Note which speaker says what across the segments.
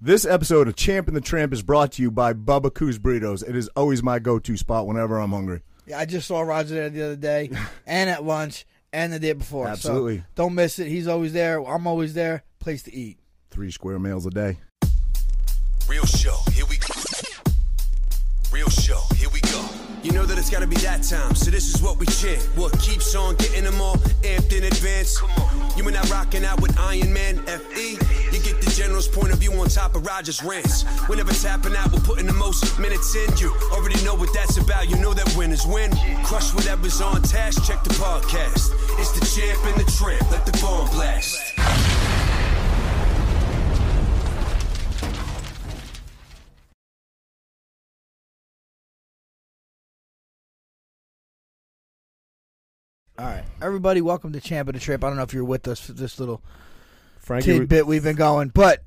Speaker 1: This episode of Champ and the Tramp is brought to you by Bubba Coos Burritos. It is always my go-to spot whenever I'm hungry.
Speaker 2: Yeah, I just saw Roger there the other day, and at lunch, and the day before. So
Speaker 1: Absolutely.
Speaker 2: don't miss it. He's always there. I'm always there. Place to eat.
Speaker 1: Three square meals a day.
Speaker 3: Real show, here we go. Real show, here we go. You know that it's gotta be that time, so this is what we chant. What keeps on getting them all amped in advance? Come on. You and I rocking out with Iron Man FE. You get the general's point of view on top of Roger's rants. We're never tapping out, we're putting the most minutes in. You already know what that's about, you know that win is win. Crush whatever's on task, check the podcast. It's the champ and the tramp, let the bomb blast.
Speaker 2: All right, everybody, welcome to Champ of the Trip. I don't know if you're with us for this little
Speaker 4: Frankie,
Speaker 2: tidbit we've been going, but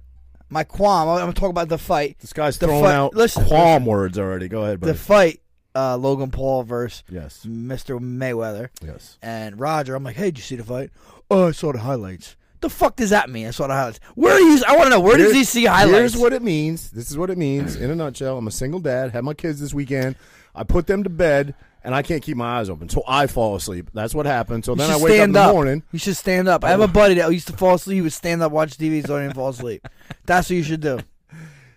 Speaker 2: my qualm. I'm going to talk about the fight.
Speaker 4: this guy's
Speaker 2: The
Speaker 4: throwing
Speaker 2: fu-
Speaker 4: out
Speaker 2: listen,
Speaker 4: qualm words already. Go ahead, buddy.
Speaker 2: The fight, uh, Logan Paul versus
Speaker 4: yes,
Speaker 2: Mr. Mayweather
Speaker 4: yes.
Speaker 2: and Roger. I'm like, hey, did you see the fight? Oh, I saw the highlights. The fuck does that mean? I saw the highlights. Where do you? I want to know. Where does he see highlights?
Speaker 1: Here's what it means. This is what it means in a nutshell. I'm a single dad. Had my kids this weekend. I put them to bed, and I can't keep my eyes open, so I fall asleep. That's what happened. So
Speaker 2: You
Speaker 1: then
Speaker 2: should
Speaker 1: I wake up in
Speaker 2: stand
Speaker 1: the morning.
Speaker 2: You should stand up. I have a buddy that used to fall asleep. He would stand up, watch TV, so he didn't fall asleep. That's what you should do.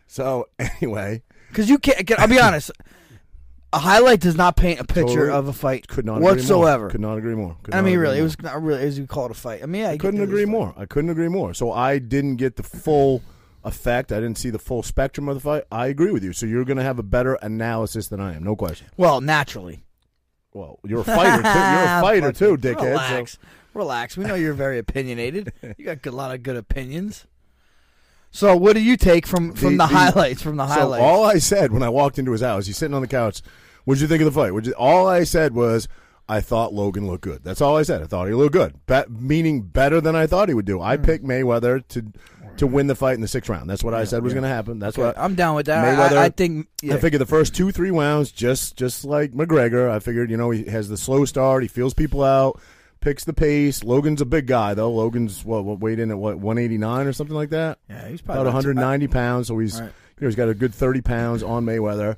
Speaker 1: So anyway,
Speaker 2: Because you can't. I'll be honest. A highlight does not paint a picture
Speaker 1: Totally.
Speaker 2: of a fight
Speaker 1: could not Agree
Speaker 2: whatsoever.
Speaker 1: more. Could not agree more. Could
Speaker 2: I
Speaker 1: not
Speaker 2: mean,
Speaker 1: agree
Speaker 2: really, it
Speaker 1: more.
Speaker 2: was not really. It was we call it a fight. I mean, yeah, you
Speaker 1: I couldn't
Speaker 2: could- it
Speaker 1: agree
Speaker 2: was-
Speaker 1: more. I couldn't agree more. So I didn't get the full effect. I didn't see the full spectrum of the fight. I agree with you. So you're going to have a better analysis than I am, no question.
Speaker 2: Well, naturally,
Speaker 1: Well, you're a fighter too. You're a fighter too,
Speaker 2: Fucking
Speaker 1: dickhead. So-
Speaker 2: Relax, relax. We know you're very opinionated. You got a good- lot of good opinions. So, what do you take from from the,
Speaker 1: The- the-
Speaker 2: highlights? From the
Speaker 1: So
Speaker 2: highlights,
Speaker 1: all I said when I walked into his house, he's sitting on the couch. What'd you think of the fight? What'd you, all I said was, I thought Logan looked good. That's all I said. I thought he looked good, Be- meaning better than I thought he would do. I
Speaker 2: Hmm.
Speaker 1: picked Mayweather to to win the fight in the sixth round. That's what I said was going to happen. That's what I,
Speaker 2: I'm down with that. I-
Speaker 1: Mayweather-
Speaker 2: I, I think. Yeah.
Speaker 1: I figured the first two three rounds, just just like McGregor, I figured you know he has the slow start, he feels people out, picks the pace. Logan's a big guy though. Logan's what, what weighed in at what 189 or something like that.
Speaker 2: yeah, he's probably
Speaker 1: About 190 pounds, so he's
Speaker 2: Right.
Speaker 1: you know he's got a good 30 pounds on Mayweather.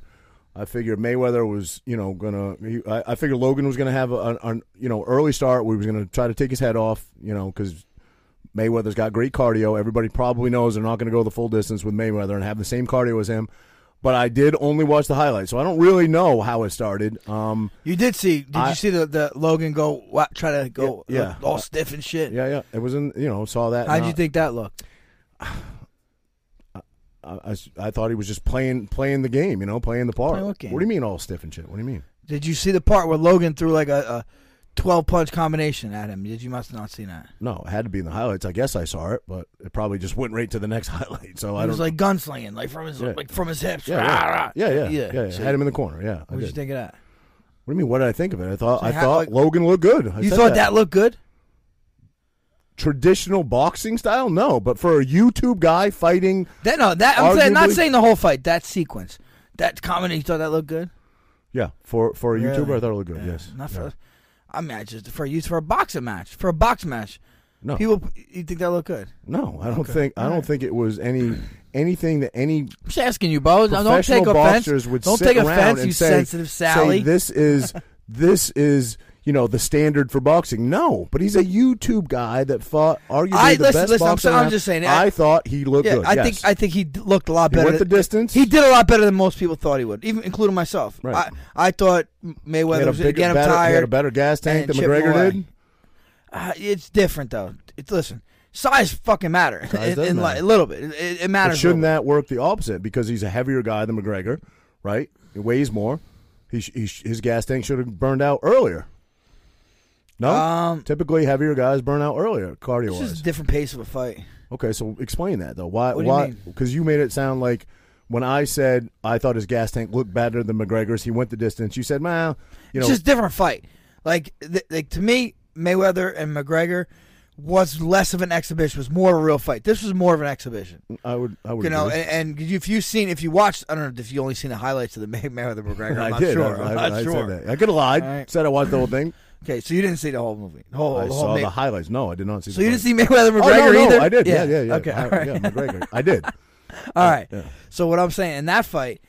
Speaker 1: I figured Mayweather was you know gonna. He, I, I figured Logan was gonna have a, an an, you know early start. where he was gonna try to take his head off, you know, because Mayweather's got great cardio. Everybody probably knows they're not gonna go the full distance with Mayweather and have the same cardio as him. But I did only watch the highlights, so I don't really know how it started. Um,
Speaker 2: You did see? Did
Speaker 1: I-
Speaker 2: you see the, the Logan go wa- try to go
Speaker 1: Yeah, yeah.
Speaker 2: uh, all stiff and shit?
Speaker 1: yeah, yeah, it was in you know saw that.
Speaker 2: How'd
Speaker 1: and
Speaker 2: you
Speaker 1: I-
Speaker 2: think that looked?
Speaker 1: I, I s- I thought he was just playing playing the game, you know, playing the part.
Speaker 2: Playing what game?
Speaker 1: what do you mean all stiff and shit? What do you mean?
Speaker 2: Did you see the part where Logan threw like a, a twelve punch combination at him? Did you must not seen that?
Speaker 1: No, it had to be in the highlights. I guess I saw it, but it probably just went right to the next highlight. So I
Speaker 2: It
Speaker 1: don't.
Speaker 2: was like gunslinging, like from his
Speaker 1: Yeah.
Speaker 2: like from his hips.
Speaker 1: yeah,
Speaker 2: Rah,
Speaker 1: yeah,
Speaker 2: rah.
Speaker 1: yeah, yeah,
Speaker 2: Yeah,
Speaker 1: yeah, yeah.
Speaker 2: so-
Speaker 1: Had him in the corner. Yeah, I
Speaker 2: What did you
Speaker 1: did.
Speaker 2: think of that?
Speaker 1: What do you mean? What did I think of it? I thought
Speaker 2: So
Speaker 1: I
Speaker 2: how-
Speaker 1: thought
Speaker 2: like-
Speaker 1: Logan looked good. I
Speaker 2: you
Speaker 1: said
Speaker 2: thought that. looked good?
Speaker 1: traditional boxing style? No, but for a YouTube guy fighting,
Speaker 2: That no, uh, that I'm saying, not
Speaker 1: Arguably-
Speaker 2: saying the whole fight. That sequence, that comedy. You thought that looked good?
Speaker 1: yeah, for for a
Speaker 2: Really?
Speaker 1: YouTuber, I thought it looked good.
Speaker 2: Yeah,
Speaker 1: yes,
Speaker 2: Not for.
Speaker 1: Yeah.
Speaker 2: I mean, I just for use for a boxing match, for a box match.
Speaker 1: no,
Speaker 2: People, you think that looked good?
Speaker 1: no. I don't think I don't think it was any anything that any
Speaker 2: I'm just asking you, Bo. Don't
Speaker 1: professional
Speaker 2: take offense.
Speaker 1: boxers would
Speaker 2: Don't
Speaker 1: sit
Speaker 2: take
Speaker 1: around
Speaker 2: offense,
Speaker 1: and
Speaker 2: you
Speaker 1: say,
Speaker 2: sensitive
Speaker 1: say
Speaker 2: Sally.
Speaker 1: this is this is you know the standard for boxing. No, but he's a YouTube guy that fought arguably
Speaker 2: I-
Speaker 1: the
Speaker 2: listen,
Speaker 1: best
Speaker 2: listen, I'm
Speaker 1: boxer.
Speaker 2: so- I'm
Speaker 1: around.
Speaker 2: just saying,
Speaker 1: I,
Speaker 2: I-
Speaker 1: thought he looked
Speaker 2: yeah,
Speaker 1: good.
Speaker 2: I
Speaker 1: yes.
Speaker 2: think I think he d- looked a lot
Speaker 1: he
Speaker 2: better.
Speaker 1: went the distance.
Speaker 2: he did a lot better than most people thought he would, even including myself.
Speaker 1: Right.
Speaker 2: I, I thought
Speaker 1: He
Speaker 2: Mayweather
Speaker 1: had a
Speaker 2: was going to
Speaker 1: bigger,
Speaker 2: get him
Speaker 1: better, he had a
Speaker 2: tired.
Speaker 1: better gas tank
Speaker 2: and
Speaker 1: than
Speaker 2: chip
Speaker 1: McGregor
Speaker 2: away.
Speaker 1: did.
Speaker 2: Uh, it's different though. It's listen, size fucking matter
Speaker 1: Size
Speaker 2: in,
Speaker 1: does
Speaker 2: in
Speaker 1: matter.
Speaker 2: Like, a little bit. It, it, it
Speaker 1: But
Speaker 2: matters. a
Speaker 1: shouldn't
Speaker 2: little
Speaker 1: that work the opposite? Because he's a heavier guy than McGregor, right? He weighs more. He, sh- he sh- his gas tank should have burned out earlier. No,
Speaker 2: Um,
Speaker 1: typically heavier guys burn out earlier, cardio
Speaker 2: bit. It's just
Speaker 1: wise.
Speaker 2: a different pace of a fight.
Speaker 1: Okay, so explain that though. Why?
Speaker 2: What do you
Speaker 1: why?
Speaker 2: mean?
Speaker 1: Because you made it sound like when I said I thought his gas tank looked better than McGregor's, he went the distance. You said, "Man, you know,
Speaker 2: it's just a different fight. Like th- like to me, Mayweather and McGregor was less of an exhibition. Was more of a real fight. This was more of an exhibition.
Speaker 1: I would, I would."
Speaker 2: You know, eh,
Speaker 1: agree.
Speaker 2: and, and if you've seen, if you watched, I don't know if you only seen the highlights of the May- Mayweather McGregor. I'm
Speaker 1: I
Speaker 2: not
Speaker 1: did.
Speaker 2: sure.
Speaker 1: I,
Speaker 2: am
Speaker 1: I-
Speaker 2: not
Speaker 1: I
Speaker 2: sure.
Speaker 1: said that. I could have lied.
Speaker 2: All right.
Speaker 1: Said I watched the whole thing.
Speaker 2: Okay, so you didn't see the whole movie. The whole,
Speaker 1: I
Speaker 2: the
Speaker 1: saw
Speaker 2: whole
Speaker 1: the
Speaker 2: ma-
Speaker 1: highlights. No, I did not see.
Speaker 2: So
Speaker 1: the
Speaker 2: you
Speaker 1: highlights.
Speaker 2: didn't see Mayweather McGregor
Speaker 1: oh, no, no,
Speaker 2: either?
Speaker 1: I did. Yeah, yeah, yeah.
Speaker 2: Okay.
Speaker 1: I,
Speaker 2: all right.
Speaker 1: yeah, McGregor. I did.
Speaker 2: All right. So what I'm saying in that fight,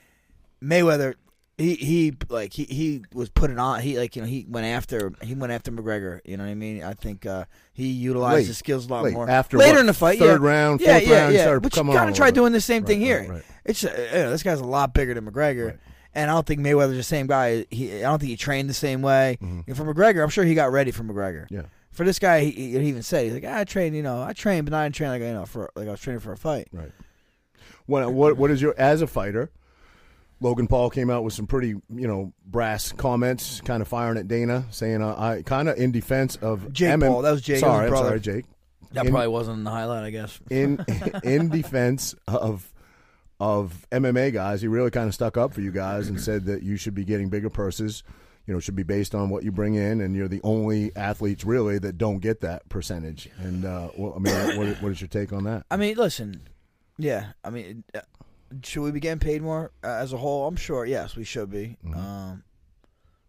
Speaker 2: Mayweather, he he like he he was putting on. He like you know he went after he went after McGregor. You know what I mean? I think uh, he utilized
Speaker 1: Late.
Speaker 2: his skills a lot
Speaker 1: Late.
Speaker 2: more
Speaker 1: After
Speaker 2: later
Speaker 1: what?
Speaker 2: in the fight.
Speaker 1: Third
Speaker 2: yeah.
Speaker 1: round,
Speaker 2: yeah,
Speaker 1: fourth
Speaker 2: yeah,
Speaker 1: round, you
Speaker 2: yeah.
Speaker 1: started-
Speaker 2: but
Speaker 1: come
Speaker 2: you gotta
Speaker 1: on a
Speaker 2: try
Speaker 1: little
Speaker 2: doing the same thing
Speaker 1: Right,
Speaker 2: here.
Speaker 1: right, right.
Speaker 2: It's uh, you know, this guy's a lot bigger than McGregor. And I don't think Mayweather's the same guy. He, I don't think he trained the same way. And for McGregor, I'm sure he got ready for McGregor.
Speaker 1: Mm-hmm. Yeah.
Speaker 2: For this guy, he, he even said he's like, I trained, you know, I trained, but not trained like you know, for like I was training for a fight.
Speaker 1: Right. What, what what is your as a fighter? Logan Paul came out with some pretty you know brass comments, kind of firing at Dana, saying uh, I kind of in defense of
Speaker 2: Jake
Speaker 1: MM
Speaker 2: Paul, that was Jake, that was
Speaker 1: Sorry,
Speaker 2: his
Speaker 1: I'm
Speaker 2: brother.
Speaker 1: sorry, Jake.
Speaker 2: That
Speaker 1: In-
Speaker 2: probably wasn't in the highlight, I guess.
Speaker 1: in in defense of of MMA guys, he really kind of stuck up for you guys and said that you should be getting bigger purses. You know, it should be based on what you bring in, and you're the only athletes really that don't get that percentage. And uh, well, I mean, what, what is your take on that?
Speaker 2: I mean, listen, yeah. I mean, uh, should we be getting paid more uh, as a whole? I'm sure. Yes, we should be.
Speaker 1: Mm-hmm.
Speaker 2: Um,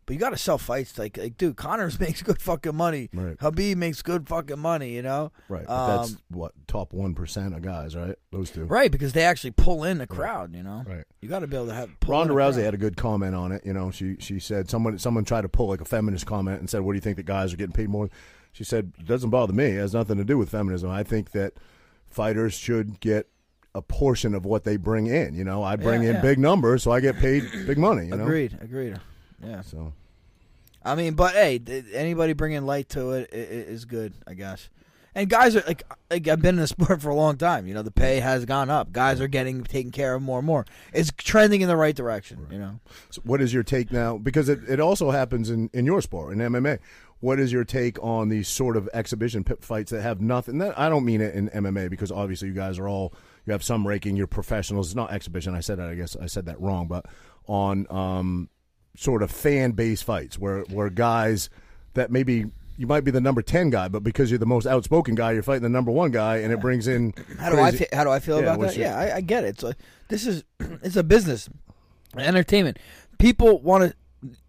Speaker 2: but you got to sell fights, like, like dude, Connors makes good fucking money.
Speaker 1: Right.
Speaker 2: Habib makes good fucking money. You know.
Speaker 1: Right, but
Speaker 2: Um,
Speaker 1: that's what top one percent of guys, right? Those two.
Speaker 2: right because they actually pull in the crowd. You know.
Speaker 1: Right.
Speaker 2: You got to be able to have. Pull
Speaker 1: Ronda
Speaker 2: in a
Speaker 1: Rousey
Speaker 2: crowd.
Speaker 1: had a good comment on it. You know, she she said someone someone tried to pull like a feminist comment and said, "What do you think that guys are getting paid more?" She said, "It "Doesn't bother me. It has nothing to do with feminism. I think that fighters should get a portion of what they bring in. You know, I bring
Speaker 2: Yeah,
Speaker 1: in
Speaker 2: yeah.
Speaker 1: big numbers, so I get paid big money. You know,
Speaker 2: Agreed. Agreed. Yeah.
Speaker 1: so
Speaker 2: I mean, but hey, th- anybody bringing light to it i- i- is good, I guess. And guys are like, like I've been in the sport for a long time. You know, the pay has gone up. Guys are getting taken care of more and more. It's trending in the right direction. You know,
Speaker 1: So what is your take now? Because it, it also happens in, in your sport, in MMA. What is your take on these sort of exhibition pit fights that have nothing? That, I don't mean it in MMA because obviously you guys are all you have some raking. You're professionals. It's not exhibition. I said that. I guess I said that wrong. But on um, sort of fan base fights where where guys that maybe you might be the number ten guy, but because you're the most outspoken guy, you're fighting the number one guy, and it brings in
Speaker 2: how do I
Speaker 1: crazy-
Speaker 2: fe- how do I feel
Speaker 1: Yeah,
Speaker 2: about
Speaker 1: what's
Speaker 2: that?
Speaker 1: your-
Speaker 2: Yeah, I, I get it. It's like this is it's a business, entertainment. People want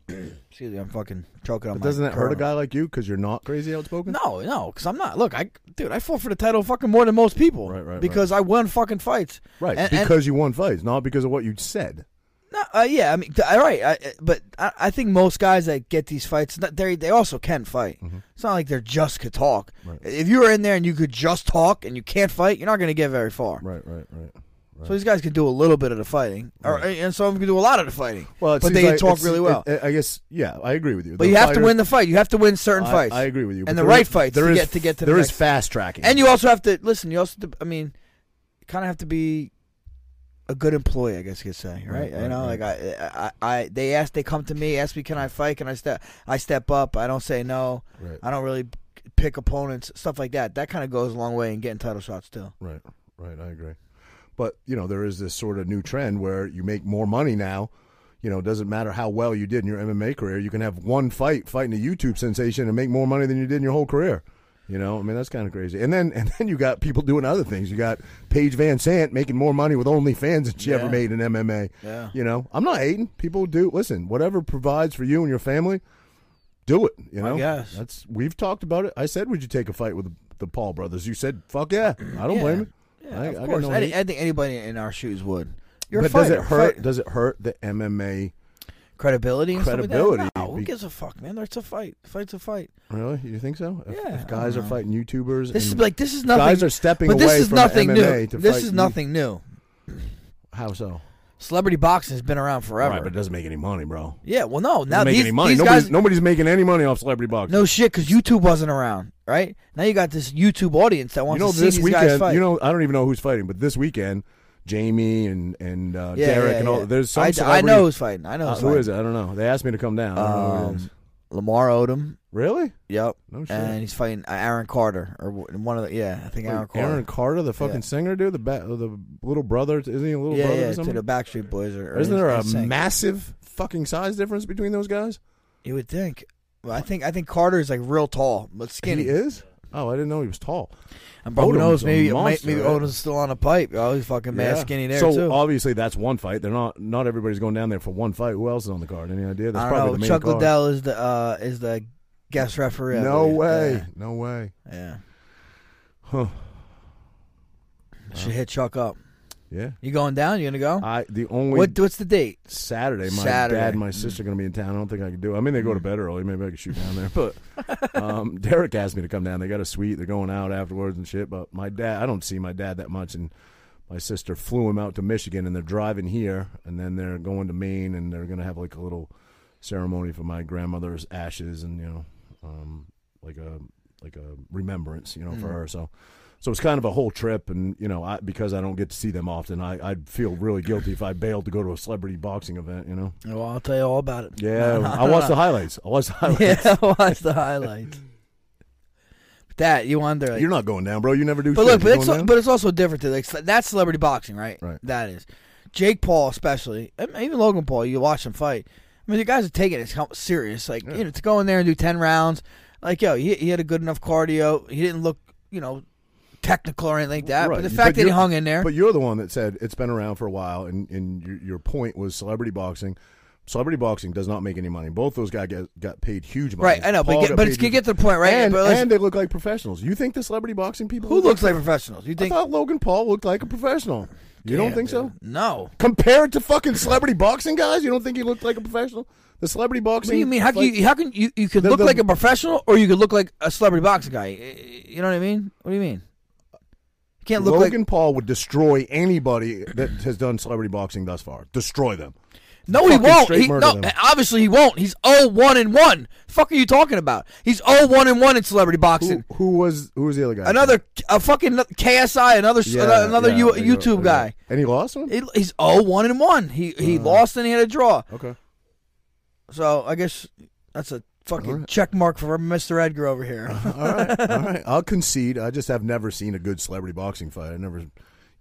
Speaker 2: to. excuse me, I'm fucking choking on.
Speaker 1: But
Speaker 2: my
Speaker 1: doesn't that hurt a
Speaker 2: kernel.
Speaker 1: guy like you because you're not crazy outspoken?
Speaker 2: No, no, because I'm not. Look, I dude, I fought for the title fucking more than most people.
Speaker 1: Right, right, right.
Speaker 2: Because I won fucking fights.
Speaker 1: Right,
Speaker 2: And- and-
Speaker 1: because you won fights, not because of what you said.
Speaker 2: No, uh, yeah, I mean, th- all right, I, I- but I, I think most guys that get these fights, th- they they also can fight.
Speaker 1: Mm-hmm.
Speaker 2: It's not like they're just could talk. If you were in there and you could just talk and you can't fight, you're not going to get very far.
Speaker 1: Right, right, right.
Speaker 2: So these guys can do a little bit of the fighting, or, and some of them can do a lot of the fighting.
Speaker 1: Well, it
Speaker 2: but
Speaker 1: seems
Speaker 2: they
Speaker 1: like
Speaker 2: talk
Speaker 1: it's-
Speaker 2: really
Speaker 1: it-
Speaker 2: well.
Speaker 1: I guess, yeah, I agree with you.
Speaker 2: but you have to win the fight. You have to win certain fights.
Speaker 1: I, agree with you. but
Speaker 2: and the
Speaker 1: there
Speaker 2: right
Speaker 1: is-
Speaker 2: fights
Speaker 1: there
Speaker 2: to
Speaker 1: is-
Speaker 2: get to get to the
Speaker 1: there is
Speaker 2: next.
Speaker 1: fast tracking,
Speaker 2: and you also have to listen. You also, have to, I mean, kind of have to be a good employee, I guess you could say, right?
Speaker 1: Right,
Speaker 2: you
Speaker 1: right,
Speaker 2: know,
Speaker 1: right.
Speaker 2: like I, I, I, they ask, they come to me, ask me, can I fight? Can I step? I step up. I don't say no.
Speaker 1: Right.
Speaker 2: I don't really pick opponents, stuff like that. That kind of goes a long way in getting title shots too.
Speaker 1: right, right. I agree. But you know, there is this sort of new trend where you make more money now. You know, it doesn't matter how well you did in your MMA career. You can have one fight fighting a YouTube sensation and make more money than you did in your whole career. You know, I mean that's kind of crazy. And then and then you got people doing other things. You got Paige Van Sant making more money with OnlyFans than she ever
Speaker 2: Yeah.
Speaker 1: made in MMA.
Speaker 2: Yeah.
Speaker 1: You know, I'm not hating. People do listen. Whatever provides for you and your family, do it. You know,
Speaker 2: guess.
Speaker 1: that's we've talked about it. I said, would you take a fight with the Paul brothers? You said, fuck yeah. I don't
Speaker 2: Yeah.
Speaker 1: blame you.
Speaker 2: Yeah,
Speaker 1: I, I
Speaker 2: of
Speaker 1: got
Speaker 2: course.
Speaker 1: no
Speaker 2: I,
Speaker 1: hate.
Speaker 2: I think anybody in our shoes would. You're
Speaker 1: but
Speaker 2: a fighter.
Speaker 1: does it hurt?
Speaker 2: Fight-
Speaker 1: Does it hurt the MMA?
Speaker 2: credibility? and stuff like that?
Speaker 1: Credibility.
Speaker 2: No, who
Speaker 1: Be-
Speaker 2: gives a fuck, man? It's a fight. Fight's a fight.
Speaker 1: Really? You think so? If,
Speaker 2: Yeah,
Speaker 1: if guys
Speaker 2: I
Speaker 1: are
Speaker 2: don't know.
Speaker 1: fighting YouTubers,
Speaker 2: This is
Speaker 1: and
Speaker 2: like this is nothing.
Speaker 1: guys are stepping
Speaker 2: but this
Speaker 1: away
Speaker 2: is
Speaker 1: from
Speaker 2: nothing
Speaker 1: MMA
Speaker 2: new.
Speaker 1: to
Speaker 2: This
Speaker 1: fight
Speaker 2: is
Speaker 1: you.
Speaker 2: nothing new.
Speaker 1: how so?
Speaker 2: Celebrity boxing has been around forever.
Speaker 1: Right, but it doesn't make any money, bro.
Speaker 2: yeah, well, no,
Speaker 1: Doesn't
Speaker 2: now
Speaker 1: make
Speaker 2: these,
Speaker 1: any money.
Speaker 2: these
Speaker 1: Nobody's,
Speaker 2: guys,
Speaker 1: nobody's making any money off celebrity boxing.
Speaker 2: no shit, because YouTube wasn't around, right? Now you got this YouTube audience that
Speaker 1: you
Speaker 2: wants
Speaker 1: know
Speaker 2: to see
Speaker 1: this
Speaker 2: these
Speaker 1: weekend.
Speaker 2: guys fight.
Speaker 1: You know I don't even know who's fighting, but this weekend, Jamie and and uh,
Speaker 2: yeah,
Speaker 1: Derek
Speaker 2: yeah,
Speaker 1: and all.
Speaker 2: yeah.
Speaker 1: There's some.
Speaker 2: I, I
Speaker 1: celebrity-
Speaker 2: know who's fighting. I know
Speaker 1: Uh,
Speaker 2: who's
Speaker 1: who
Speaker 2: fighting.
Speaker 1: is it? I don't know. They asked me to come down. I don't know who it
Speaker 2: Um,
Speaker 1: is.
Speaker 2: Lamar Odom,
Speaker 1: Really?
Speaker 2: yep,
Speaker 1: No Oh, shit.
Speaker 2: and he's fighting uh, Aaron Carter or w- one of the. Yeah, I think
Speaker 1: Wait,
Speaker 2: Aaron Carter.
Speaker 1: the fucking
Speaker 2: Yeah.
Speaker 1: singer dude, the ba- the little brother, isn't he a little
Speaker 2: yeah,
Speaker 1: brother
Speaker 2: yeah,
Speaker 1: or
Speaker 2: to
Speaker 1: something?
Speaker 2: the Backstreet Boys. Or, or
Speaker 1: Isn't there a
Speaker 2: NSYNC.
Speaker 1: massive fucking size difference between those guys?
Speaker 2: You would think. Well, I think I think Carter is like real tall, but skinny.
Speaker 1: He is. Oh, I didn't know he was tall.
Speaker 2: And but who
Speaker 1: Odom's
Speaker 2: knows?
Speaker 1: a
Speaker 2: Maybe
Speaker 1: monster,
Speaker 2: maybe
Speaker 1: right?
Speaker 2: Odom's still on a pipe. Oh, he's fucking mad
Speaker 1: Yeah.
Speaker 2: skinny there
Speaker 1: so
Speaker 2: too.
Speaker 1: obviously that's one fight. They're not. Not everybody's going down there for one fight. Who else is on the card? Any idea? That's
Speaker 2: I
Speaker 1: probably
Speaker 2: don't
Speaker 1: the
Speaker 2: know.
Speaker 1: main
Speaker 2: Chuck
Speaker 1: card.
Speaker 2: Liddell is the uh, is the guest referee. I
Speaker 1: No
Speaker 2: believe.
Speaker 1: way. No way.
Speaker 2: Yeah. yeah.
Speaker 1: Huh.
Speaker 2: Should hit Chuck up.
Speaker 1: Yeah.
Speaker 2: You going down? You gonna go?
Speaker 1: I the only
Speaker 2: what What's the date?
Speaker 1: Saturday my
Speaker 2: Saturday.
Speaker 1: dad and my sister are going to be in town. I don't think I can do. it. I mean, they go to bed early. Maybe I could shoot down there. But um, Derek asked me to come down. They got a suite. They're going out afterwards and shit. But my dad, I don't see my dad that much, and my sister flew him out to Michigan, and they're driving here, and then they're going to Maine, and they're going to have like a little ceremony for my grandmother's ashes, and you know, um, like a like a remembrance, you know, for her. So. So it's kind of a whole trip, and you know, I, because I don't get to see them often, I, I'd feel really guilty if I bailed to go to a celebrity boxing event. You know?
Speaker 2: Well, I'll tell you all about it.
Speaker 1: Yeah, I watched the highlights. I watched the highlights.
Speaker 2: yeah, watch the highlights. But that you wonder. Like,
Speaker 1: You're not going down, bro. You never do.
Speaker 2: but
Speaker 1: shit.
Speaker 2: look, but
Speaker 1: You
Speaker 2: it's,
Speaker 1: going
Speaker 2: al-
Speaker 1: down?
Speaker 2: but it's also different too. Like ce- that's celebrity boxing, right?
Speaker 1: Right.
Speaker 2: That is. Jake Paul, especially, I mean, even Logan Paul. You watch him fight. I mean, the guys are taking it hel- serious. Like you know, to go in there and do ten rounds. Like yo, he, he had a good enough cardio. He didn't look, you know, technical or anything like that. But
Speaker 1: Right.
Speaker 2: uh, the fact that he
Speaker 1: you're-
Speaker 2: hung in there.
Speaker 1: But you're the one that said it's been around for a while, and, and your, your point was celebrity boxing. Celebrity boxing does not make any money. Both those guys get, got paid huge money.
Speaker 2: Right, I know, but
Speaker 1: Paul
Speaker 2: get-
Speaker 1: got
Speaker 2: but
Speaker 1: paid
Speaker 2: it's gonna
Speaker 1: huge-
Speaker 2: get to the point, right?
Speaker 1: And,
Speaker 2: But let's-
Speaker 1: and they look like professionals. You think the celebrity boxing people
Speaker 2: who looks like professionals? You
Speaker 1: I
Speaker 2: think?
Speaker 1: thought Logan Paul looked like a professional. You don't
Speaker 2: Damn,
Speaker 1: think so?
Speaker 2: dude. No.
Speaker 1: Compared to fucking celebrity boxing guys, you don't think he looked like a professional? The celebrity boxing.
Speaker 2: What do you mean? How can
Speaker 1: like-
Speaker 2: you? How can you? You could
Speaker 1: The-
Speaker 2: look
Speaker 1: the-
Speaker 2: like a professional, or you could look like a celebrity boxing guy. You know what I mean? What do you mean? You can't look
Speaker 1: Logan
Speaker 2: like
Speaker 1: Paul would destroy anybody that has done celebrity boxing thus far. Destroy them.
Speaker 2: no, he
Speaker 1: fucking
Speaker 2: won't.
Speaker 1: straight
Speaker 2: He,
Speaker 1: murder
Speaker 2: no,
Speaker 1: them.
Speaker 2: obviously he won't. He's 0-1 and one. Fuck are you talking about? He's 0-1 and one in celebrity boxing.
Speaker 1: Who, who was who was the other guy?
Speaker 2: Another a fucking KSI, another another
Speaker 1: yeah,
Speaker 2: you-
Speaker 1: there you go,
Speaker 2: YouTube
Speaker 1: there you
Speaker 2: guy.
Speaker 1: go. And he lost one.
Speaker 2: He, he's 0-1 and one. He
Speaker 1: Uh.
Speaker 2: he lost and he had a draw.
Speaker 1: okay.
Speaker 2: So I guess that's a fucking
Speaker 1: Alright.
Speaker 2: check mark for Mr. Edgar over here.
Speaker 1: All right. All right. I'll concede. I just have never seen a good celebrity boxing fight. I never,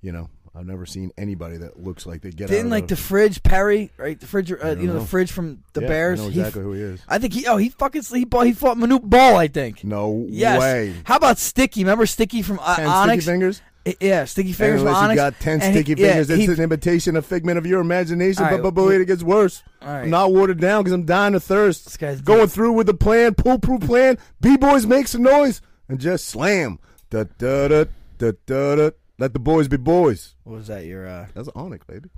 Speaker 1: you know, I've never seen anybody that looks like they get
Speaker 2: Didn't
Speaker 1: out
Speaker 2: like
Speaker 1: of
Speaker 2: the fridge Perry, right? The fridge, uh,
Speaker 1: don't
Speaker 2: you know, the
Speaker 1: know.
Speaker 2: fridge from the
Speaker 1: Yeah, I
Speaker 2: Bears.
Speaker 1: know
Speaker 2: He-
Speaker 1: exactly who he is.
Speaker 2: I think he. Oh, he fucking he fought. He fought Manute Ball, I think.
Speaker 1: no
Speaker 2: Yes.
Speaker 1: way.
Speaker 2: How about Sticky? Remember Sticky from uh,
Speaker 1: Ten
Speaker 2: Onyx?
Speaker 1: sticky fingers.
Speaker 2: I- Yeah, Sticky Fingers from
Speaker 1: Unless
Speaker 2: Onyx.
Speaker 1: you got ten
Speaker 2: And he-
Speaker 1: sticky
Speaker 2: yeah,
Speaker 1: fingers, it's
Speaker 2: he-
Speaker 1: an imitation, a figment of your imagination.
Speaker 2: All right,
Speaker 1: But but but wait, it gets worse.
Speaker 2: All right.
Speaker 1: I'm not watered down because I'm dying of thirst.
Speaker 2: This guy's
Speaker 1: going through with the plan, pull proof plan. B boys make some noise and just slam. Da da da da da da. Let the boys be boys.
Speaker 2: what was that? Your. Uh,
Speaker 1: That's Onyx, baby.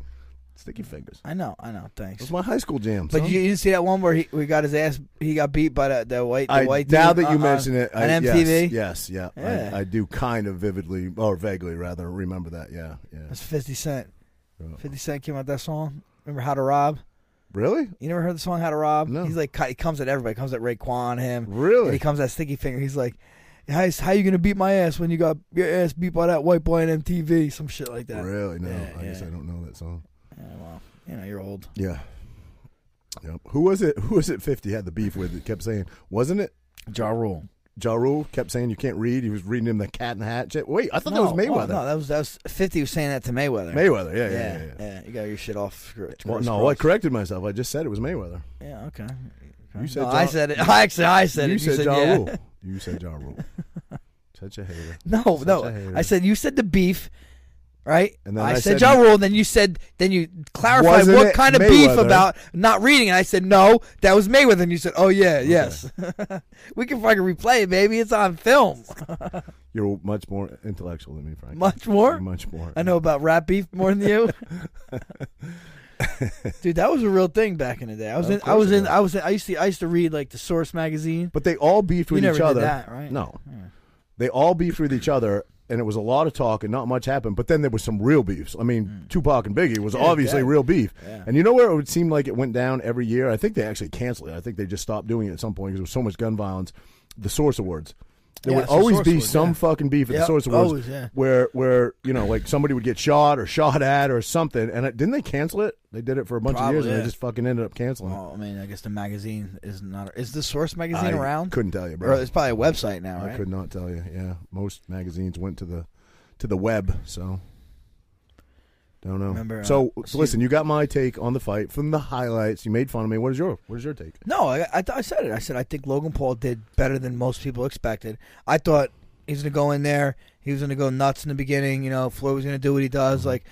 Speaker 1: Sticky fingers.
Speaker 2: I know. I know. Thanks.
Speaker 1: That's my high school jam.
Speaker 2: But
Speaker 1: son.
Speaker 2: you, you didn't see that one where he we got his ass. He got beat by the, the white. The
Speaker 1: I,
Speaker 2: white.
Speaker 1: now
Speaker 2: dude
Speaker 1: that you
Speaker 2: on-
Speaker 1: mention it,
Speaker 2: on
Speaker 1: I,
Speaker 2: on
Speaker 1: yes,
Speaker 2: MTV.
Speaker 1: Yes, yeah,
Speaker 2: Yeah.
Speaker 1: I, I do kind of vividly or vaguely rather remember that. Yeah, yeah.
Speaker 2: That's Fifty Cent.
Speaker 1: Oh.
Speaker 2: Fifty Cent came out that song. Remember how to rob?
Speaker 1: Really?
Speaker 2: You never heard the song "How to Rob"?
Speaker 1: No.
Speaker 2: He's like, he comes at everybody. He comes at Raekwon, him.
Speaker 1: Really?
Speaker 2: And he comes at Sticky Finger. He's like, how, is- how you gonna beat my ass when you got your ass beat by that white boy on MTV? Some shit like that.
Speaker 1: Really? No,
Speaker 2: Yeah,
Speaker 1: I guess
Speaker 2: yeah.
Speaker 1: I don't know that song.
Speaker 2: Yeah, well, you know, you're old.
Speaker 1: Yeah. Yep. Who was it? Who was it? Fifty had the beef with. It kept saying, wasn't it?
Speaker 2: Ja Rule.
Speaker 1: Ja Rule kept saying you can't read. He was reading him the Cat and Hat shit. Wait, I thought that was Mayweather.
Speaker 2: no, that was that was Fifty was saying that to Mayweather.
Speaker 1: Mayweather. Yeah,
Speaker 2: Yeah,
Speaker 1: yeah, yeah.
Speaker 2: yeah,
Speaker 1: yeah.
Speaker 2: You got your shit off. screw it,
Speaker 1: Well,
Speaker 2: screw
Speaker 1: no,
Speaker 2: it.
Speaker 1: I corrected myself. I just said it was Mayweather.
Speaker 2: Yeah, okay.
Speaker 1: You said
Speaker 2: No,
Speaker 1: Ja-
Speaker 2: I said it. I actually, I said
Speaker 1: you
Speaker 2: it.
Speaker 1: said,
Speaker 2: you said
Speaker 1: Ja
Speaker 2: yeah.
Speaker 1: Rule. You said Ja Rule. Such a hater.
Speaker 2: No,
Speaker 1: Such a
Speaker 2: no.
Speaker 1: hater.
Speaker 2: I said you said the beef, right?
Speaker 1: And then
Speaker 2: I,
Speaker 1: I said-
Speaker 2: said Ja Rule. Then you said then you clarified
Speaker 1: Wasn't
Speaker 2: what
Speaker 1: it
Speaker 2: kind of beef
Speaker 1: Mayweather?
Speaker 2: about not reading, and I said no, that was Mayweather. And you said, oh yeah, yes. we can fucking replay it, baby. It's on film.
Speaker 1: You're much more intellectual than me, Frank.
Speaker 2: Much more?
Speaker 1: Much more.
Speaker 2: I know about rap beef more than you. Dude, that was a real thing back in the day. I was
Speaker 1: Of
Speaker 2: in. I
Speaker 1: course
Speaker 2: was
Speaker 1: it
Speaker 2: in.
Speaker 1: was.
Speaker 2: I was. In, I used to. I used to read like the Source magazine.
Speaker 1: But they all beefed
Speaker 2: You
Speaker 1: with
Speaker 2: never
Speaker 1: each
Speaker 2: did
Speaker 1: other.
Speaker 2: that, right?
Speaker 1: No. They all beefed with each other, and it was a lot of talk and not much happened. But then there was some real beefs. I mean, Tupac and Biggie was obviously
Speaker 2: okay.
Speaker 1: real beef.
Speaker 2: Mm. Yeah.
Speaker 1: And you know where it would seem like it went down every year? I think they actually canceled it. I think they just stopped doing it at some point because there was so much gun violence. The Source Awards. There
Speaker 2: Yeah,
Speaker 1: would
Speaker 2: so
Speaker 1: always
Speaker 2: Source
Speaker 1: be
Speaker 2: Awards,
Speaker 1: some
Speaker 2: yeah.
Speaker 1: fucking beef at
Speaker 2: Yep,
Speaker 1: the Source Awards
Speaker 2: always, yeah.
Speaker 1: where where you know like somebody would get shot or shot at or something. And it, didn't they cancel it? They did it for a bunch
Speaker 2: Probably,
Speaker 1: of years and
Speaker 2: yeah.
Speaker 1: they just fucking ended up canceling. it.
Speaker 2: Well, I mean, Oh, I guess the magazine is not. Is the Source magazine
Speaker 1: I
Speaker 2: around?
Speaker 1: Couldn't tell you,
Speaker 2: Or
Speaker 1: bro.
Speaker 2: it's probably a website now,
Speaker 1: I
Speaker 2: right?
Speaker 1: could not tell you. Yeah, most magazines went to the to the web, so don't know.
Speaker 2: Remember, uh,
Speaker 1: so, so listen, you got my take on the fight from the highlights. You made fun of me. What is your What is your take?
Speaker 2: No, I, I, th- I said it. I said I think Logan Paul did better than most people expected. I thought he was going to go in there. He was going to go nuts in the beginning. You know, Floyd was going to do what he does.
Speaker 1: Uh-huh.
Speaker 2: Like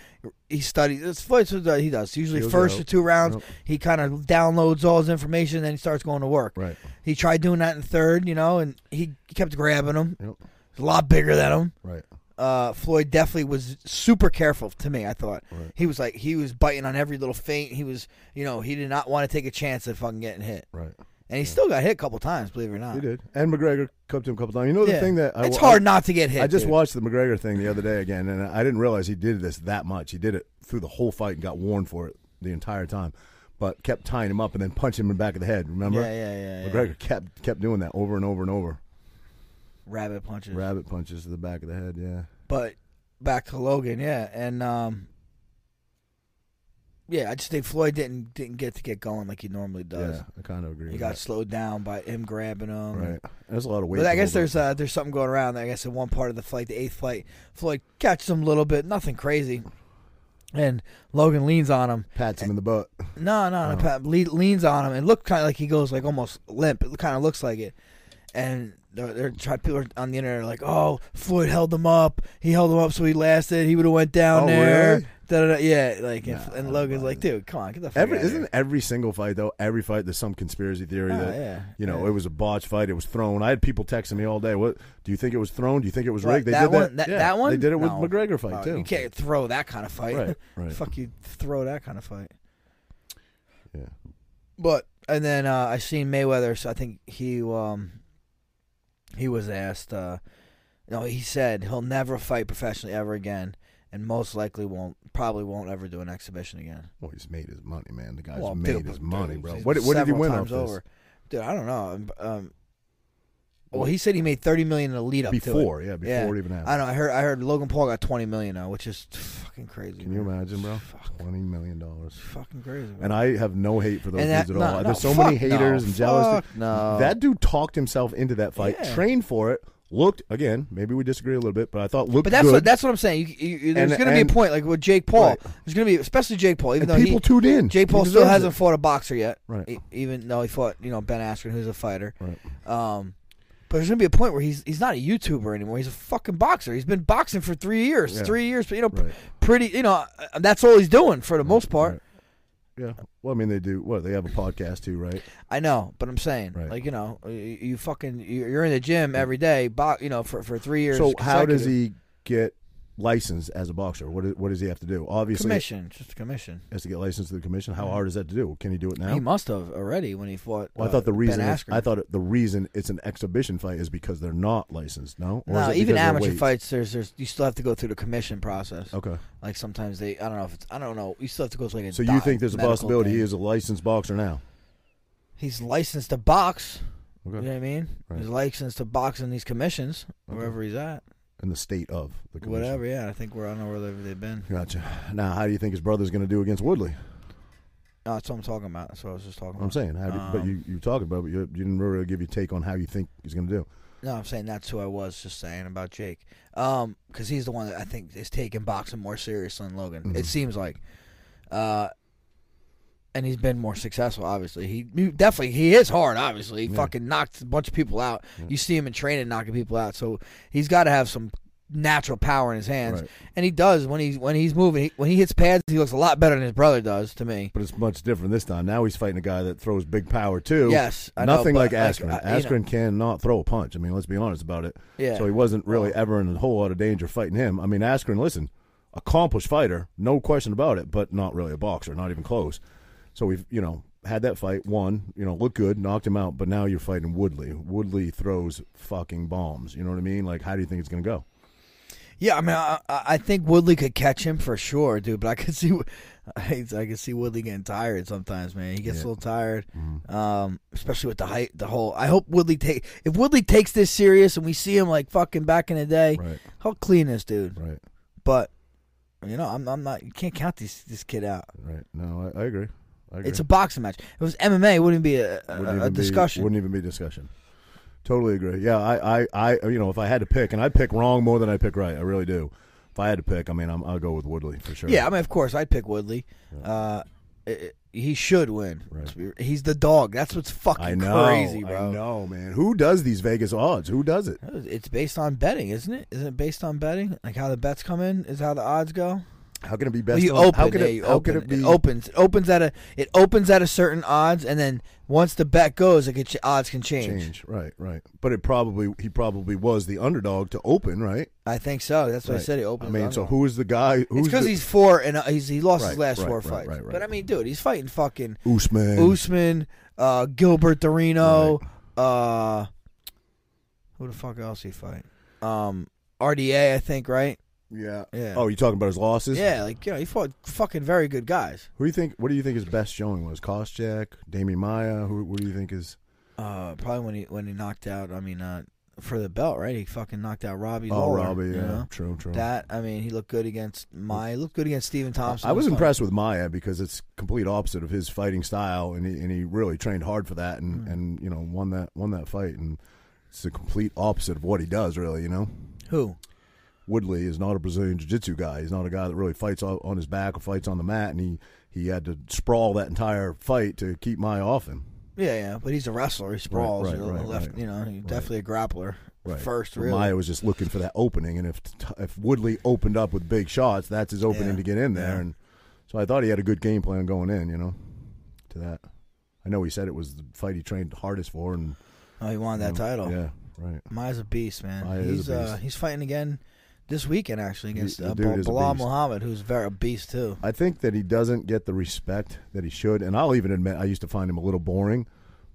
Speaker 2: he studies. It's Floyd's what he does. Usually,
Speaker 1: Feels
Speaker 2: first
Speaker 1: it
Speaker 2: or
Speaker 1: out.
Speaker 2: two rounds,
Speaker 1: Yep.
Speaker 2: he kind of downloads all his information, then he starts going to work.
Speaker 1: Right.
Speaker 2: He tried doing that in the third, you know, and he kept grabbing him.
Speaker 1: Yep.
Speaker 2: He's a lot bigger than him.
Speaker 1: Right.
Speaker 2: uh, Floyd definitely was super careful to me. I thought he was like he was biting on every little feint. He was, you know, he did not want to take a chance of fucking getting hit.
Speaker 1: Right.
Speaker 2: And he still got hit a couple times, believe it or not.
Speaker 1: He did. And McGregor cupped him a couple times. You know the
Speaker 2: Yeah.
Speaker 1: thing that I,
Speaker 2: it's
Speaker 1: I-
Speaker 2: hard not to get hit.
Speaker 1: I just
Speaker 2: dude.
Speaker 1: watched the McGregor thing the other day again, and I didn't realize he did this that much. He did it through the whole fight and got warned for it the entire time, but kept tying him up and then punched him in the back of the head. Remember?
Speaker 2: Yeah, yeah, yeah, yeah.
Speaker 1: McGregor kept kept doing that over and over and over.
Speaker 2: rabbit punches.
Speaker 1: Rabbit punches to the back of the head. Yeah.
Speaker 2: But back to Logan, yeah, and um, yeah, I just think Floyd didn't didn't get to get going like he normally does.
Speaker 1: Yeah, I kind of agree.
Speaker 2: He
Speaker 1: with
Speaker 2: got
Speaker 1: that.
Speaker 2: slowed down by him grabbing him.
Speaker 1: right. There's a lot of weight.
Speaker 2: But I
Speaker 1: to
Speaker 2: guess
Speaker 1: hold
Speaker 2: there's
Speaker 1: up.
Speaker 2: uh, there's something going around. I guess in one part of the fight, the eighth fight, Floyd catches him a little bit, nothing crazy, and Logan leans on him.
Speaker 1: pats him in the butt.
Speaker 2: No, no,
Speaker 1: Oh.
Speaker 2: no. Pat le- leans on him and look kind of like he goes like almost limp. It kind of looks like it. And they're, they're trying. People are on the internet are like, "Oh, Floyd held him up. He held him up, so he lasted. He would have went down
Speaker 1: Oh,
Speaker 2: there."
Speaker 1: really?
Speaker 2: Da-da-da. Yeah, like and,
Speaker 1: Nah,
Speaker 2: and Logan's like, "Dude, come on, get the fuck
Speaker 1: Every
Speaker 2: outta
Speaker 1: isn't
Speaker 2: here."
Speaker 1: every single fight though. Every fight there's some conspiracy theory
Speaker 2: Oh,
Speaker 1: that
Speaker 2: yeah,
Speaker 1: you know
Speaker 2: yeah.
Speaker 1: it was a botch fight. It was thrown. I had people texting me all day. What do you think it was thrown? Do you think it was
Speaker 2: What,
Speaker 1: rigged? They
Speaker 2: that
Speaker 1: did
Speaker 2: one,
Speaker 1: that.
Speaker 2: that,
Speaker 1: yeah,
Speaker 2: that one.
Speaker 1: They did it with
Speaker 2: No.
Speaker 1: McGregor fight
Speaker 2: Oh,
Speaker 1: too.
Speaker 2: You can't throw that kind of fight.
Speaker 1: Right, right.
Speaker 2: Fuck you, throw that kind of fight.
Speaker 1: Yeah.
Speaker 2: But and then uh, I seen Mayweather. So I think he um he was asked. Uh, no, he said he'll never fight professionally ever again, and most likely won't. Probably won't ever do an exhibition again.
Speaker 1: Well, he's made his money, man. The guy's
Speaker 2: Well,
Speaker 1: made
Speaker 2: dude,
Speaker 1: his
Speaker 2: but-
Speaker 1: money,
Speaker 2: dude,
Speaker 1: bro.
Speaker 2: he's
Speaker 1: What, what did he
Speaker 2: several
Speaker 1: win off
Speaker 2: times
Speaker 1: this?
Speaker 2: over? Dude, I don't know. Um, well, he said he made thirty million in the lead up to it.
Speaker 1: Before, yeah, before it even happened.
Speaker 2: I know. I heard. I heard Logan Paul got twenty million now, which is fucking crazy.
Speaker 1: Can you
Speaker 2: man.
Speaker 1: imagine, bro?
Speaker 2: Fuck.
Speaker 1: Twenty million dollars.
Speaker 2: Fucking crazy. man.
Speaker 1: And I have no hate for those
Speaker 2: And
Speaker 1: dudes
Speaker 2: that-
Speaker 1: at all.
Speaker 2: no,
Speaker 1: There's
Speaker 2: no,
Speaker 1: so many
Speaker 2: fuck no,
Speaker 1: haters and jealous.
Speaker 2: fuck no.
Speaker 1: That dude talked himself into that fight,
Speaker 2: Yeah.
Speaker 1: trained for it, looked again. Maybe we disagree a little bit, but I thought looked
Speaker 2: But that's
Speaker 1: good.
Speaker 2: what that's what I'm saying. You, you, you- there's
Speaker 1: And-
Speaker 2: going to be a
Speaker 1: and-
Speaker 2: point like with Jake Paul.
Speaker 1: Right.
Speaker 2: There's going to be especially Jake Paul, even
Speaker 1: And
Speaker 2: though
Speaker 1: people
Speaker 2: he,
Speaker 1: tuned in.
Speaker 2: Jake
Speaker 1: He
Speaker 2: Paul still
Speaker 1: deserves
Speaker 2: hasn't
Speaker 1: it.
Speaker 2: fought a boxer yet,
Speaker 1: Right.
Speaker 2: e- even though he fought you know Ben Askren, who's a fighter.
Speaker 1: Right.
Speaker 2: Um, but there's going to be a point where he's he's not a YouTuber anymore. He's a fucking boxer. He's been boxing for three years,
Speaker 1: Yeah.
Speaker 2: three years. But you know, pr-
Speaker 1: Right.
Speaker 2: pretty you know uh, that's all he's doing for the most part.
Speaker 1: right. yeah. Well, I mean, they do. What they have a podcast too, right?
Speaker 2: I know, but I'm saying
Speaker 1: Right.
Speaker 2: like you know you, you fucking you- you're in the gym every day, bo- you know for for three years.
Speaker 1: So how does
Speaker 2: consecutive.
Speaker 1: he get licensed as a boxer? What, is, what does he have to do? Obviously,
Speaker 2: commission? Just a commission.
Speaker 1: he has to get licensed to the commission. How hard is that to do? Can he do it now?
Speaker 2: He must have already when he fought.
Speaker 1: Well,
Speaker 2: uh,
Speaker 1: I thought the reason
Speaker 2: ben
Speaker 1: it's-
Speaker 2: Askren.
Speaker 1: I thought the reason it's an exhibition fight is because they're not licensed. No, Or is
Speaker 2: no,
Speaker 1: it because
Speaker 2: even
Speaker 1: Oh. they're
Speaker 2: amateur
Speaker 1: weight?
Speaker 2: fights, there's there's you still have to go through the commission process.
Speaker 1: Okay,
Speaker 2: Like sometimes they, I don't know if it's, I don't know. You still have to go through like a.
Speaker 1: so you
Speaker 2: doc-
Speaker 1: think there's a
Speaker 2: medical
Speaker 1: possibility
Speaker 2: thing.
Speaker 1: he is a licensed boxer now?
Speaker 2: He's licensed to box.
Speaker 1: Okay,
Speaker 2: You know what I mean?
Speaker 1: Right.
Speaker 2: He's licensed to box in these commissions wherever he's at,
Speaker 1: in the state of the commission.
Speaker 2: whatever. Yeah, I think we're I don't know where they've- they've been.
Speaker 1: Gotcha. Now, how do you think his brother's going to do against Woodley?
Speaker 2: No, that's what I'm talking about. That's what I was just talking about.
Speaker 1: I'm saying, how do, but
Speaker 2: Um,
Speaker 1: you you talking about, it, but you, you didn't really give your take on how you think he's going to do.
Speaker 2: No, I'm saying that's who I was just saying about Jake. Um, because he's the one that I think is taking boxing more serious than Logan.
Speaker 1: Mm-hmm.
Speaker 2: It seems like, uh, and he's been more successful. Obviously, he, he definitely he is hard. Obviously, he fucking knocked a bunch of people out. You see him in training knocking people out, so he's got to have some natural power in his hands,
Speaker 1: Right.
Speaker 2: and he does when he's when he's moving. He, when he hits pads, he looks a lot better than his brother does to me.
Speaker 1: But it's much different this time. Now he's fighting a guy that throws big power too.
Speaker 2: Yes, I know,
Speaker 1: nothing like
Speaker 2: but, like,
Speaker 1: Askren.
Speaker 2: I- you know-
Speaker 1: Askren cannot throw a punch. I mean, let's be honest about it.
Speaker 2: Yeah.
Speaker 1: So he wasn't really ever in a whole lot of danger fighting him. I mean, Askren, listen, accomplished fighter, no question about it, but not really a boxer, not even close. So we've you know had that fight, won, you know, looked good, knocked him out, but now you're fighting Woodley. Woodley throws fucking bombs. You know what I mean? Like, how do you think it's gonna go?
Speaker 2: Yeah, I mean, I, I I think Woodley could catch him for sure, dude. But I could see, I, I could see Woodley getting tired sometimes, man. He gets a little tired, um, especially with the height, the whole. I hope Woodley take if Woodley takes this serious and we see him like fucking back in the day,
Speaker 1: Right.
Speaker 2: he'll clean this dude.
Speaker 1: Right.
Speaker 2: But you know, I'm, I'm not. You can't count this this kid out.
Speaker 1: Right. No, I, I agree. I agree.
Speaker 2: It's a boxing match. If it was MMA, it wouldn't be a, a,
Speaker 1: Wouldn't
Speaker 2: a
Speaker 1: even be-
Speaker 2: discussion.
Speaker 1: wouldn't even be discussion. Totally agree. Yeah, I, I, I, you know, if I had to pick, and I pick wrong more than I pick right, I really do. If I had to pick, I mean, I'm, I'll go with Woodley for sure.
Speaker 2: Yeah, I mean, of course, I'd pick Woodley. Uh, it- it- he should win.
Speaker 1: Right.
Speaker 2: He's the dog. That's what's fucking
Speaker 1: I know.
Speaker 2: crazy, bro.
Speaker 1: I know, man. Who does these Vegas odds? Who does it?
Speaker 2: It's based on betting, isn't it? Isn't it based on betting? Like how the bets come in is how the odds go.
Speaker 1: How can it be best?
Speaker 2: Well, you
Speaker 1: on-
Speaker 2: open.
Speaker 1: how can
Speaker 2: yeah,
Speaker 1: it?
Speaker 2: you
Speaker 1: how
Speaker 2: open.
Speaker 1: can it be?
Speaker 2: It opens. It opens at a. It opens at a certain odds, and then once the bet goes, it could, ch- odds can change.
Speaker 1: change. Right, right. But it probably he probably was the underdog to open, right?
Speaker 2: I think so. That's what I
Speaker 1: Right.
Speaker 2: said. He opened.
Speaker 1: I mean, so who is the guy? Who's
Speaker 2: It's because
Speaker 1: the-
Speaker 2: he's four and uh, he's he lost his
Speaker 1: Right,
Speaker 2: last
Speaker 1: right,
Speaker 2: four
Speaker 1: right,
Speaker 2: fights.
Speaker 1: right, right,
Speaker 2: but I mean, dude, he's fighting fucking
Speaker 1: Usman?
Speaker 2: Usman, uh, Gilbert Dorino, uh, who the fuck else he fight? Um, RDA, I think, right?
Speaker 1: Yeah.
Speaker 2: Yeah.
Speaker 1: Oh, you talking about his losses?
Speaker 2: Yeah, like you know, he fought fucking very good guys.
Speaker 1: Who do you think? What do you think his best showing was? Koscheck, Damien Maya. Who? What do you think is?
Speaker 2: Uh, probably when he when he knocked out. I mean, uh, for the belt, right? He fucking knocked out Robbie.
Speaker 1: Oh,
Speaker 2: Lawler,
Speaker 1: Robbie.
Speaker 2: you
Speaker 1: Yeah.
Speaker 2: know?
Speaker 1: True. True.
Speaker 2: That I mean, he looked good against my. He looked good against Steven Thompson.
Speaker 1: I was
Speaker 2: It fun.
Speaker 1: impressed with Maya because it's complete opposite of his fighting style, and he, and he really trained hard for that, and,
Speaker 2: Hmm.
Speaker 1: and you know won that won that fight, and it's the complete opposite of what he does, really. You know,
Speaker 2: Who?
Speaker 1: Woodley is not a Brazilian jiu-jitsu guy. He's not a guy that really fights o- on his back or fights on the mat, and he he had to sprawl that entire fight to keep Maya off him.
Speaker 2: Yeah, yeah, but he's a wrestler. He sprawls.
Speaker 1: right,
Speaker 2: you know,
Speaker 1: right,
Speaker 2: left,
Speaker 1: right.
Speaker 2: you know, he's definitely a grappler. First,
Speaker 1: But
Speaker 2: really.
Speaker 1: Maya was just looking for that opening, and if if Woodley opened up with big shots, that's his opening
Speaker 2: Yeah,
Speaker 1: to get in there.
Speaker 2: yeah.
Speaker 1: And so I thought he had a good game plan going in, you know, to that. I know he said it was the fight he trained hardest for, and
Speaker 2: oh, he wanted that
Speaker 1: you know,
Speaker 2: title.
Speaker 1: Yeah, right.
Speaker 2: Maya's a beast, man.
Speaker 1: Maya is a
Speaker 2: he's uh,
Speaker 1: beast.
Speaker 2: he's fighting again this weekend actually against
Speaker 1: The- the
Speaker 2: uh,
Speaker 1: dude
Speaker 2: Bal-
Speaker 1: is a
Speaker 2: Bilal
Speaker 1: beast.
Speaker 2: Muhammad, who's very a beast too.
Speaker 1: I think that he doesn't get the respect that he should, and I'll even admit I used to find him a little boring.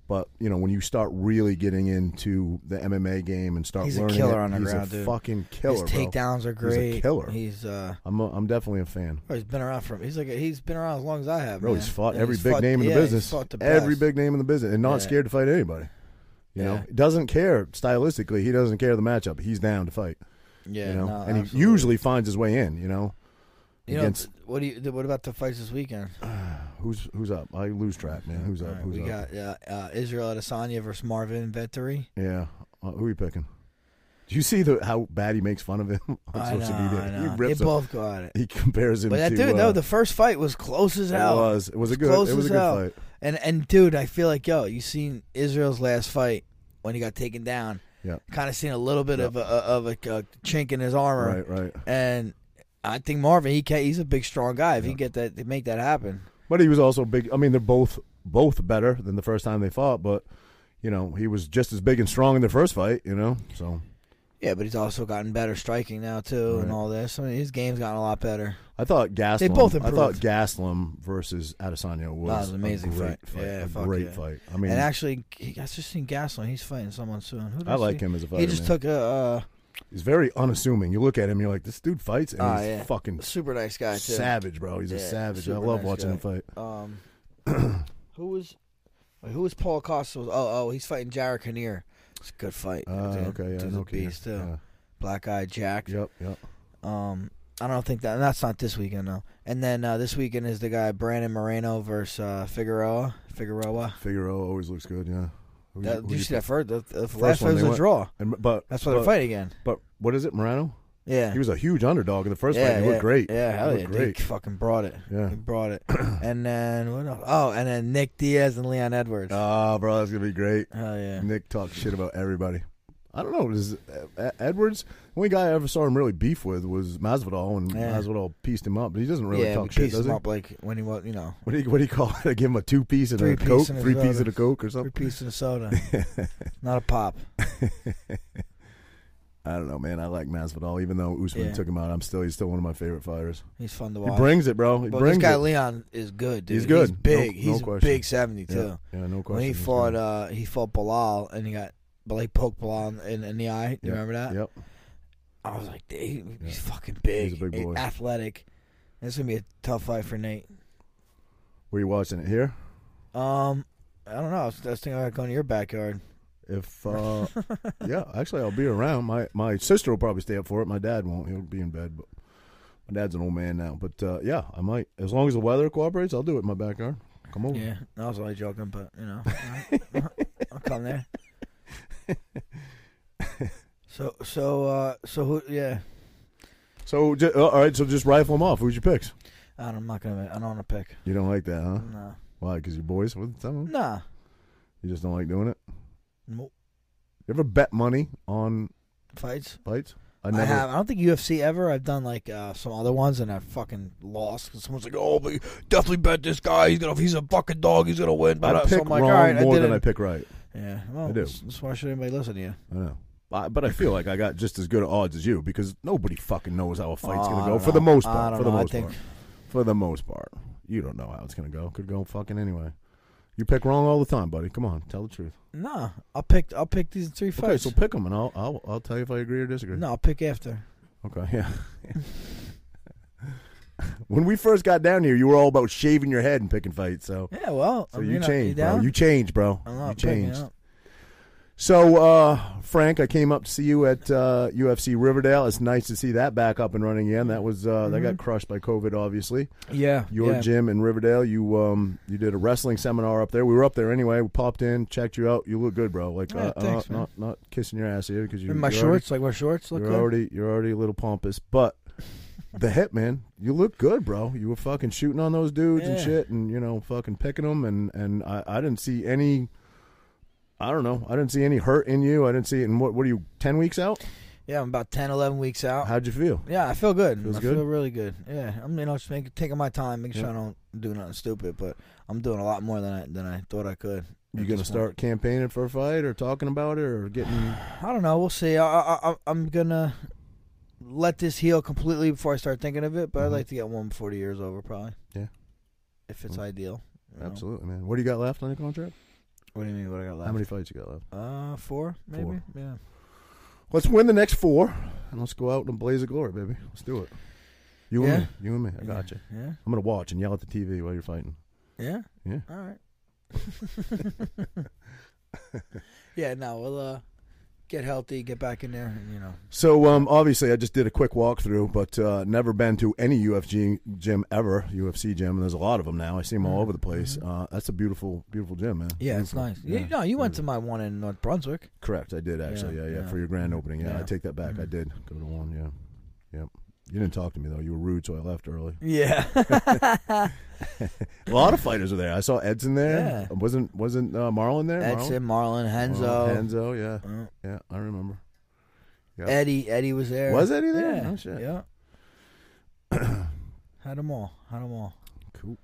Speaker 1: But you know, when you start really getting into the MMA game and start
Speaker 2: He's a
Speaker 1: learning,
Speaker 2: killer
Speaker 1: it,
Speaker 2: on the
Speaker 1: he's
Speaker 2: ground,
Speaker 1: a
Speaker 2: dude.
Speaker 1: fucking killer.
Speaker 2: His takedowns are
Speaker 1: bro.
Speaker 2: great.
Speaker 1: He's a killer.
Speaker 2: He's uh,
Speaker 1: I'm a, I'm definitely a fan.
Speaker 2: bro, he's been around for he's like a, he's been around as long as I have.
Speaker 1: Bro,
Speaker 2: man.
Speaker 1: he's fought
Speaker 2: And
Speaker 1: every
Speaker 2: he's
Speaker 1: big
Speaker 2: fought-
Speaker 1: name in
Speaker 2: yeah,
Speaker 1: the
Speaker 2: he's
Speaker 1: business.
Speaker 2: fought the
Speaker 1: Every
Speaker 2: best.
Speaker 1: big name in the business, and not
Speaker 2: Yeah.
Speaker 1: scared to fight anybody. You know,
Speaker 2: Yeah.
Speaker 1: He doesn't care stylistically. He doesn't care the matchup. He's down to fight.
Speaker 2: Yeah,
Speaker 1: you know,
Speaker 2: no,
Speaker 1: and he
Speaker 2: absolutely.
Speaker 1: usually finds his way in. You know,
Speaker 2: you
Speaker 1: against-
Speaker 2: know what do you what about the fights this weekend?
Speaker 1: who's who's up? I lose track, man. Who's
Speaker 2: All
Speaker 1: up?
Speaker 2: right,
Speaker 1: who's
Speaker 2: we
Speaker 1: up?
Speaker 2: got uh, uh, Israel Adesanya versus Marvin Vettori.
Speaker 1: yeah. Uh, who are you picking? Do you see the how bad he makes fun of him on
Speaker 2: I know,
Speaker 1: social media?
Speaker 2: I know.
Speaker 1: He
Speaker 2: They
Speaker 1: rips him.
Speaker 2: both go at it.
Speaker 1: He compares him.
Speaker 2: But that
Speaker 1: to,
Speaker 2: dude,
Speaker 1: uh,
Speaker 2: no, the first fight was close as
Speaker 1: it
Speaker 2: hell.
Speaker 1: was it was a good
Speaker 2: close
Speaker 1: it was a
Speaker 2: as
Speaker 1: good
Speaker 2: hell.
Speaker 1: fight.
Speaker 2: And and dude, I feel like yo, you seen Israel's last fight when he got taken down.
Speaker 1: Yeah.
Speaker 2: Kind of seen a little bit of a of a, uh chink in his armor.
Speaker 1: Right, right.
Speaker 2: And I think Marvin, he can, he's a big, strong guy. If he get that, to make that happen.
Speaker 1: But he was also big. I mean, they're both both better than the first time they fought, but you know, he was just as big and strong in the first fight. You know, so
Speaker 2: Yeah, but he's also gotten better striking now too, and
Speaker 1: Right.
Speaker 2: all this. I mean, his game's gotten a lot better.
Speaker 1: I thought Gaslam.
Speaker 2: They both
Speaker 1: I thought
Speaker 2: improved.
Speaker 1: Gaslam versus Adesanya was,
Speaker 2: That was an amazing
Speaker 1: a great
Speaker 2: fight. Yeah,
Speaker 1: a
Speaker 2: fuck
Speaker 1: great
Speaker 2: yeah.
Speaker 1: fight. I mean,
Speaker 2: and actually, I just seen Gaslam. He's fighting someone soon. Who did
Speaker 1: I like
Speaker 2: see?
Speaker 1: him as a fighter.
Speaker 2: He just
Speaker 1: man.
Speaker 2: took a uh,
Speaker 1: he's very unassuming. You look at him, you're like, this dude fights, and
Speaker 2: Ah,
Speaker 1: he's
Speaker 2: yeah.
Speaker 1: fucking
Speaker 2: super nice guy too.
Speaker 1: savage, bro. He's a
Speaker 2: Yeah,
Speaker 1: savage. I
Speaker 2: super
Speaker 1: love
Speaker 2: nice
Speaker 1: watching
Speaker 2: guy.
Speaker 1: him fight.
Speaker 2: Um, who was wait, who was Paul Costa? Oh, oh, he's fighting Jared Kinnear. It's a good fight.
Speaker 1: Uh,
Speaker 2: dude.
Speaker 1: okay, yeah,
Speaker 2: Dude's
Speaker 1: no
Speaker 2: a
Speaker 1: kidding.
Speaker 2: beast too.
Speaker 1: Yeah.
Speaker 2: Black Eye Jack.
Speaker 1: Yep, yep.
Speaker 2: Um, I don't think that that's not this weekend though. And then uh, this weekend is the guy Brandon Moreno versus uh, Figueroa. Figueroa.
Speaker 1: Figueroa always looks good. Yeah. Who
Speaker 2: That,
Speaker 1: who
Speaker 2: you see
Speaker 1: pick?
Speaker 2: that first? The, the last
Speaker 1: one
Speaker 2: fight was
Speaker 1: they
Speaker 2: a
Speaker 1: went-
Speaker 2: draw.
Speaker 1: And, but
Speaker 2: That's why they
Speaker 1: but-
Speaker 2: fight again.
Speaker 1: But what is it, Morano?
Speaker 2: Yeah.
Speaker 1: He was a huge underdog in the first
Speaker 2: yeah,
Speaker 1: fight. He
Speaker 2: yeah,
Speaker 1: looked great.
Speaker 2: Yeah,
Speaker 1: He
Speaker 2: hell
Speaker 1: looked
Speaker 2: yeah,
Speaker 1: great.
Speaker 2: He fucking brought it.
Speaker 1: Yeah.
Speaker 2: He brought it. and then what else? Oh, and then Nick Diaz and Leon Edwards.
Speaker 1: Ah, bro, that's gonna be great.
Speaker 2: hell yeah.
Speaker 1: Nick talks shit about everybody. I don't know. Is uh, Edwards the only guy I ever saw him really beef with was Masvidal, and
Speaker 2: Yeah.
Speaker 1: Masvidal pieced him up. But he doesn't really
Speaker 2: yeah, we
Speaker 1: talk shit,
Speaker 2: pieced
Speaker 1: does
Speaker 2: him
Speaker 1: he?
Speaker 2: up like when he was, you know,
Speaker 1: What do you what do you call it? I give him a two piece and a
Speaker 2: Three-piece
Speaker 1: coke,
Speaker 2: and a
Speaker 1: three piece
Speaker 2: soda.
Speaker 1: and a coke or
Speaker 2: three
Speaker 1: something.
Speaker 2: piece and a soda, not a pop.
Speaker 1: I don't know, man. I like Masvidal, even though Usman
Speaker 2: Yeah.
Speaker 1: took him out. I'm still he's still one of my favorite fighters.
Speaker 2: He's fun to
Speaker 1: He
Speaker 2: watch.
Speaker 1: brings it, bro. He
Speaker 2: Well,
Speaker 1: brings
Speaker 2: this guy
Speaker 1: it.
Speaker 2: Leon is good, dude.
Speaker 1: He's good.
Speaker 2: He's big.
Speaker 1: No- no
Speaker 2: He's
Speaker 1: question.
Speaker 2: big seventy two.
Speaker 1: yeah. yeah, no question.
Speaker 2: When he
Speaker 1: He's
Speaker 2: fought,
Speaker 1: good.
Speaker 2: uh, he fought Bilal, and he got, but he poked Bilal in, in, in the eye. You
Speaker 1: Yeah.
Speaker 2: remember that?
Speaker 1: Yep.
Speaker 2: I was like, Dude, he's
Speaker 1: Yeah.
Speaker 2: fucking big.
Speaker 1: He's a big
Speaker 2: and
Speaker 1: boy.
Speaker 2: athletic. This is gonna be a tough fight for Nate.
Speaker 1: Were you watching it here?
Speaker 2: Um, I don't know. I was, I was thinking about going to your backyard.
Speaker 1: If uh, yeah, actually, I'll be around. My my sister will probably stay up for it. My dad won't. He'll be in bed. But my dad's an old man now. But uh, yeah, I might as long as the weather cooperates. I'll do it in my backyard. Come over.
Speaker 2: Yeah, I was only joking, but you know, I'll- I'll come there. So, so, uh, so who? Yeah,
Speaker 1: So ju- uh, all right. So just rifle them off. Who's your picks?
Speaker 2: I don't, I'm not gonna. I don't want to pick.
Speaker 1: You don't like that, huh?
Speaker 2: No,
Speaker 1: Why? Because your boys. What? Tell 'em.
Speaker 2: nah.
Speaker 1: You just don't like doing it.
Speaker 2: Mo-
Speaker 1: You ever bet money on
Speaker 2: Fights?
Speaker 1: fights? I
Speaker 2: I
Speaker 1: never.
Speaker 2: have. I don't think UFC ever. I've done like uh, some other ones, and I fucking lost 'cause someone's like, "Oh, but you definitely bet this guy. He's gonna. He's a fucking dog. He's gonna win."
Speaker 1: I
Speaker 2: But uh,
Speaker 1: pick
Speaker 2: so I'm like,
Speaker 1: wrong
Speaker 2: All right,
Speaker 1: more
Speaker 2: I did
Speaker 1: than
Speaker 2: it.
Speaker 1: I pick right.
Speaker 2: Yeah, well,
Speaker 1: I do.
Speaker 2: That's, that's why should anybody listen to you?
Speaker 1: I know. I, but I feel like I got just as good odds as you because nobody fucking knows how a fight's
Speaker 2: Oh, I
Speaker 1: gonna go
Speaker 2: don't
Speaker 1: for the
Speaker 2: know.
Speaker 1: most
Speaker 2: I
Speaker 1: part.
Speaker 2: don't
Speaker 1: For the
Speaker 2: know. I
Speaker 1: most
Speaker 2: think-
Speaker 1: part. For the most part, you don't know how it's gonna go. Could go fucking anyway. You pick wrong all the time, buddy. Come on, tell the truth.
Speaker 2: No, I'll pick. I'll pick these three
Speaker 1: Okay,
Speaker 2: fights.
Speaker 1: so pick them, and I'll, I'll I'll tell you if I agree or disagree.
Speaker 2: no, I'll pick after.
Speaker 1: Okay, yeah. when we first got down here, you were all about shaving your head and picking fights. So,
Speaker 2: Yeah, well,
Speaker 1: so
Speaker 2: I mean,
Speaker 1: you
Speaker 2: know,
Speaker 1: changed, bro.
Speaker 2: down?
Speaker 1: You changed, bro.
Speaker 2: I'm not
Speaker 1: you
Speaker 2: picking
Speaker 1: changed.
Speaker 2: up.
Speaker 1: So, uh, Frank, I came up to see you at uh, UFC Riverdale. It's nice to see that back up and running again. That was uh, that
Speaker 2: Mm-hmm.
Speaker 1: got crushed by COVID, obviously.
Speaker 2: Yeah,
Speaker 1: Your
Speaker 2: yeah.
Speaker 1: gym in Riverdale, you um, you did a wrestling seminar up there. We were up there anyway. We popped in, checked you out. You look good, bro. Like
Speaker 2: Yeah,
Speaker 1: uh,
Speaker 2: thanks,
Speaker 1: not,
Speaker 2: man.
Speaker 1: not not kissing your ass here because you
Speaker 2: In my
Speaker 1: you already-
Speaker 2: shorts, like my shorts look
Speaker 1: you're
Speaker 2: good.
Speaker 1: already you're already a little pompous, but the hit man, you look good, bro. You were fucking shooting on those dudes and
Speaker 2: Yeah.
Speaker 1: shit, and you know fucking picking them, and and I, I didn't see any. I don't know. I didn't see any hurt in you. I didn't see it. And what what are you ten weeks out?
Speaker 2: yeah, I'm about 10, 11 weeks out.
Speaker 1: How'd you feel?
Speaker 2: yeah, I feel good.
Speaker 1: Feels
Speaker 2: I
Speaker 1: good?
Speaker 2: feel really good. Yeah, I'm you know just making, taking my time, making
Speaker 1: Yeah.
Speaker 2: sure I don't do nothing stupid. But I'm doing a lot more than I than I thought I could.
Speaker 1: You gonna
Speaker 2: at this point.
Speaker 1: start campaigning for a fight or talking about it or getting?
Speaker 2: I don't know. We'll see. I, I, I, I'm gonna let this heal completely before I start thinking of it. But
Speaker 1: Mhm.
Speaker 2: I'd like to get one before the year's over, probably.
Speaker 1: Yeah.
Speaker 2: If it's
Speaker 1: Mhm.
Speaker 2: ideal. you know.
Speaker 1: Absolutely, man. What do you got left on your contract?
Speaker 2: What do you mean? What I got left?
Speaker 1: How many fights you got left?
Speaker 2: Uh, four maybe.
Speaker 1: Four.
Speaker 2: Yeah.
Speaker 1: Let's win the next four, and let's go out in a blaze of glory, baby. Let's do it. You
Speaker 2: Yeah.
Speaker 1: and me. You and me. I got you.
Speaker 2: Yeah.
Speaker 1: I'm gonna watch and yell at the TV while you're fighting.
Speaker 2: Yeah.
Speaker 1: Yeah.
Speaker 2: All right. yeah. No, we'll uh, get healthy, get back in there, and you know.
Speaker 1: So um, obviously, I just did a quick walkthrough, but uh, never been to any UFG gym ever. UFC gym. There's a lot of them now. I see them all over the place. Uh, that's a beautiful, beautiful gym, man.
Speaker 2: Mm-hmm. Yeah, it's
Speaker 1: Beautiful.
Speaker 2: nice. You, no, you went to my one in North Brunswick.
Speaker 1: Correct. I did actually. Yeah,
Speaker 2: Yeah,
Speaker 1: yeah.
Speaker 2: yeah.
Speaker 1: For your grand opening. Yeah, I
Speaker 2: Yeah. Mm-hmm.
Speaker 1: take that back. I did go to one. Yeah, yep. You didn't talk to me though. You were rude, so I left early.
Speaker 2: Yeah.
Speaker 1: A lot of fighters are there. I saw Edson there.
Speaker 2: Yeah.
Speaker 1: Wasn't wasn't uh, Marlon there?
Speaker 2: That's
Speaker 1: Marlon?
Speaker 2: it. Marlon Henzo.
Speaker 1: Marlon Henzo. Yeah,
Speaker 2: Uh,
Speaker 1: yeah. I remember.
Speaker 2: Eddie. Eddie was there.
Speaker 1: Was Eddie there?
Speaker 2: Yeah.
Speaker 1: Oh, shit.
Speaker 2: Yeah. Had them all. Had them all.
Speaker 1: Cool.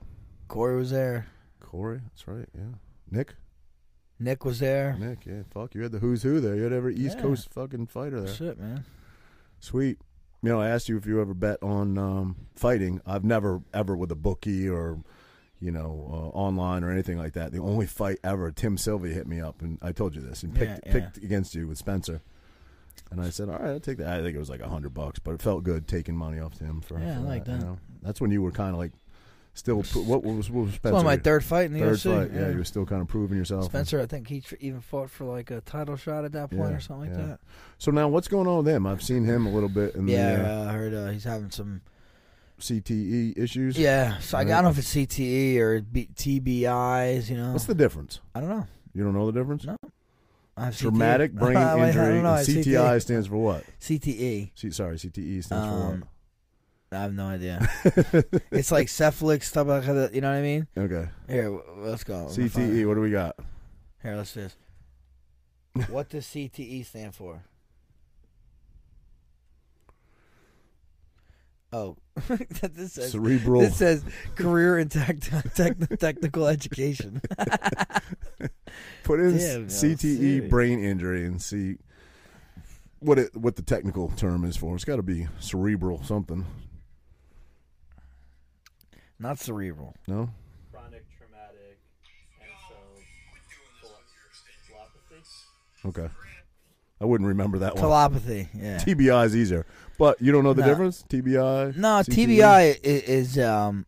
Speaker 2: Corey was there.
Speaker 1: Corey. That's right. Yeah. Nick.
Speaker 2: Nick was there.
Speaker 1: Nick, yeah, fuck, you had the who's who there. You had every East
Speaker 2: Yeah.
Speaker 1: Coast fucking fighter there.
Speaker 2: Shit, man.
Speaker 1: Sweet. You know, I asked you if you ever bet on um, fighting. I've never ever with a bookie or you know uh, online or anything like that. The only fight ever, Tim Sylvia hit me up and I told you this and
Speaker 2: Yeah,
Speaker 1: picked
Speaker 2: yeah.
Speaker 1: picked against you with Spencer. And I said, "All right, I'll take that." I think it was like a hundred bucks, but it felt good taking money off Tim for.
Speaker 2: Yeah, I
Speaker 1: for
Speaker 2: like
Speaker 1: You
Speaker 2: that.
Speaker 1: know? That's when you were kind of like still. pr- What was what was Spencer?
Speaker 2: It's one of my third fight in the
Speaker 1: Third
Speaker 2: UFC.
Speaker 1: fight. Yeah. you were still kind of proving yourself.
Speaker 2: Spencer, I think he tr- even fought for like a title shot at that point
Speaker 1: Yeah,
Speaker 2: or something like
Speaker 1: yeah.
Speaker 2: that.
Speaker 1: So now, what's going on with him? I've seen him a little bit in the. Uh,
Speaker 2: Yeah, I heard uh, he's having some.
Speaker 1: CTE issues?
Speaker 2: Yeah, so I, I
Speaker 1: Right.
Speaker 2: don't know if it's CTE or B- TBIs. You know,
Speaker 1: What's the difference?
Speaker 2: I don't know.
Speaker 1: You don't know the difference?
Speaker 2: No. I have
Speaker 1: Traumatic
Speaker 2: CTE.
Speaker 1: brain
Speaker 2: I don't
Speaker 1: injury.
Speaker 2: know,
Speaker 1: and
Speaker 2: CTE.
Speaker 1: CTI stands for what?
Speaker 2: CTE.
Speaker 1: C- sorry, CTE stands
Speaker 2: Um, I have no idea. it's like cephalic stuff like that. You know what I mean?
Speaker 1: for what? Okay.
Speaker 2: Here, w- let's go. I'm gonna find it.
Speaker 1: CTE, what do we got?
Speaker 2: Here, let's do this. What does CTE stand for? Oh, this says
Speaker 1: Cerebral.
Speaker 2: This says career in tech, tech, technical education.
Speaker 1: Put in
Speaker 2: Damn, yo,
Speaker 1: CTE
Speaker 2: serious.
Speaker 1: brain injury and see what it what the technical term is for. It's got to be cerebral something.
Speaker 2: Not cerebral.
Speaker 1: No?
Speaker 5: chronic traumatic encephalopathy.
Speaker 1: Okay. I wouldn't remember that one.
Speaker 2: Telepathy. Yeah.
Speaker 1: TBI is easier. But you don't know the
Speaker 2: No.
Speaker 1: difference? TBI?
Speaker 2: no,
Speaker 1: CTE?
Speaker 2: TBI is, is um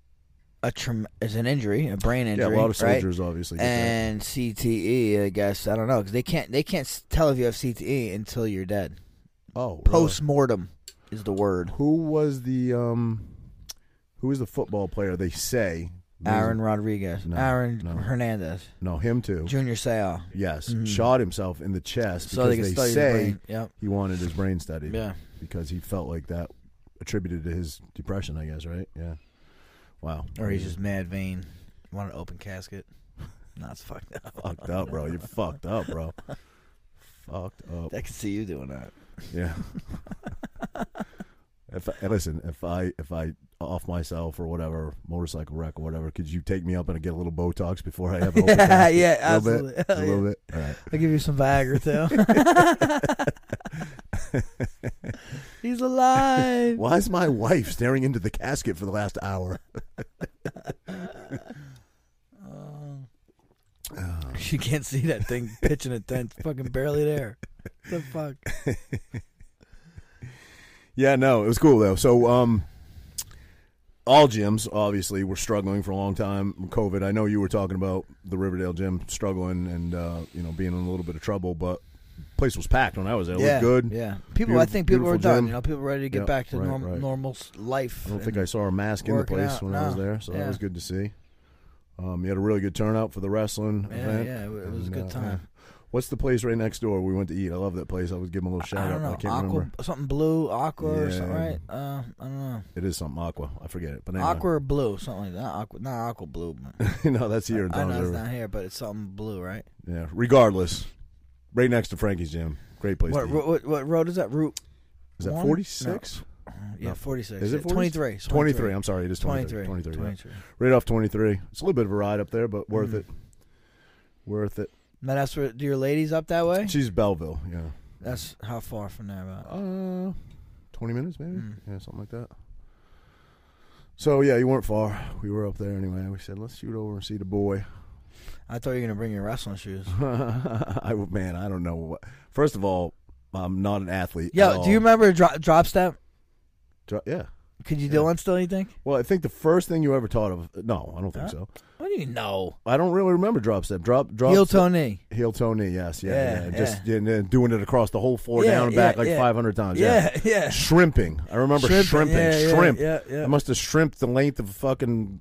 Speaker 2: a traum- is an injury, a brain
Speaker 1: Yeah,
Speaker 2: injury.
Speaker 1: a lot of
Speaker 2: right?
Speaker 1: soldiers obviously get that.
Speaker 2: And CTE, I guess I don't know because they can't they can't s- tell if you have CTE until you're dead.
Speaker 1: Oh, really?
Speaker 2: Post mortem is the word.
Speaker 1: Who was the um? Who was the football player? They say
Speaker 2: Aaron Rodriguez,
Speaker 1: No,
Speaker 2: Aaron
Speaker 1: no.
Speaker 2: Hernandez,
Speaker 1: No, him too.
Speaker 2: Junior Seau.
Speaker 1: Yes, shot himself in the chest
Speaker 2: Mm-hmm.
Speaker 1: because
Speaker 2: So they can
Speaker 1: they,
Speaker 2: study the
Speaker 1: say
Speaker 2: brain. Yep.
Speaker 1: he wanted his brain studied.
Speaker 2: Yeah.
Speaker 1: because he felt like that attributed to his depression. I guess right. Yeah. Wow.
Speaker 2: Or he's just mad vain. Want an open casket? Not fucked up.
Speaker 1: fucked up, bro. You fucked up, bro. fucked up.
Speaker 2: I can see you doing that.
Speaker 1: Yeah. If I, listen, if I if I off myself or whatever, motorcycle wreck or whatever, could you take me up and I get a little Botox before I have an open
Speaker 2: Yeah,
Speaker 1: casket? a
Speaker 2: yeah,
Speaker 1: little
Speaker 2: absolutely.
Speaker 1: bit,
Speaker 2: Hell
Speaker 1: a little bit. All right.
Speaker 2: I'll give you some Viagra too. He's alive.
Speaker 1: Why is my wife staring into the casket for the last hour?
Speaker 2: She can't see that thing pitching a tent. It's fucking barely there. The fuck.
Speaker 1: Yeah, no, it was cool though. So, um, all gyms obviously were struggling for a long time. with COVID. I know you were talking about the Riverdale gym struggling and uh, you know being in a little bit of trouble, but place was packed when I was there. It
Speaker 2: yeah,
Speaker 1: looked good.
Speaker 2: Yeah, people. I
Speaker 1: Beautif-
Speaker 2: think people are
Speaker 1: beautiful
Speaker 2: done.
Speaker 1: gym.
Speaker 2: You know, people are ready to get
Speaker 1: Yeah,
Speaker 2: back to
Speaker 1: right,
Speaker 2: normal
Speaker 1: right.
Speaker 2: normal s- life.
Speaker 1: I don't think I saw a mask in the
Speaker 2: working
Speaker 1: place
Speaker 2: out,
Speaker 1: when I was
Speaker 2: no.
Speaker 1: there, so
Speaker 2: Yeah.
Speaker 1: that was good to see. Um, you had a really good turnout for the wrestling
Speaker 2: Yeah,
Speaker 1: event.
Speaker 2: yeah, it wa- it was a
Speaker 1: And,
Speaker 2: good
Speaker 1: uh,
Speaker 2: time.
Speaker 1: yeah. What's the place right next door we went to eat? I love that place. I was giving a little shout
Speaker 2: I
Speaker 1: out. but
Speaker 2: don't know.
Speaker 1: I can't
Speaker 2: aqua,
Speaker 1: remember.
Speaker 2: something blue, aqua or something,
Speaker 1: Yeah.
Speaker 2: right? Uh, I don't know.
Speaker 1: It is something aqua. I forget it. But anyway.
Speaker 2: Aqua or blue, something like that. Not aqua, not aqua blue. But
Speaker 1: no, that's here in
Speaker 2: I know
Speaker 1: Tom's
Speaker 2: it's
Speaker 1: River.
Speaker 2: not here, but it's something blue, right?
Speaker 1: Yeah. Regardless, right next to Frankie's gym. Great place.
Speaker 2: What,
Speaker 1: to eat.
Speaker 2: ro- what what road is that? Route?
Speaker 1: Is that
Speaker 2: one?
Speaker 1: 46?
Speaker 2: Yeah,
Speaker 1: No.
Speaker 2: forty six.
Speaker 1: Is it 46?
Speaker 2: 23,
Speaker 1: 23. I'm sorry. It is 23.
Speaker 2: 23.
Speaker 1: 23. yeah.
Speaker 2: 23.
Speaker 1: Right off 23. It's a little bit of a ride up there, but worth
Speaker 2: Mm.
Speaker 1: it. Worth it.
Speaker 2: Now that's where do your ladies up that way?
Speaker 1: She's Belleville. Yeah.
Speaker 2: That's how far from there about.
Speaker 1: Uh, 20 minutes maybe?
Speaker 2: Mm.
Speaker 1: Yeah, something like that. So, yeah, you weren't far. We were up there anyway. We said, let's shoot over and see the boy.
Speaker 2: I thought you were gonna bring your wrestling shoes.
Speaker 1: I Man, I don't know. what. First of all, I'm not an athlete. at
Speaker 2: Yo,
Speaker 1: all.
Speaker 2: do you remember drop, drop step?
Speaker 1: Dro- Yeah.
Speaker 2: Could you do one still? You think?
Speaker 1: Well, I think the first thing you ever taught of. No, I don't think so.
Speaker 2: What do you know?
Speaker 1: I don't really remember drop step. Drop, drop.
Speaker 2: Heel
Speaker 1: step-
Speaker 2: toe knee.
Speaker 1: Heel toe knee, yes, yeah,
Speaker 2: Yeah,
Speaker 1: yeah, just and then doing it across the whole floor,
Speaker 2: Yeah,
Speaker 1: down and back
Speaker 2: yeah,
Speaker 1: like
Speaker 2: yeah.
Speaker 1: 500 times.
Speaker 2: Yeah, yeah.
Speaker 1: shrimping. I Oh, remember shrimping,
Speaker 2: Shrimping, yeah, yeah,
Speaker 1: shrimp.
Speaker 2: yeah, yeah.
Speaker 1: I must have shrimped the length of a fucking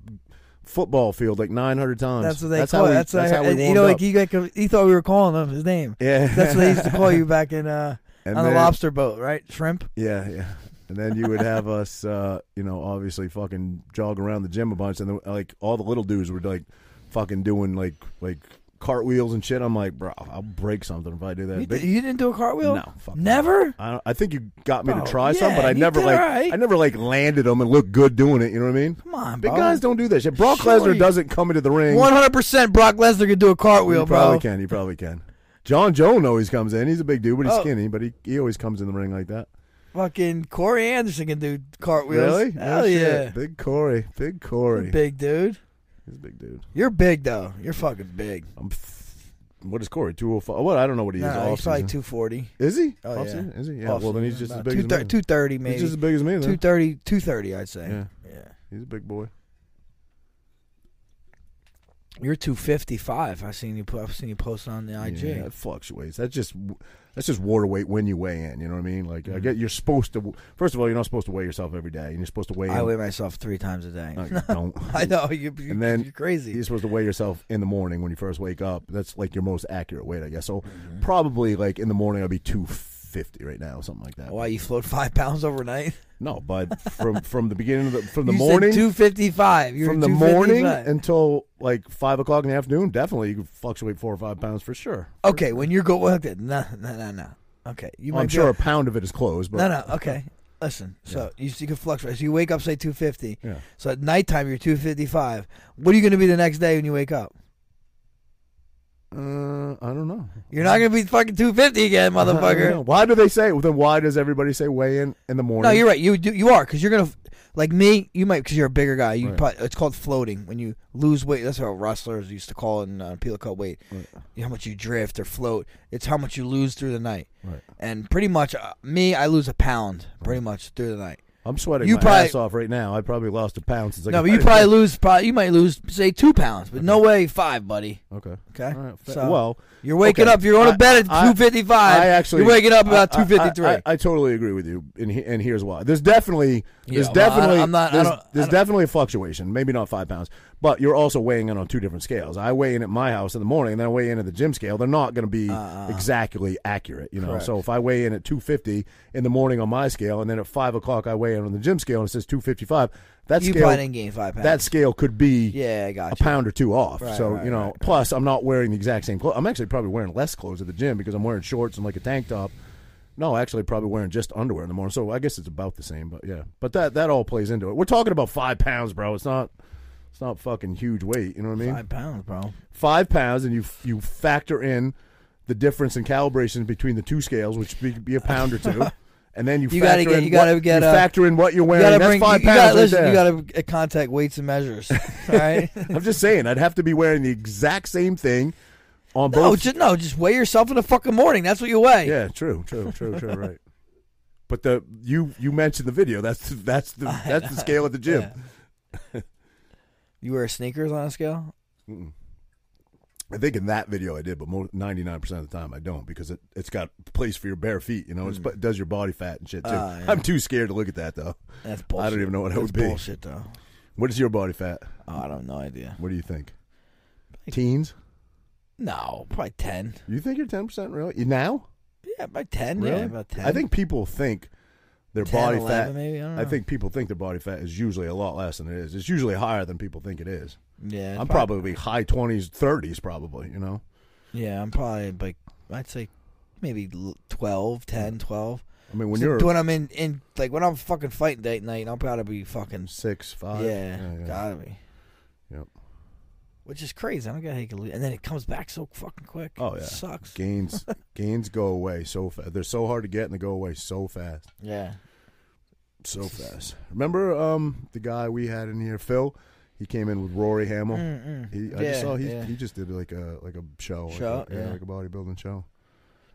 Speaker 1: football field like 900 times.
Speaker 2: That's what they
Speaker 1: that's
Speaker 2: call
Speaker 1: how
Speaker 2: it.
Speaker 1: we,
Speaker 2: That's,
Speaker 1: that's
Speaker 2: how
Speaker 1: how we
Speaker 2: and, you
Speaker 1: warmed
Speaker 2: know,
Speaker 1: up.
Speaker 2: like he, got, he thought we were calling him his name.
Speaker 1: yeah,
Speaker 2: That's what they used to call you back in uh,
Speaker 1: And
Speaker 2: on
Speaker 1: then-
Speaker 2: the lobster boat, right? Shrimp.
Speaker 1: Yeah, yeah. And then you would have us, uh, you know, obviously fucking jog around the gym a bunch, and then, like all the little dudes were like fucking doing like like cartwheels and shit. I'm like, bro, I'll break something if I do that.
Speaker 2: You,
Speaker 1: Big-
Speaker 2: did, you didn't do a cartwheel?
Speaker 1: No, fuck no.
Speaker 2: never.
Speaker 1: I, don't- I think you got me
Speaker 2: Bro,
Speaker 1: to try
Speaker 2: yeah,
Speaker 1: some, but I
Speaker 2: you
Speaker 1: never
Speaker 2: did
Speaker 1: like
Speaker 2: alright.
Speaker 1: I never like landed them and looked good doing it. You know what I mean?
Speaker 2: Come on,
Speaker 1: Big
Speaker 2: bro.
Speaker 1: guys don't do that shit. Brock
Speaker 2: Sure
Speaker 1: Lesnar
Speaker 2: you-
Speaker 1: doesn't come into the ring.
Speaker 2: Oh, One hundred percent. Brock Lesnar could do a cartwheel,
Speaker 1: you probably
Speaker 2: bro.
Speaker 1: can. You probably can. John Jones always comes in. He's a big dude, but he's
Speaker 2: Oh.
Speaker 1: skinny. But he, he always comes in the ring like that.
Speaker 2: Fucking Corey Anderson can do cartwheels.
Speaker 1: Really? No
Speaker 2: Hell
Speaker 1: shit.
Speaker 2: yeah.
Speaker 1: Big Corey. Big
Speaker 2: You're
Speaker 1: Corey.
Speaker 2: Big dude.
Speaker 1: He's a big dude.
Speaker 2: You're big though. You're fucking big.
Speaker 1: I'm. F- what is Corey? Two hundred five. What? I don't know what he is.
Speaker 2: Nah, he's probably
Speaker 1: off-season.
Speaker 2: two forty.
Speaker 1: Is he?
Speaker 2: Oh, yeah.
Speaker 1: Off-season? Is he? Yeah. Well, then he's just as big as me.
Speaker 2: Two thirty, maybe.
Speaker 1: He's just as big as me. Then.
Speaker 2: 230, 230, I'd say.
Speaker 1: Yeah.
Speaker 2: yeah.
Speaker 1: He's a big boy.
Speaker 2: You're two fifty five. I seen you. po- I've seen you post on the IG.
Speaker 1: Yeah, it fluctuates. That's just that's just water weight when you weigh in. You know what I mean? Like
Speaker 2: Mm-hmm.
Speaker 1: I get you're supposed to. First of all, you're not supposed to weigh yourself every day, and you're supposed to weigh.
Speaker 2: I
Speaker 1: in,
Speaker 2: weigh myself three times a day.
Speaker 1: No, you don't.
Speaker 2: I know you. you
Speaker 1: And then
Speaker 2: you're crazy.
Speaker 1: You're supposed to weigh yourself in the morning when you first wake up. That's like your most accurate weight, I guess. So
Speaker 2: Mm-hmm.
Speaker 1: probably like in the morning, I'll be two fifty right now, something like that.
Speaker 2: Why you float five pounds overnight?
Speaker 1: No, but from from the beginning of the from the
Speaker 2: you
Speaker 1: morning
Speaker 2: two fifty five.
Speaker 1: from the morning until like five o'clock in the afternoon, definitely you could fluctuate four or five pounds for sure.
Speaker 2: okay, when you're going, okay, no, no, no, no. Okay, you might
Speaker 1: I'm
Speaker 2: be
Speaker 1: sure
Speaker 2: able-
Speaker 1: a pound of it is clothes, but
Speaker 2: No, no. Okay. Listen. So you, you can fluctuate. So you wake up, say two fifty.
Speaker 1: Yeah.
Speaker 2: So at nighttime you're two fifty five. What are you going to be the next day when you wake up?
Speaker 1: uh, I don't know.
Speaker 2: You're not going to be fucking two fifty again,
Speaker 1: I don't know.
Speaker 2: motherfucker.
Speaker 1: Why do they say? Then why does everybody say weigh in in the morning?
Speaker 2: No, you're right. You do. You are because you're going to. Like me, you might because you're a bigger guy. You
Speaker 1: Right.
Speaker 2: probably, it's called floating when you lose weight. That's how wrestlers used to call it in uh, Peel Cut weight. How much you drift or float. It's how much you lose through the night.
Speaker 1: Right.
Speaker 2: And pretty much, uh, me, I lose a pound pretty much through the night.
Speaker 1: I'm sweating
Speaker 2: You
Speaker 1: my
Speaker 2: probably-
Speaker 1: ass off right now. I probably lost a pound since I.
Speaker 2: no,
Speaker 1: got
Speaker 2: but you
Speaker 1: back.
Speaker 2: probably lose. Probably, you might lose say two pounds, but no way five, buddy.
Speaker 1: Okay.
Speaker 2: Okay.
Speaker 1: All right. Fa-
Speaker 2: So,
Speaker 1: well,
Speaker 2: You're waking
Speaker 1: okay.
Speaker 2: up. You're on
Speaker 1: I-
Speaker 2: a bed
Speaker 1: I-
Speaker 2: at two fifty five.
Speaker 1: I actually.
Speaker 2: You're waking up about
Speaker 1: I- I-
Speaker 2: two fifty three.
Speaker 1: I, I, I totally agree with you, and he, and here's why. There's definitely there's
Speaker 2: Yeah, well, I don't-
Speaker 1: definitely
Speaker 2: I'm not- I
Speaker 1: there's,
Speaker 2: don't- I
Speaker 1: there's
Speaker 2: don't-
Speaker 1: definitely a fluctuation. Maybe not five pounds, but you're also weighing in on two different scales. I weigh in at my house in the morning, and then I weigh in at the gym scale. They're not going to be exactly accurate, you know.
Speaker 2: Uh-uh. Correct.
Speaker 1: So if I weigh in at two fifty in the morning on my scale, and then at five o'clock I weigh in on the gym scale, and it says two fifty five. That
Speaker 2: You
Speaker 1: scale
Speaker 2: probably didn't gain five pounds.
Speaker 1: that scale could be
Speaker 2: yeah, I got
Speaker 1: a
Speaker 2: you.
Speaker 1: pound or two off.
Speaker 2: Right,
Speaker 1: so
Speaker 2: right,
Speaker 1: you know,
Speaker 2: right,
Speaker 1: plus I'm not wearing the exact same clothes. I'm actually probably wearing less clothes at the gym because I'm wearing shorts and like a tank top. No, actually, probably wearing just underwear in the morning. So I guess it's about the same. But yeah, but that that all plays into it. We're talking about five pounds, bro. It's not it's not fucking huge weight. You know what I mean?
Speaker 2: Five pounds, bro.
Speaker 1: five pounds, and you you factor in the difference in calibrations between the two scales, which be, be a pound or two, and then you,
Speaker 2: You gotta
Speaker 1: factor
Speaker 2: get-
Speaker 1: in
Speaker 2: you gotta
Speaker 1: what,
Speaker 2: get,
Speaker 1: you
Speaker 2: uh,
Speaker 1: factor in what you're
Speaker 2: You
Speaker 1: wearing.
Speaker 2: gotta
Speaker 1: That's
Speaker 2: bring.
Speaker 1: five
Speaker 2: you
Speaker 1: pounds.
Speaker 2: gotta
Speaker 1: right
Speaker 2: listen.
Speaker 1: there.
Speaker 2: You gotta uh, contact weights and measures. All right.
Speaker 1: I'm just saying, I'd have to be wearing the exact same thing on
Speaker 2: no,
Speaker 1: both.
Speaker 2: just no. Just weigh yourself in the fucking morning. That's what you weigh.
Speaker 1: yeah, true, true, true, true. Right. But the you you mentioned the video. That's that's the that's the scale at the gym.
Speaker 2: Yeah. you wear sneakers on a scale?
Speaker 1: Mm-mm. I think in that video I did, but ninety nine percent of the time I don't because it it's got place for your bare feet. You know, it's, but it does your body fat and shit too.
Speaker 2: Hmm. Ah, yeah.
Speaker 1: I'm too scared to look at that though.
Speaker 2: That's bullshit.
Speaker 1: I don't even know what that
Speaker 2: That's
Speaker 1: would be.
Speaker 2: Bullshit though.
Speaker 1: What is your body fat?
Speaker 2: Oh, I don't have no idea.
Speaker 1: What do you think? Teens?
Speaker 2: No, probably ten.
Speaker 1: You think you're ten percent really You- now?
Speaker 2: Yeah, about ten.
Speaker 1: Really?
Speaker 2: Yeah, about ten.
Speaker 1: I think people think their
Speaker 2: 10,
Speaker 1: body
Speaker 2: 11
Speaker 1: fat.
Speaker 2: maybe. I don't know.
Speaker 1: I think people think their body fat is usually a lot less than it is. It's usually higher than people think it is.
Speaker 2: Yeah, it's
Speaker 1: I'm probably high twenties, thirties, probably. You know,
Speaker 2: Yeah, I'm probably like I'd say maybe l- 12, 10, 12.
Speaker 1: I mean, when
Speaker 2: So
Speaker 1: you're
Speaker 2: when I'm in, in like when I'm fucking fighting date night, I'll probably be fucking
Speaker 1: six, five,
Speaker 2: yeah,
Speaker 1: Oh, yeah.
Speaker 2: gotta be.
Speaker 1: Yep.
Speaker 2: Which is crazy. I don't get how you can lose, and then it comes back so fucking quick.
Speaker 1: Oh, yeah.
Speaker 2: it sucks.
Speaker 1: gains gains go away so fast. They're so hard to get and they go away so fast.
Speaker 2: Yeah,
Speaker 1: so fast. Remember um the guy we had in here, Phil? He came in with Rory Hamill.
Speaker 2: Mm-mm.
Speaker 1: He, I
Speaker 2: Mm. Yeah,
Speaker 1: just saw he
Speaker 2: yeah.
Speaker 1: he just did like a like a show, like
Speaker 2: Show,
Speaker 1: a- yeah,
Speaker 2: yeah.
Speaker 1: like a bodybuilding show.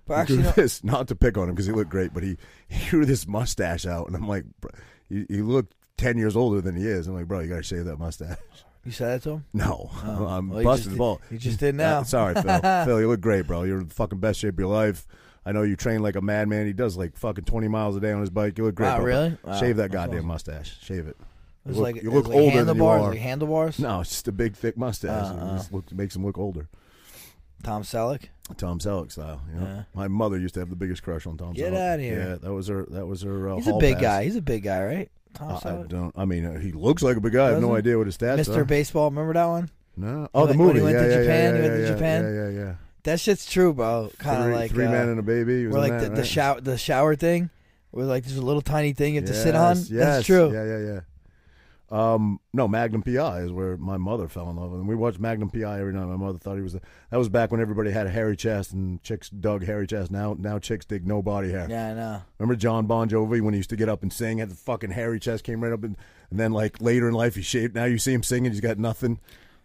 Speaker 2: but
Speaker 1: he
Speaker 2: actually,
Speaker 1: grew
Speaker 2: no,
Speaker 1: this not to pick on him because he looked great, but he he grew this mustache out, and I'm like, bro, he, he looked ten years older than he is. I'm like, bro, you gotta shave that mustache.
Speaker 2: you said that to him.
Speaker 1: No, I'm
Speaker 2: Oh, well,
Speaker 1: busted
Speaker 2: he just
Speaker 1: the
Speaker 2: did-
Speaker 1: ball.
Speaker 2: he just did now.
Speaker 1: Uh, sorry, Phil. Phil, you look great, bro. You're in the fucking best shape of your life. I know you train like a madman. He does like fucking 20 miles a day on his bike. You look great.
Speaker 2: Wow,
Speaker 1: bro.
Speaker 2: really? Wow,
Speaker 1: Shave that
Speaker 2: that's
Speaker 1: goddamn
Speaker 2: awesome.
Speaker 1: mustache. Shave it.
Speaker 2: It was
Speaker 1: look-
Speaker 2: like
Speaker 1: you
Speaker 2: it was
Speaker 1: look
Speaker 2: like
Speaker 1: older than you
Speaker 2: handlebars,
Speaker 1: are.
Speaker 2: like handlebars.
Speaker 1: No, it's just a big, thick mustache.
Speaker 2: Uh,
Speaker 1: It
Speaker 2: uh.
Speaker 1: just look, makes him look older.
Speaker 2: Tom Selleck.
Speaker 1: Tom Selleck style. You know?
Speaker 2: Yeah.
Speaker 1: My mother used to have the biggest crush on Tom.
Speaker 2: Get
Speaker 1: Selleck.
Speaker 2: outta here.
Speaker 1: Yeah, that was her. That was her. Uh,
Speaker 2: He's a
Speaker 1: hall
Speaker 2: big
Speaker 1: pass. Uh,
Speaker 2: guy. He's a big guy, right? Tom
Speaker 1: I, I
Speaker 2: Selleck.
Speaker 1: don't. I mean, uh, he looks like a big guy. I have no
Speaker 2: Doesn't?
Speaker 1: idea what his stats
Speaker 2: Mr.
Speaker 1: are.
Speaker 2: Baseball, remember that one?
Speaker 1: No. Oh,
Speaker 2: When
Speaker 1: the
Speaker 2: he
Speaker 1: movie.
Speaker 2: went
Speaker 1: yeah,
Speaker 2: to
Speaker 1: yeah,
Speaker 2: Japan,
Speaker 1: Yeah,
Speaker 2: he
Speaker 1: yeah,
Speaker 2: went to
Speaker 1: yeah,
Speaker 2: Japan.
Speaker 1: Yeah, yeah, yeah.
Speaker 2: That shit's true, bro. Kind
Speaker 1: Three-
Speaker 2: of like
Speaker 1: three
Speaker 2: uh,
Speaker 1: man and a baby. He was
Speaker 2: where
Speaker 1: in
Speaker 2: like the,
Speaker 1: that,
Speaker 2: the
Speaker 1: right?
Speaker 2: shower, the shower thing, where like there's a little tiny thing you have to sit on.
Speaker 1: Yes, yes.
Speaker 2: That's true.
Speaker 1: Yeah, yeah, yeah. Um, no, Magnum PI is where my mother fell in love with him. We watched Magnum PI every night. My mother thought he was the, that was back when everybody had a hairy chest and chicks dug hairy chest. Now, now chicks dig no body hair.
Speaker 2: Yeah, I know.
Speaker 1: Remember John Bon Jovi when he used to get up and sing, had the fucking hairy chest, came right up, and, and then like later in life he shaved. Now you see him singing, he's got nothing.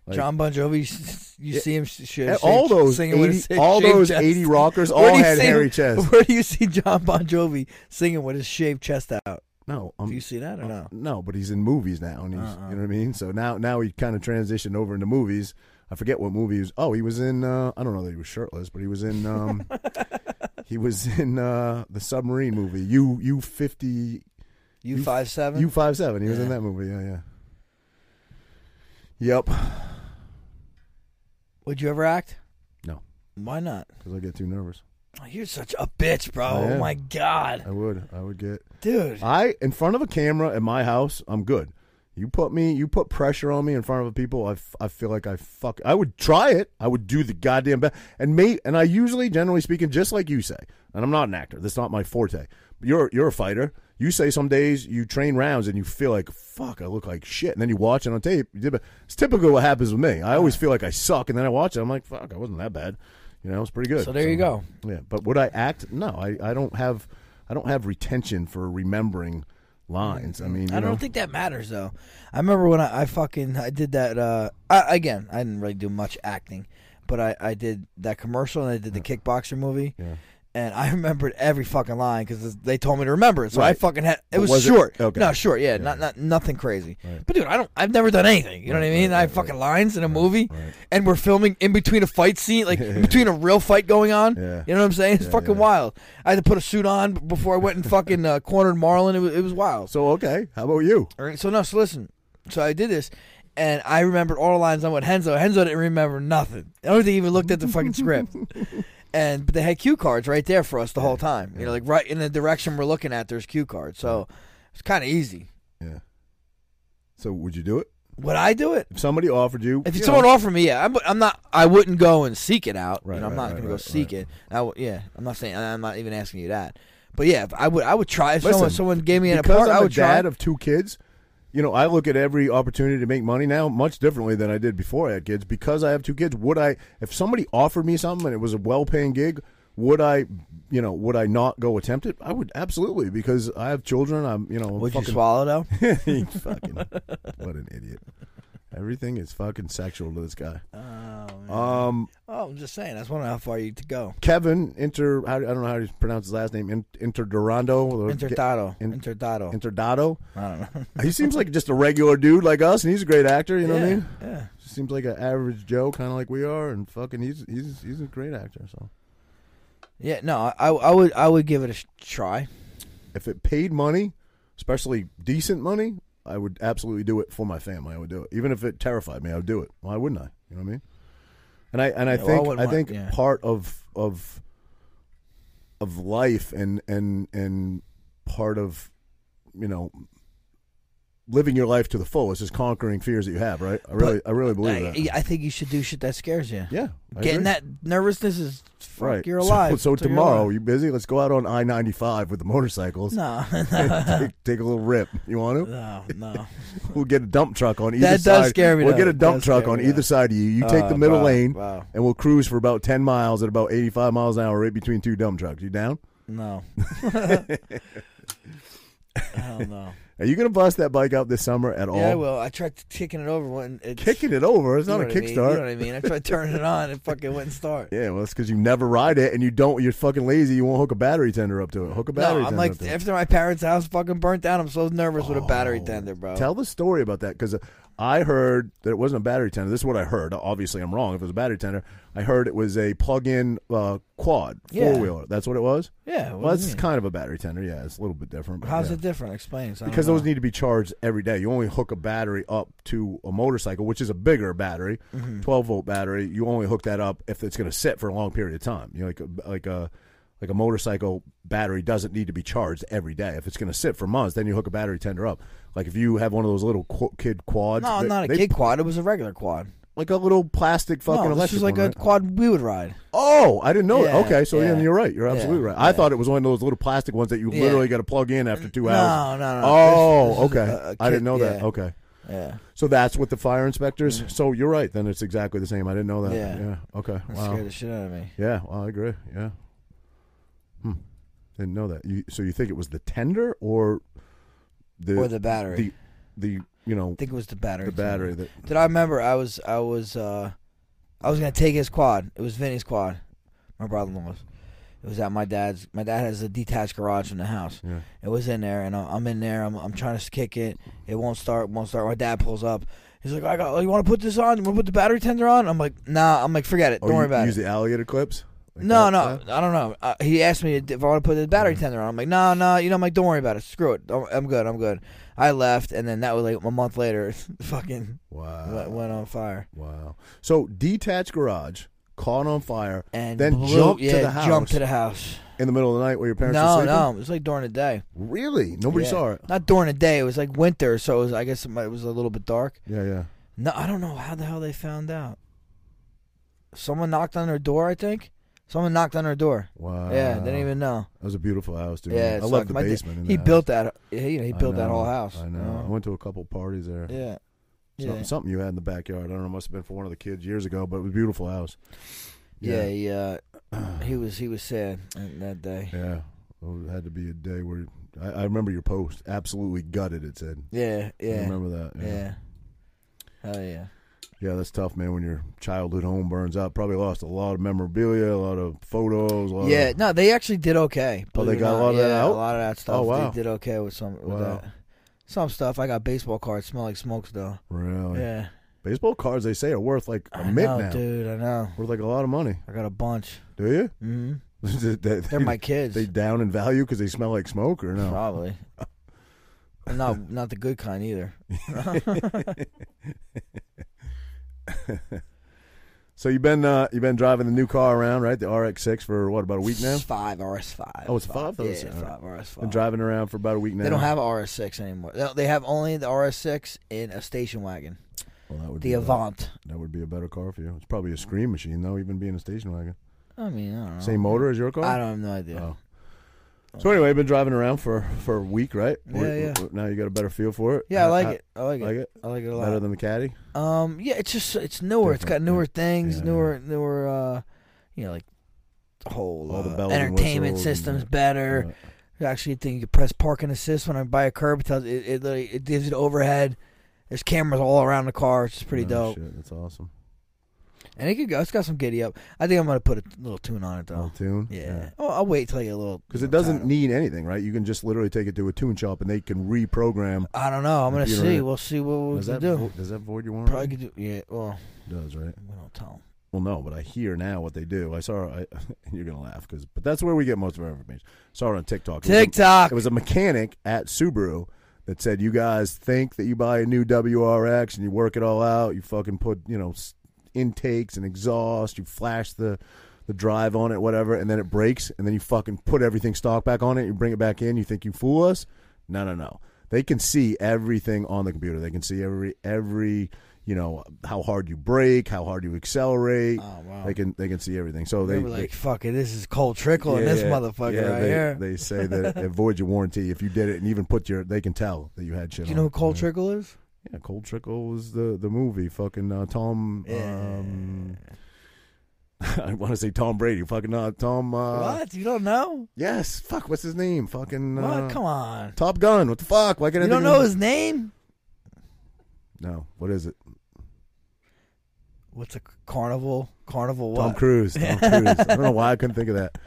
Speaker 1: Like-
Speaker 2: John Bon Jovi, s- you see him sh- sh-
Speaker 1: And all
Speaker 2: sh-
Speaker 1: those
Speaker 2: singing with
Speaker 1: 80
Speaker 2: his sh-
Speaker 1: all
Speaker 2: shaved
Speaker 1: those
Speaker 2: chest.
Speaker 1: 80 rockers
Speaker 2: Where
Speaker 1: all
Speaker 2: do you
Speaker 1: had
Speaker 2: see him-
Speaker 1: hairy chests.
Speaker 2: Where do you see John Bon Jovi singing with his shaved chest out?
Speaker 1: No,
Speaker 2: Do
Speaker 1: I'm,
Speaker 2: you see that or no?
Speaker 1: No, but he's in movies now, and he's
Speaker 2: Uh-uh.
Speaker 1: you know what I mean. So now now he kind of transitioned over into movies. I forget what movie he was. Oh, he was in. Uh, I don't know that he was shirtless, but he was in. Um, he was in uh, the submarine movie. U U fifty
Speaker 2: U five seven.
Speaker 1: U five seven. He was in
Speaker 2: Yeah.
Speaker 1: that movie. Yeah, yeah. Yep.
Speaker 2: Would you ever act?
Speaker 1: No.
Speaker 2: Why not?
Speaker 1: Because I get too nervous.
Speaker 2: Oh, you're such a bitch, bro.
Speaker 1: I
Speaker 2: Oh
Speaker 1: am.
Speaker 2: my god,
Speaker 1: I would. I would get.
Speaker 2: dude.
Speaker 1: I in front of a camera at my house, I'm good. You put me, you put pressure on me in front of people. I, f- I feel like I fuck. I would try it. I would do the goddamn best. And me, and I usually, generally speaking, just like you say. And I'm not an actor. That's not my forte. You're you're a fighter. You say some days you train rounds and you feel like fuck. I look like shit. And then you watch it on tape. You did, but it's typical what happens with me. I always feel like I suck, and then I watch it. I'm like fuck. I wasn't that bad. You know, it's pretty good.
Speaker 2: So there you go.
Speaker 1: Yeah, but would I act? No, I, I don't have I don't have retention for remembering lines. I mean, you
Speaker 2: I
Speaker 1: know,
Speaker 2: don't think that matters though. I remember when I, I fucking I did that. Uh, I, again, I didn't really do much acting, but I I did that commercial and I did the kickboxer movie.
Speaker 1: Yeah.
Speaker 2: And I remembered every fucking line because they told me to remember it. So I
Speaker 1: Right.
Speaker 2: fucking had. It
Speaker 1: But
Speaker 2: was,
Speaker 1: was it-
Speaker 2: short.
Speaker 1: okay.
Speaker 2: No, short. Yeah, not not nothing crazy. But dude, I don't. I've never done anything. You know what I mean? I have fucking lines in a movie, and we're filming in between a fight scene, like in between a real fight going on.
Speaker 1: Yeah.
Speaker 2: You know what I'm saying? It's fucking wild. I had to put a suit on b- before I went and fucking uh, cornered Marlon. It was, it was wild.
Speaker 1: so okay. How about you?
Speaker 2: All right, so no, so listen. So I did this, and I remembered all the lines on what Henzo. Henzo didn't remember nothing. I don't think he even looked at the fucking script. And but they had cue cards right there for us the whole time. You know, like right in the direction we're looking at, there's cue cards. So it's kind of easy.
Speaker 1: Yeah. So would you do it
Speaker 2: Would I do it?
Speaker 1: if somebody offered you?
Speaker 2: If
Speaker 1: you
Speaker 2: it's someone
Speaker 1: know,
Speaker 2: offered me, yeah, I'm, I'm not. I wouldn't go and seek it out.
Speaker 1: Right,
Speaker 2: you know, I'm
Speaker 1: right,
Speaker 2: not
Speaker 1: right,
Speaker 2: gonna go
Speaker 1: right,
Speaker 2: seek
Speaker 1: right.
Speaker 2: it. I w- yeah, I'm not saying. I'm not even asking you that. But yeah, if I would I would try if someone
Speaker 1: Listen,
Speaker 2: someone gave me an
Speaker 1: because
Speaker 2: apart,
Speaker 1: I'm
Speaker 2: I
Speaker 1: a
Speaker 2: would try.
Speaker 1: dad of two kids. You know, I look at every opportunity to make money now much differently than I did before I had kids. Because I have two kids, would I? If somebody offered me something and it was a well-paying gig, would I? You know, would I not go attempt it? I would absolutely because I have children. I'm, you know, I'm
Speaker 2: would you
Speaker 1: fucking,
Speaker 2: swallow though?
Speaker 1: you fucking what an idiot. Everything is fucking sexual to this guy. Um,
Speaker 2: oh, I'm just saying. I was wondering how far you to go.
Speaker 1: Kevin Inter. How, I don't know how to pronounce his last name. In, Interdurando. or-
Speaker 2: Interdado.
Speaker 1: in-
Speaker 2: Interdado.
Speaker 1: Interdado.
Speaker 2: I don't know.
Speaker 1: He seems like just a regular dude like us, and he's a great actor. You know
Speaker 2: yeah,
Speaker 1: what I mean?
Speaker 2: Yeah.
Speaker 1: Just seems like an average Joe, kind of like we are, and fucking he's he's he's a great actor. So
Speaker 2: Yeah, no, I, I would I would give it a sh- try.
Speaker 1: if it paid money, especially decent money, I would absolutely do it for my family. I would do it, even if it terrified me. I would do it. Why wouldn't I? You know what I mean? And I and I
Speaker 2: well, I
Speaker 1: think
Speaker 2: wouldn't
Speaker 1: I
Speaker 2: want-
Speaker 1: think
Speaker 2: yeah.
Speaker 1: part of of of life and and and part of you know living your life to the fullest is conquering fears that you have. Right? I really I really believe that.
Speaker 2: I, I think you should do shit that scares you.
Speaker 1: Yeah, I
Speaker 2: Getting
Speaker 1: agree.
Speaker 2: that nervousness is fuck,
Speaker 1: Right.
Speaker 2: you're
Speaker 1: So-
Speaker 2: alive.
Speaker 1: So,
Speaker 2: It's like you're
Speaker 1: tomorrow,
Speaker 2: alive.
Speaker 1: you busy? Let's go out on I ninety five with the motorcycles.
Speaker 2: No,
Speaker 1: take, take a little rip. You want to?
Speaker 2: no, no.
Speaker 1: We'll get a dump truck on either
Speaker 2: That does
Speaker 1: side.
Speaker 2: scare me,
Speaker 1: We'll
Speaker 2: though.
Speaker 1: get a
Speaker 2: That
Speaker 1: dump
Speaker 2: does
Speaker 1: truck
Speaker 2: scare
Speaker 1: on
Speaker 2: me,
Speaker 1: either
Speaker 2: though. Uh,
Speaker 1: side of you. You take the middle
Speaker 2: Oh, wow,
Speaker 1: lane,
Speaker 2: wow.
Speaker 1: and we'll cruise for about ten miles at about eighty five miles an hour, right between two dump trucks. You down?
Speaker 2: No. I don't know.
Speaker 1: Are you gonna bust that bike out this summer at all?
Speaker 2: Yeah, well, I tried t- kicking it over when it's
Speaker 1: Oh. Kicking it over. It's
Speaker 2: you
Speaker 1: not
Speaker 2: know
Speaker 1: a
Speaker 2: what I mean, You know what
Speaker 1: kickstart.
Speaker 2: I mean? I tried turning it on and fucking wouldn't start.
Speaker 1: Yeah, well, it's because you never ride it, and you don't. You're fucking lazy. You won't hook a battery tender up to it. Hook a battery
Speaker 2: No, I'm
Speaker 1: tender
Speaker 2: like
Speaker 1: up to it.
Speaker 2: after my parents' house fucking burnt down. I'm so nervous with a battery tender, bro.
Speaker 1: Oh, Tell the story about that because I heard that it wasn't a battery tender. This is what I heard. Obviously, I'm wrong. If it was a battery tender, I heard it was a plug-in uh, quad
Speaker 2: Yeah.
Speaker 1: four wheeler. That's what it was.
Speaker 2: Yeah, what
Speaker 1: well,
Speaker 2: do
Speaker 1: it's
Speaker 2: you mean?
Speaker 1: kind of a battery tender. Yeah, it's a little bit different. but
Speaker 2: How's
Speaker 1: yeah.
Speaker 2: it different? Explain. 'cause I don't
Speaker 1: Because
Speaker 2: know.
Speaker 1: those need to be charged every day. You only hook a battery up to a motorcycle, which is a bigger battery,
Speaker 2: Mm-hmm.
Speaker 1: twelve volt battery. You only hook that up if it's going to sit for a long period of time. You know, like a, like a like a motorcycle battery doesn't need to be charged every day. If it's going to sit for months, then you hook a battery tender up. Like if you have one of those little qu- kid quads,
Speaker 2: No,
Speaker 1: they-
Speaker 2: not a
Speaker 1: they-
Speaker 2: kid quad. It was a regular quad.
Speaker 1: like a little plastic fucking
Speaker 2: no, this
Speaker 1: electric
Speaker 2: was like
Speaker 1: one,
Speaker 2: a
Speaker 1: right?
Speaker 2: quad we would ride.
Speaker 1: Oh, I didn't know.
Speaker 2: Yeah,
Speaker 1: that. Okay, so
Speaker 2: yeah.
Speaker 1: yeah. you're right. You're absolutely
Speaker 2: Yeah,
Speaker 1: right. I thought it was one of those little plastic ones that you
Speaker 2: Yeah.
Speaker 1: literally got to plug in after two
Speaker 2: No,
Speaker 1: hours.
Speaker 2: no, no.
Speaker 1: Oh,
Speaker 2: This- this is
Speaker 1: okay.
Speaker 2: a- a
Speaker 1: I didn't
Speaker 2: kit-
Speaker 1: know that.
Speaker 2: yeah.
Speaker 1: Okay.
Speaker 2: Yeah.
Speaker 1: So that's what the fire inspectors. So you're right. Then it's exactly the same. I didn't know that.
Speaker 2: Yeah.
Speaker 1: Yeah. Okay.
Speaker 2: That
Speaker 1: Wow.
Speaker 2: scared the shit out of me.
Speaker 1: Yeah. Well, I agree. Yeah. Hmm. Didn't know that. You, so you think it was the tender or the
Speaker 2: or the battery.
Speaker 1: the the you know
Speaker 2: I think it was the battery.
Speaker 1: the
Speaker 2: too.
Speaker 1: battery that
Speaker 2: Did I remember? I was I was uh, I was gonna take his quad. It was Vinny's quad. My brother-in-law's. It was at my dad's. My dad has a detached garage in the house.
Speaker 1: Yeah.
Speaker 2: It was in there, and I'm, I'm in there. I'm, I'm trying to kick it. It won't start. Won't start. My dad pulls up. He's like, "I got. oh, You want to put this on? You want to put the battery tender on?" I'm like, "Nah." I'm like, "Forget it.
Speaker 1: Oh,
Speaker 2: Don't
Speaker 1: you
Speaker 2: worry about
Speaker 1: use
Speaker 2: it."
Speaker 1: the alligator clips. Like
Speaker 2: No,
Speaker 1: that?
Speaker 2: no, I don't know. Uh, he asked me if I want to put the battery tender on. I'm like, no, no, you know, I'm like, don't worry about it. Screw it. I'm I'm good. I'm good. I left, and then that was like a month later. Fucking
Speaker 1: Wow.
Speaker 2: went, went on fire.
Speaker 1: Wow. So detached garage caught on fire
Speaker 2: and
Speaker 1: then
Speaker 2: blew-
Speaker 1: jumped
Speaker 2: yeah,
Speaker 1: to the house
Speaker 2: Jumped to the house.
Speaker 1: in the middle of the night while your parents were
Speaker 2: No,
Speaker 1: sleeping.
Speaker 2: no, it was like during the day.
Speaker 1: Really? Nobody
Speaker 2: Yeah.
Speaker 1: saw it.
Speaker 2: Not during the day. It was like winter, so it was. I guess it might- it was a little bit dark.
Speaker 1: Yeah, yeah.
Speaker 2: No, I don't know how the hell they found out. Someone knocked on their door. I think someone knocked on their door.
Speaker 1: Wow.
Speaker 2: yeah, they didn't even know.
Speaker 1: That was a beautiful house, Ah, dude.
Speaker 2: yeah,
Speaker 1: I
Speaker 2: it's
Speaker 1: love the
Speaker 2: like my da-
Speaker 1: basement. in
Speaker 2: he
Speaker 1: that
Speaker 2: built that. He, you know, he
Speaker 1: house. I
Speaker 2: built that
Speaker 1: know,
Speaker 2: whole house.
Speaker 1: I
Speaker 2: you
Speaker 1: know. I went to a couple parties there.
Speaker 2: Yeah.
Speaker 1: Something,
Speaker 2: Yeah.
Speaker 1: something you had in the backyard. I don't know. Must have been for one of the kids years ago, but it was a beautiful house.
Speaker 2: Yeah. He, uh, he was. He was sad that day.
Speaker 1: Yeah. Oh, it had to be a day where I, I remember your post. Absolutely gutted. It said.
Speaker 2: Yeah.
Speaker 1: I
Speaker 2: Yeah.
Speaker 1: remember that.
Speaker 2: Yeah. yeah. Hell yeah.
Speaker 1: Yeah, that's tough, man. When your childhood home burns up, probably lost a lot of memorabilia, a lot of photos. A lot
Speaker 2: yeah,
Speaker 1: of,
Speaker 2: no, they actually did okay.
Speaker 1: Oh, they
Speaker 2: believe it
Speaker 1: got a
Speaker 2: or
Speaker 1: lot
Speaker 2: not.
Speaker 1: of that
Speaker 2: yeah,
Speaker 1: out?
Speaker 2: A lot of that stuff.
Speaker 1: Oh, wow.
Speaker 2: They did okay with some with
Speaker 1: Wow.
Speaker 2: that. Some stuff. I got baseball cards. Smell like smokes though.
Speaker 1: really.
Speaker 2: Yeah,
Speaker 1: Baseball cards, they say, are worth like Oh, a
Speaker 2: I
Speaker 1: mint
Speaker 2: know,
Speaker 1: now.
Speaker 2: dude. I know.
Speaker 1: Worth like a lot of money.
Speaker 2: I got a bunch.
Speaker 1: Do you?
Speaker 2: hmm
Speaker 1: they, they-
Speaker 2: They're my kids.
Speaker 1: they down in value because they smell like smoke or no?
Speaker 2: Probably. And not not the good kind either.
Speaker 1: So you've been uh, you've been driving the new car around, right? The RX-6 for what about a week now?
Speaker 2: It's five RS five.
Speaker 1: Oh, it's five? Oh, it's-
Speaker 2: Yeah,
Speaker 1: all right.
Speaker 2: five RS
Speaker 1: Been
Speaker 2: five.
Speaker 1: driving around for about a week now.
Speaker 2: They don't have RS six anymore. No, They have only the RS six in a station wagon,
Speaker 1: well, that would
Speaker 2: the
Speaker 1: be a-
Speaker 2: Avant.
Speaker 1: That would be a better car for you. It's probably a scream machine though, even being a station wagon.
Speaker 2: I mean, I don't know.
Speaker 1: Same motor as your car.
Speaker 2: I don't have no idea.
Speaker 1: Oh. So anyway, I've been driving around for for a week, right?
Speaker 2: Yeah,
Speaker 1: We're-
Speaker 2: yeah.
Speaker 1: we're- Now you got a better feel for it.
Speaker 2: Yeah, I like
Speaker 1: How-
Speaker 2: it. I like it.
Speaker 1: Like it
Speaker 2: I like it a
Speaker 1: better
Speaker 2: lot.
Speaker 1: than the caddy.
Speaker 2: um, yeah, it's just it's newer. It's got
Speaker 1: Different,
Speaker 2: newer things,
Speaker 1: Yeah,
Speaker 2: newer newer uh, you know, like the whole
Speaker 1: All the
Speaker 2: uh,
Speaker 1: bells and
Speaker 2: entertainment
Speaker 1: whistles and-
Speaker 2: system's better.
Speaker 1: Yeah.
Speaker 2: You actually think you can press park and assist when I buy a curb. It tells it it, literally- it gives it overhead. There's cameras all around the car. It's just pretty
Speaker 1: Oh,
Speaker 2: dope.
Speaker 1: shit, that's awesome.
Speaker 2: And it could go. It's got some giddy up. I think I'm gonna put a little tune on it
Speaker 1: Little
Speaker 2: though.
Speaker 1: tune.
Speaker 2: Yeah. Oh, I'll wait till I get a little.
Speaker 1: Because
Speaker 2: you
Speaker 1: it
Speaker 2: know,
Speaker 1: doesn't
Speaker 2: tired.
Speaker 1: need anything, right? You can just literally take it to a tune shop and they can reprogram.
Speaker 2: I don't know. I'm gonna
Speaker 1: Computer in
Speaker 2: see.
Speaker 1: it.
Speaker 2: We'll see what we
Speaker 1: does
Speaker 2: can
Speaker 1: that
Speaker 2: do.
Speaker 1: vo- does that void your warranty?
Speaker 2: Probably could do. Yeah. Well,
Speaker 1: does, right?
Speaker 2: we don't tell
Speaker 1: Well, no, but I hear now what they do. I saw. I, you're gonna laugh because, but that's where we get most of our information. Saw it on TikTok. It was
Speaker 2: them.
Speaker 1: a-
Speaker 2: TikTok.
Speaker 1: It was a mechanic at Subaru that said, "You guys think that you buy a new WRX and you work it all out. You fucking put you know s- intakes and exhaust. You flash the the drive on it, whatever, and then it breaks, and then you fucking put everything stock back on it. You bring it back in. You think you fool us? No, no, no. They can see everything on the computer. They can see every every." You know how hard you brake, how hard you accelerate.
Speaker 2: Oh, wow.
Speaker 1: They can they can see everything. So
Speaker 2: They
Speaker 1: they,
Speaker 2: were
Speaker 1: they-
Speaker 2: like, "Fuck it, this is cold trickle and
Speaker 1: yeah,
Speaker 2: this
Speaker 1: yeah,
Speaker 2: motherfucker
Speaker 1: yeah,
Speaker 2: right
Speaker 1: they,
Speaker 2: here."
Speaker 1: They say that it voids your warranty if you did it, and even put your. They can tell that you had shit.
Speaker 2: do
Speaker 1: on
Speaker 2: you know
Speaker 1: it.
Speaker 2: what cold trickle is?
Speaker 1: Yeah, Cold Trickle was the the movie. Fucking uh, Tom. Um, I want to say Tom Brady. Fucking uh, Tom. Uh,
Speaker 2: what? You don't know?
Speaker 1: Yes. Fuck. What's his name? Fucking. Uh,
Speaker 2: what? Come on.
Speaker 1: Top Gun. What the fuck? Why can't I
Speaker 2: You
Speaker 1: think
Speaker 2: don't
Speaker 1: of
Speaker 2: know
Speaker 1: his-
Speaker 2: his name?
Speaker 1: No. What is it?
Speaker 2: What's a carnival? Carnival
Speaker 1: Tom
Speaker 2: what?
Speaker 1: Cruise. Tom Cruise. I don't know why I couldn't think of that.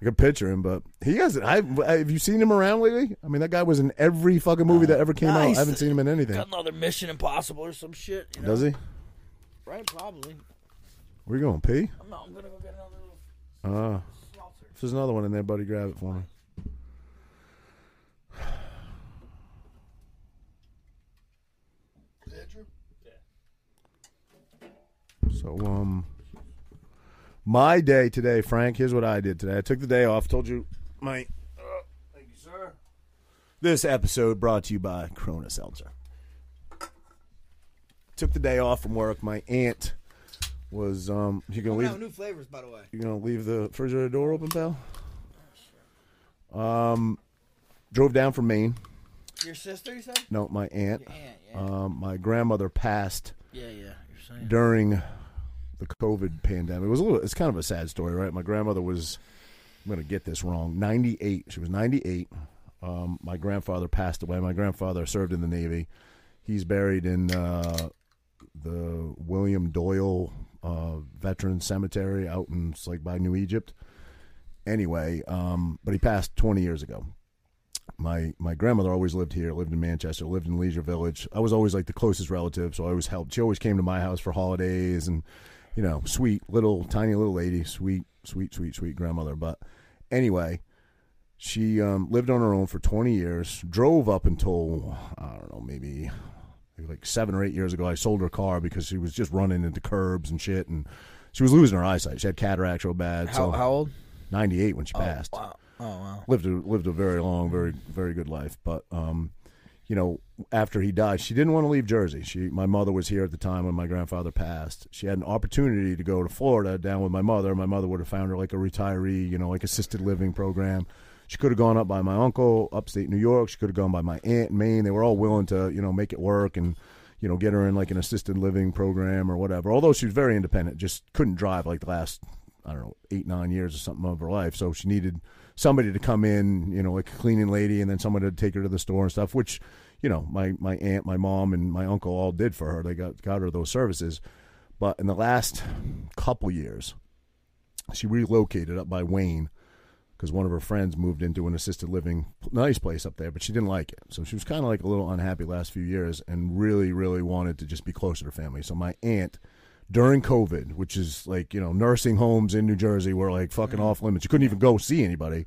Speaker 1: I could picture him, but he hasn't. I, I- have you seen him around lately? I mean, that guy was in every fucking movie that ever came out.
Speaker 2: nice.
Speaker 1: I haven't seen him in anything.
Speaker 2: Got another Mission Impossible or some shit. You know?
Speaker 1: Does he?
Speaker 2: Right? Probably.
Speaker 1: Where you going? Pee?
Speaker 2: I'm not. I'm gonna go get another little
Speaker 1: Uh,
Speaker 2: seltzer.
Speaker 1: if there's another one in there, buddy, grab it for me. So, um, my day today, Frank. Here's what I did today. I took the day off. Told you, my. uh, thank you, sir. This episode brought to you by Corona Seltzer. Took the day off from work. My aunt was um. You gonna leave?
Speaker 2: new flavors, by the way.
Speaker 1: You gonna leave the refrigerator door open, pal? Um, drove down from Maine.
Speaker 2: Your sister, you said?
Speaker 1: No, my aunt.
Speaker 2: Your aunt, yeah.
Speaker 1: Um, my grandmother passed
Speaker 2: yeah, yeah. You're saying.
Speaker 1: during the COVID pandemic. It was a little. It's kind of a sad story, right? My grandmother was. I'm gonna get this wrong. 98. She was 98. Um, my grandfather passed away. My grandfather served in the Navy. He's buried in uh, the William Doyle uh, Veteran Cemetery out in it's like by New Egypt. Anyway, um, but he passed 20 years ago. My my grandmother always lived here, lived in Manchester, lived in Leisure Village. I was always like the closest relative, so I always helped. She always came to my house for holidays, and you know, sweet little tiny little lady, sweet sweet sweet sweet grandmother. But anyway, she um, lived on her own for 20 years. Drove up until I don't know, maybe maybe like seven or eight years ago. I sold her car because she was just running into curbs and shit, and she was losing her eyesight. She had cataracts real bad.
Speaker 2: How,
Speaker 1: so
Speaker 2: how old?
Speaker 1: 98 when she passed.
Speaker 2: Wow. Oh, wow.
Speaker 1: Lived a, lived a very long, very very good life. But um, you know, after he died, she didn't want to leave Jersey. She, my mother was here at the time when my grandfather passed. She had an opportunity to go to Florida down with my mother. My mother would have found her like a retiree, you know, like assisted living program. She could have gone up by my uncle, upstate New York. She could have gone by my aunt in Maine. They were all willing to, you know, make it work and, you know, get her in like an assisted living program or whatever. Although she was very independent, just couldn't drive like the last, I don't know, eight, nine years or something of her life. So she needed somebody to come in, you know, like a cleaning lady and then someone to take her to the store and stuff, which, you know, my, my aunt, my mom, and my uncle all did for her. They got, got her those services. But in the last couple years, she relocated up by Wayne because one of her friends moved into an assisted living p- nice place up there, but she didn't like it. So she was kind of like a little unhappy last few years and really, really wanted to just be close to her family. So my aunt, during COVID, which is like, you know, nursing homes in New Jersey were like fucking off limits. You couldn't even go see anybody.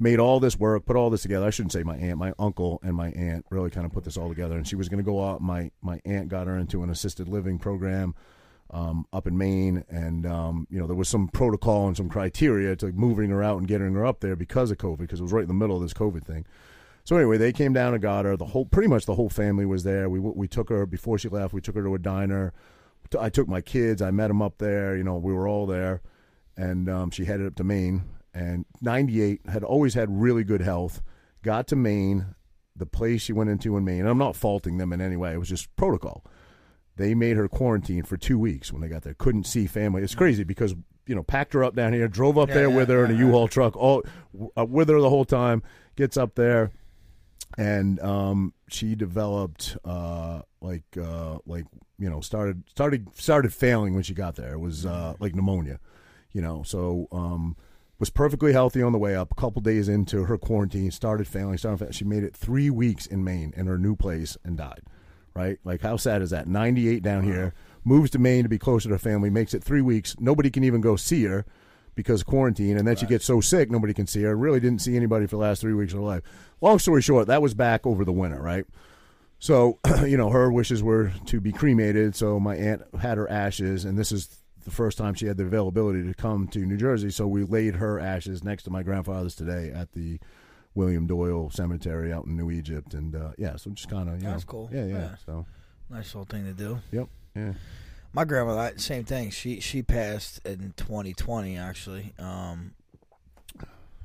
Speaker 1: Made all this work, put all this together. I shouldn't say my aunt, my uncle and my aunt really kind of put this all together. And she was going to go out. My my aunt got her into an assisted living program um, up in Maine, and um, you know there was some protocol and some criteria to moving her out and getting her up there because of COVID, because it was right in the middle of this COVID thing. So anyway, they came down and got her. The whole, pretty much the whole family was there. We we took her before she left. We took her to a diner. T- I took my kids. I met them up there. You know, we were all there, and um, she headed up to Maine. and 98 had always had really good health got to maine the place she went into in maine and i'm not faulting them in any way it was just protocol they made her quarantine for two weeks when they got there couldn't see family it's crazy because you know packed her up down here drove up
Speaker 2: Yeah,
Speaker 1: there
Speaker 2: yeah,
Speaker 1: with her in a
Speaker 2: yeah.
Speaker 1: u-haul truck all uh, with her the whole time gets up there and um, she developed uh, like uh, like you know started started started failing when she got there. It was uh, like pneumonia, you know. So um, was perfectly healthy on the way up. A couple days into her quarantine, started failing. Started failing. She made it three weeks in Maine in her new place and died. Right? Like how sad is that? Ninety eight down here moves to Maine to be closer to her family. Makes it three weeks. Nobody can even go see her. Because quarantine, and then she gets so sick, nobody can see her. Really didn't see anybody for the last three weeks of her life. Long story short, that was back over the winter, right? So, you know, her wishes were to be cremated. So my aunt had her ashes, and this is the first time she had the availability to come to New Jersey. So we laid her ashes next to my grandfather's today at the William Doyle Cemetery out in New Egypt, and uh, yeah, so just kind of
Speaker 2: That's cool.
Speaker 1: Yeah, yeah,
Speaker 2: Yeah.
Speaker 1: So
Speaker 2: Nice little thing to do.
Speaker 1: yep, yeah.
Speaker 2: My grandmother, I- same thing. She she passed in 2020 actually, um,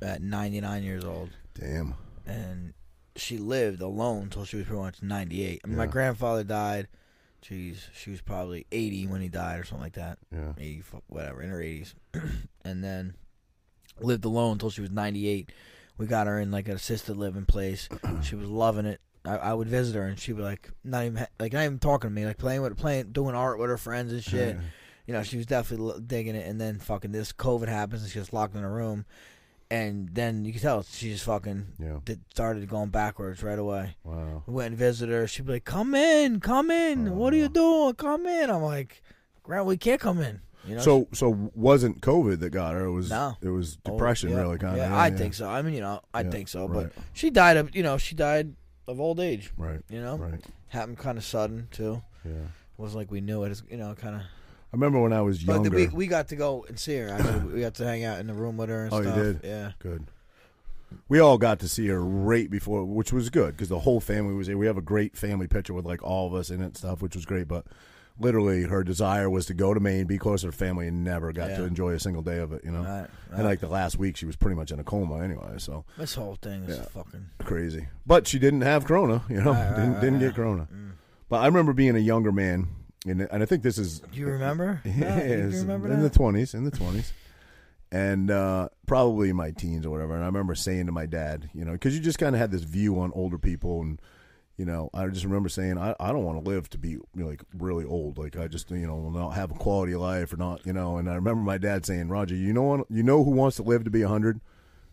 Speaker 2: at 99 years old,
Speaker 1: Damn.
Speaker 2: and she lived alone until she was pretty much 98. I mean, My
Speaker 1: Yeah.
Speaker 2: grandfather died. Geez, she was probably 80 when he died or something like that.
Speaker 1: Yeah.
Speaker 2: 80, fu- whatever, in her 80s. and then lived alone until she was 98. We got her in like an assisted living place. she was loving it. I, I would visit her and she'd be like, not even ha- like not even talking to me, like playing with playing, doing art with her friends and shit. you know, she was definitely lo- digging it. And then fucking this COVID happens and she gets locked in a room. And then you can tell she just fucking
Speaker 1: Yeah.
Speaker 2: did, started going backwards right away.
Speaker 1: Wow.
Speaker 2: We went and visited her. She'd be like, "Come in, come in. what are you
Speaker 1: Uh-huh.
Speaker 2: doing? Come in." I'm like, "Grant, we can't come in." You know,
Speaker 1: So so wasn't COVID that got her? It was
Speaker 2: No. Oh,
Speaker 1: it was depression,
Speaker 2: Yeah,
Speaker 1: really kind of.
Speaker 2: Yeah, I think so. I mean, you know, I
Speaker 1: Yeah,
Speaker 2: think so.
Speaker 1: right.
Speaker 2: But she died of, you know, she died of old age.
Speaker 1: Right.
Speaker 2: You know,
Speaker 1: Right.
Speaker 2: happened kind of sudden too.
Speaker 1: Yeah.
Speaker 2: It wasn't like we knew it. It's, you know, kind of.
Speaker 1: I remember when I was
Speaker 2: But
Speaker 1: younger.
Speaker 2: the, we we got to go and see her. Actually, we got to hang out in the room with her and
Speaker 1: Oh, you
Speaker 2: stuff.
Speaker 1: did?
Speaker 2: Yeah.
Speaker 1: Good. We all got to see her right before, which was good because the whole family was there. We have a great family picture with like all of us in it and stuff, which was great. But literally, her desire was to go to Maine, be closer to family, and never got to
Speaker 2: Yeah.
Speaker 1: enjoy a single day of it. You know,
Speaker 2: Right,
Speaker 1: Oh. and like the last week, she was pretty much in a coma anyway. So
Speaker 2: This whole thing is fucking.
Speaker 1: crazy. But she didn't have corona, you know. didn't didn't get corona. But I remember being a younger man, and and I think this is
Speaker 2: Do you remember?
Speaker 1: yeah,
Speaker 2: Matt? You
Speaker 1: it's
Speaker 2: remember
Speaker 1: in
Speaker 2: that?
Speaker 1: the twenties, in the twenties, and uh, probably in my teens or whatever. And I remember saying to my dad, you know, because you just kind of had this view on older people, and you know, I just remember saying, I, I don't want to live to be you know, like really old, like I just you know will not have a quality of life or not, you know. And I remember my dad saying, Roger, you know, what- you know who wants to live to be hundred.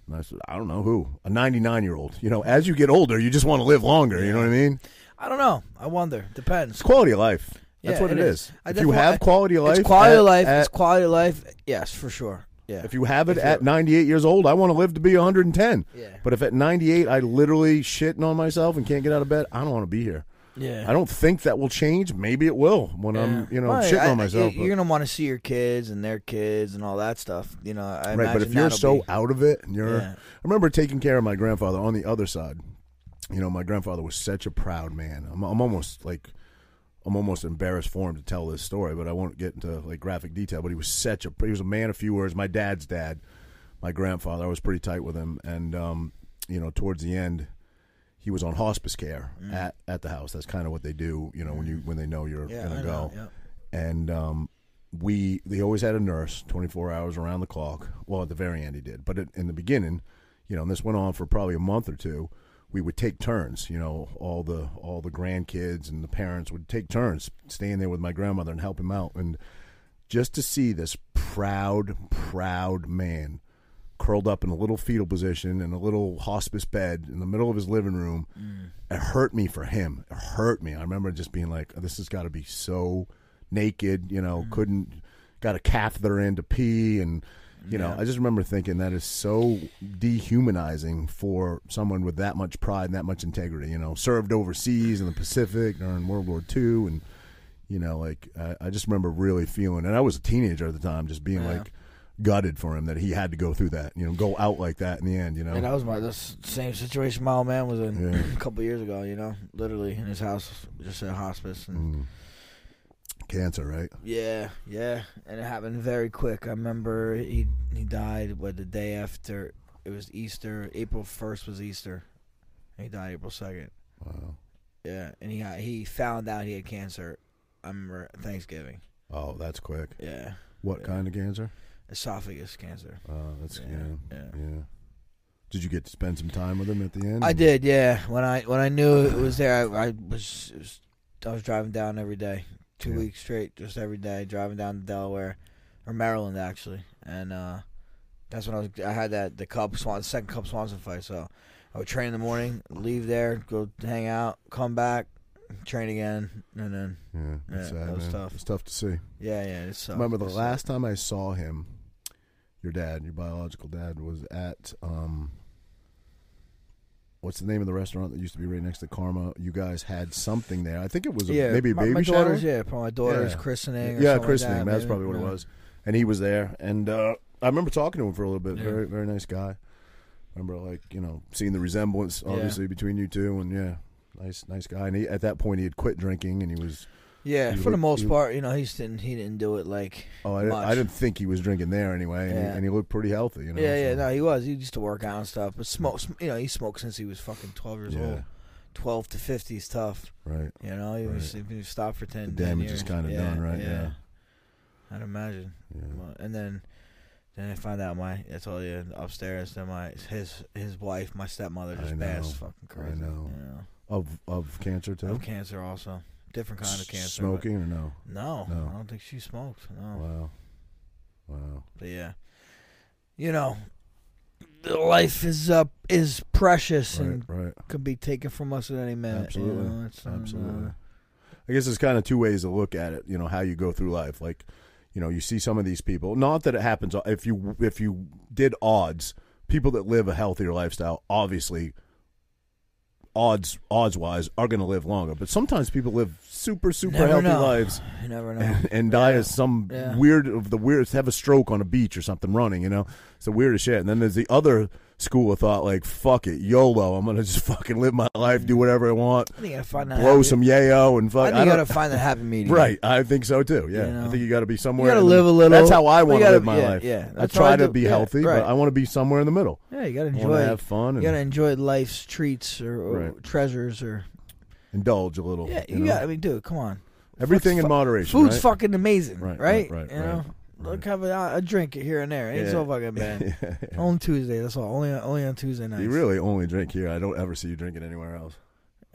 Speaker 1: And I said, I don't know who. A 99 year old. You know, as you get older, you just want to live longer. You know what I mean?
Speaker 2: I don't know. I wonder. Depends.
Speaker 1: It's quality of life. That's
Speaker 2: Yeah,
Speaker 1: what
Speaker 2: it
Speaker 1: it
Speaker 2: is.
Speaker 1: is.
Speaker 2: I
Speaker 1: If you
Speaker 2: definitely-
Speaker 1: have quality of life,
Speaker 2: It's quality of
Speaker 1: at-
Speaker 2: life.
Speaker 1: at-
Speaker 2: it's quality of life. Yes, for sure. Yeah.
Speaker 1: If you have it
Speaker 2: If
Speaker 1: at 98 years old, I want to live to be 110.
Speaker 2: Yeah.
Speaker 1: But if at 98 I literally shitting on myself and can't get out of bed, I don't want to be here.
Speaker 2: yeah.
Speaker 1: I don't think that will change. Maybe it will when I'm, you know,
Speaker 2: Well,
Speaker 1: shitting
Speaker 2: I-
Speaker 1: on myself.
Speaker 2: you- You're, gonna want to see your kids and their kids and all that stuff. You know, I
Speaker 1: but, right, but
Speaker 2: imagine
Speaker 1: if you're
Speaker 2: that'll
Speaker 1: so
Speaker 2: be-
Speaker 1: out of it and you're
Speaker 2: Yeah.
Speaker 1: I remember taking care of my grandfather on the other side. You know, my grandfather was such a proud man. I'm, I'm almost like I'm almost embarrassed for him to tell this story, but I won't get into like graphic detail. But he was such a he was a man of few words. My dad's dad, my grandfather, I was pretty tight with him, and um, you know, towards the end, he was on hospice care
Speaker 2: Mm.
Speaker 1: at, at the house. That's kind of what they do, you know, when you when they know you're
Speaker 2: Yeah, I
Speaker 1: gonna
Speaker 2: know,
Speaker 1: go.
Speaker 2: yeah.
Speaker 1: And um, we they always had a nurse 24 hours around the clock. Well, at the very end he did, but it, in the beginning, you know, and this went on for probably a month or two. We would take turns, you know, all the all the grandkids and the parents would take turns staying there with my grandmother and help him out. And just to see this proud, proud man curled up in a little fetal position in a little hospice bed in the middle of his living room, it hurt me for him. It hurt me. I remember just being like, this has got to be so naked, you know, couldn't, got a catheter in to pee. And, you know, I just remember thinking that is so dehumanizing for someone with that much pride and that much integrity, you know, served overseas in the Pacific during World War II and, you know, like I, I just remember really feeling, and I was a teenager at the time, just being like gutted for him that he had to go through that, you know, go out like that in the end, you know.
Speaker 2: And that was my this same situation my old man was in
Speaker 1: Yeah.
Speaker 2: a couple years ago. You know, literally in his house, just at hospice, and
Speaker 1: Mm. Cancer, right?
Speaker 2: Yeah, yeah, and it happened very quick. I remember he he died what the day after it was Easter. April first was Easter. And he died April second.
Speaker 1: Wow.
Speaker 2: Yeah, and he got, he found out he had cancer. I remember Thanksgiving.
Speaker 1: Oh, that's quick.
Speaker 2: Yeah,
Speaker 1: What kind of cancer?
Speaker 2: esophagus cancer.
Speaker 1: Oh, that's yeah,
Speaker 2: Yeah,
Speaker 1: yeah.
Speaker 2: yeah.
Speaker 1: Did you get to spend some time with him at the end?
Speaker 2: I did, yeah. When I when I knew it was there, I, I was, it was I was driving down every day, two
Speaker 1: Yeah.
Speaker 2: weeks straight, just every day, driving down to Delaware or Maryland actually, and uh, that's when I was I had that the Cub Swan second Cub Swanson fight. So I would train in the morning, leave there, go hang out, come back, train again, and then
Speaker 1: Yeah,
Speaker 2: Yeah,
Speaker 1: it's sad,
Speaker 2: that was
Speaker 1: man.
Speaker 2: tough.
Speaker 1: It's tough to see.
Speaker 2: yeah, yeah. uh, It sucked.
Speaker 1: Remember the
Speaker 2: It sucked.
Speaker 1: last time I saw him, your dad, your biological dad, was at um, what's the name of the restaurant that used to be right next to Karma? You guys had something there. I think it was a,
Speaker 2: yeah,
Speaker 1: maybe a
Speaker 2: my,
Speaker 1: baby
Speaker 2: my
Speaker 1: shower.
Speaker 2: daughter's, Yeah, probably my daughter's
Speaker 1: Yeah.
Speaker 2: christening. Or
Speaker 1: yeah,
Speaker 2: something like
Speaker 1: christening.
Speaker 2: that,
Speaker 1: that's
Speaker 2: maybe.
Speaker 1: probably what
Speaker 2: Yeah.
Speaker 1: it was. And he was there, and uh, I remember talking to him for a little bit.
Speaker 2: Yeah.
Speaker 1: Very, very nice guy. Remember, like you know, seeing the resemblance
Speaker 2: Yeah.
Speaker 1: obviously between you two, and yeah, nice, nice guy. And he, at that point, he had quit drinking, and he was.
Speaker 2: Yeah,
Speaker 1: You
Speaker 2: for the
Speaker 1: would-
Speaker 2: most
Speaker 1: you-
Speaker 2: part, you know, he didn't he didn't do it like
Speaker 1: Oh, I,
Speaker 2: Much.
Speaker 1: I didn't think he was drinking there anyway, and,
Speaker 2: Yeah.
Speaker 1: he, and he looked pretty healthy. You know,
Speaker 2: yeah, yeah,
Speaker 1: so-
Speaker 2: no, he was. He used to work out and stuff, but smoke, sm- you know, he smoked since he was fucking twelve years
Speaker 1: Yeah.
Speaker 2: old. Twelve to fifty is tough,
Speaker 1: right.
Speaker 2: you know. He was if you stop for ten.
Speaker 1: The
Speaker 2: 10
Speaker 1: damage is
Speaker 2: years,
Speaker 1: kinda done, right? Yeah.
Speaker 2: I'd imagine.
Speaker 1: Yeah.
Speaker 2: Well, And then, then I find out my I told you upstairs. Then my his his wife, my stepmother,
Speaker 1: I
Speaker 2: just
Speaker 1: know.
Speaker 2: passed. Fucking
Speaker 1: I
Speaker 2: crazy.
Speaker 1: know.
Speaker 2: You know.
Speaker 1: Of of cancer too.
Speaker 2: Of cancer also, different kind of
Speaker 1: S-
Speaker 2: cancer. but-
Speaker 1: Smoking or no?
Speaker 2: No,
Speaker 1: No.
Speaker 2: I don't think she smoked. No.
Speaker 1: Wow. Wow.
Speaker 2: But yeah, you know, the life is up is precious
Speaker 1: Right.
Speaker 2: and
Speaker 1: Right.
Speaker 2: could be taken from us at any minute.
Speaker 1: Absolutely.
Speaker 2: You know, it's, um,
Speaker 1: Absolutely.
Speaker 2: uh,
Speaker 1: I guess there's kind of two ways to look at it. You know how you go through life. Like, you know, you see some of these people. Not that it happens. uh, If you if you did odds, people that live a healthier lifestyle, obviously, odds odds wise, are going to live longer. But sometimes people live super super
Speaker 2: Never
Speaker 1: healthy
Speaker 2: know.
Speaker 1: lives
Speaker 2: uh, you never know.
Speaker 1: and, and die as some
Speaker 2: Yeah.
Speaker 1: weird of the weirdest have a stroke on a beach or something running you know it's the weirdest shit and then there's the other school of thought like fuck it yolo i'm gonna just fucking live my life do whatever i want
Speaker 2: I think you gotta find that.
Speaker 1: blow
Speaker 2: happy,
Speaker 1: some yayo and
Speaker 2: I
Speaker 1: fuck
Speaker 2: think
Speaker 1: I
Speaker 2: you gotta
Speaker 1: don't,
Speaker 2: find that happy medium.
Speaker 1: right i think so too yeah
Speaker 2: You know.
Speaker 1: i think you gotta be
Speaker 2: You
Speaker 1: somewhere
Speaker 2: gotta
Speaker 1: in the-
Speaker 2: live a little.
Speaker 1: that's how i
Speaker 2: We
Speaker 1: want to
Speaker 2: gotta-
Speaker 1: live my
Speaker 2: yeah,
Speaker 1: life
Speaker 2: Yeah,
Speaker 1: i
Speaker 2: that's how
Speaker 1: try to
Speaker 2: do-
Speaker 1: be
Speaker 2: yeah,
Speaker 1: healthy
Speaker 2: right.
Speaker 1: but i want to be somewhere in the middle
Speaker 2: yeah, you gotta
Speaker 1: i want
Speaker 2: enjoy.
Speaker 1: to
Speaker 2: it.
Speaker 1: have fun
Speaker 2: you
Speaker 1: and
Speaker 2: gotta enjoy life's treats or, or
Speaker 1: Right.
Speaker 2: treasures or
Speaker 1: indulge a little
Speaker 2: yeah. You,
Speaker 1: you know?
Speaker 2: got. I mean, dude, come on.
Speaker 1: everything
Speaker 2: Food's
Speaker 1: in
Speaker 2: fu-
Speaker 1: moderation
Speaker 2: Food's
Speaker 1: right?
Speaker 2: fucking amazing,
Speaker 1: Right,
Speaker 2: right?
Speaker 1: right, right,
Speaker 2: you
Speaker 1: right,
Speaker 2: know, look, have a, a drink here and there. It's
Speaker 1: Yeah.
Speaker 2: so fucking bad.
Speaker 1: Yeah.
Speaker 2: On Tuesday, that's all. Only only on Tuesday nights.
Speaker 1: you really only drink here i don't ever see you drinking anywhere else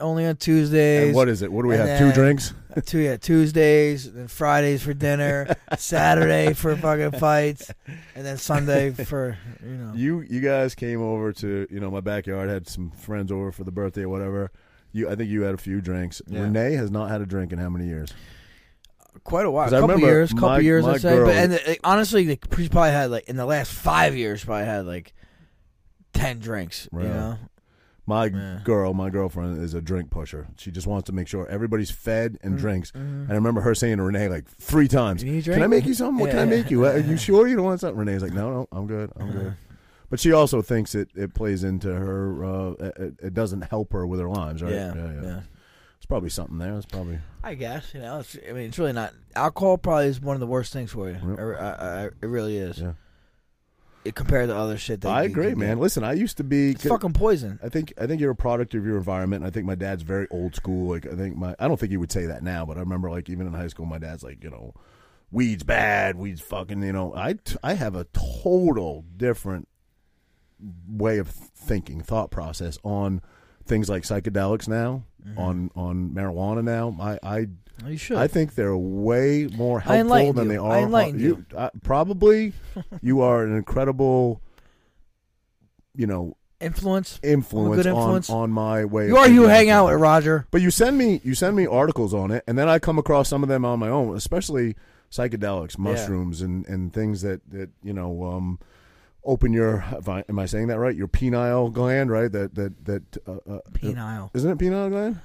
Speaker 2: Only on Tuesdays.
Speaker 1: and what is it what do we
Speaker 2: and
Speaker 1: have two
Speaker 2: then-
Speaker 1: drinks
Speaker 2: Two, yeah, Tuesdays, then Fridays for dinner, Saturday for fucking fights, and then Sunday for you know.
Speaker 1: You you guys came over to you know my backyard. Had some friends over for the birthday or whatever. You I think you had a few drinks.
Speaker 2: Yeah.
Speaker 1: Renee has not had a drink in how many years?
Speaker 2: quite a while,
Speaker 1: 'Cause I
Speaker 2: couple
Speaker 1: remember
Speaker 2: years, couple
Speaker 1: my-
Speaker 2: years,
Speaker 1: my
Speaker 2: I'd say.
Speaker 1: girl-
Speaker 2: But and uh, honestly, like, she probably had like in the last five years, probably had like ten drinks.
Speaker 1: Right.
Speaker 2: You know,
Speaker 1: My
Speaker 2: Yeah.
Speaker 1: girl, my girlfriend is a drink pusher. She just wants to make sure everybody's fed and drinks.
Speaker 2: mhm.
Speaker 1: And I remember her saying to Renee like three times,
Speaker 2: Do you need a
Speaker 1: "Can I
Speaker 2: drink?"
Speaker 1: make Mm-hmm. you something? What can I
Speaker 2: Yeah.
Speaker 1: make you? Uh, Are you sure you don't want something?" Renee's like, "No, no, I'm good. I'm good."
Speaker 2: Uh-huh.
Speaker 1: But she also thinks it, it plays into her. Uh, it, it doesn't help her with her limes, right?
Speaker 2: yeah, yeah,
Speaker 1: It's probably something there. It's probably
Speaker 2: I guess you know. It's, I mean, it's really not. Alcohol probably is one of the worst things for you. I, I- I- it really is.
Speaker 1: Yeah.
Speaker 2: It compared to other shit. That
Speaker 1: I
Speaker 2: you
Speaker 1: agree,
Speaker 2: can
Speaker 1: man.
Speaker 2: get.
Speaker 1: Listen, I used to be
Speaker 2: It's fucking poison.
Speaker 1: I think I think you're a product of your environment. I think my dad's very old school. Like I think my I don't think he would say that now, but I remember like even in high school, my dad's like you know, weeds bad, weeds fucking you know. I t- I have a total different way of thinking, thought process on things like psychedelics now,
Speaker 2: Mm-hmm.
Speaker 1: on on marijuana now. I I
Speaker 2: You should.
Speaker 1: I think they're way more
Speaker 2: I
Speaker 1: helpful
Speaker 2: enlightened
Speaker 1: than
Speaker 2: you.
Speaker 1: they are.
Speaker 2: I enlightened
Speaker 1: uh, probably you are an incredible. You know,
Speaker 2: Influence.
Speaker 1: influence,
Speaker 2: good influence.
Speaker 1: On, on my way.
Speaker 2: You
Speaker 1: of
Speaker 2: are you
Speaker 1: thinking.
Speaker 2: hang out with Roger?
Speaker 1: But you send me you send me articles on it, and then I come across some of them on my own, especially psychedelics, mushrooms, and, and things that that you know um, open your. if I- Am I saying that right? Your penile gland, right? That that that uh, uh,
Speaker 2: Penile.
Speaker 1: isn't it penile gland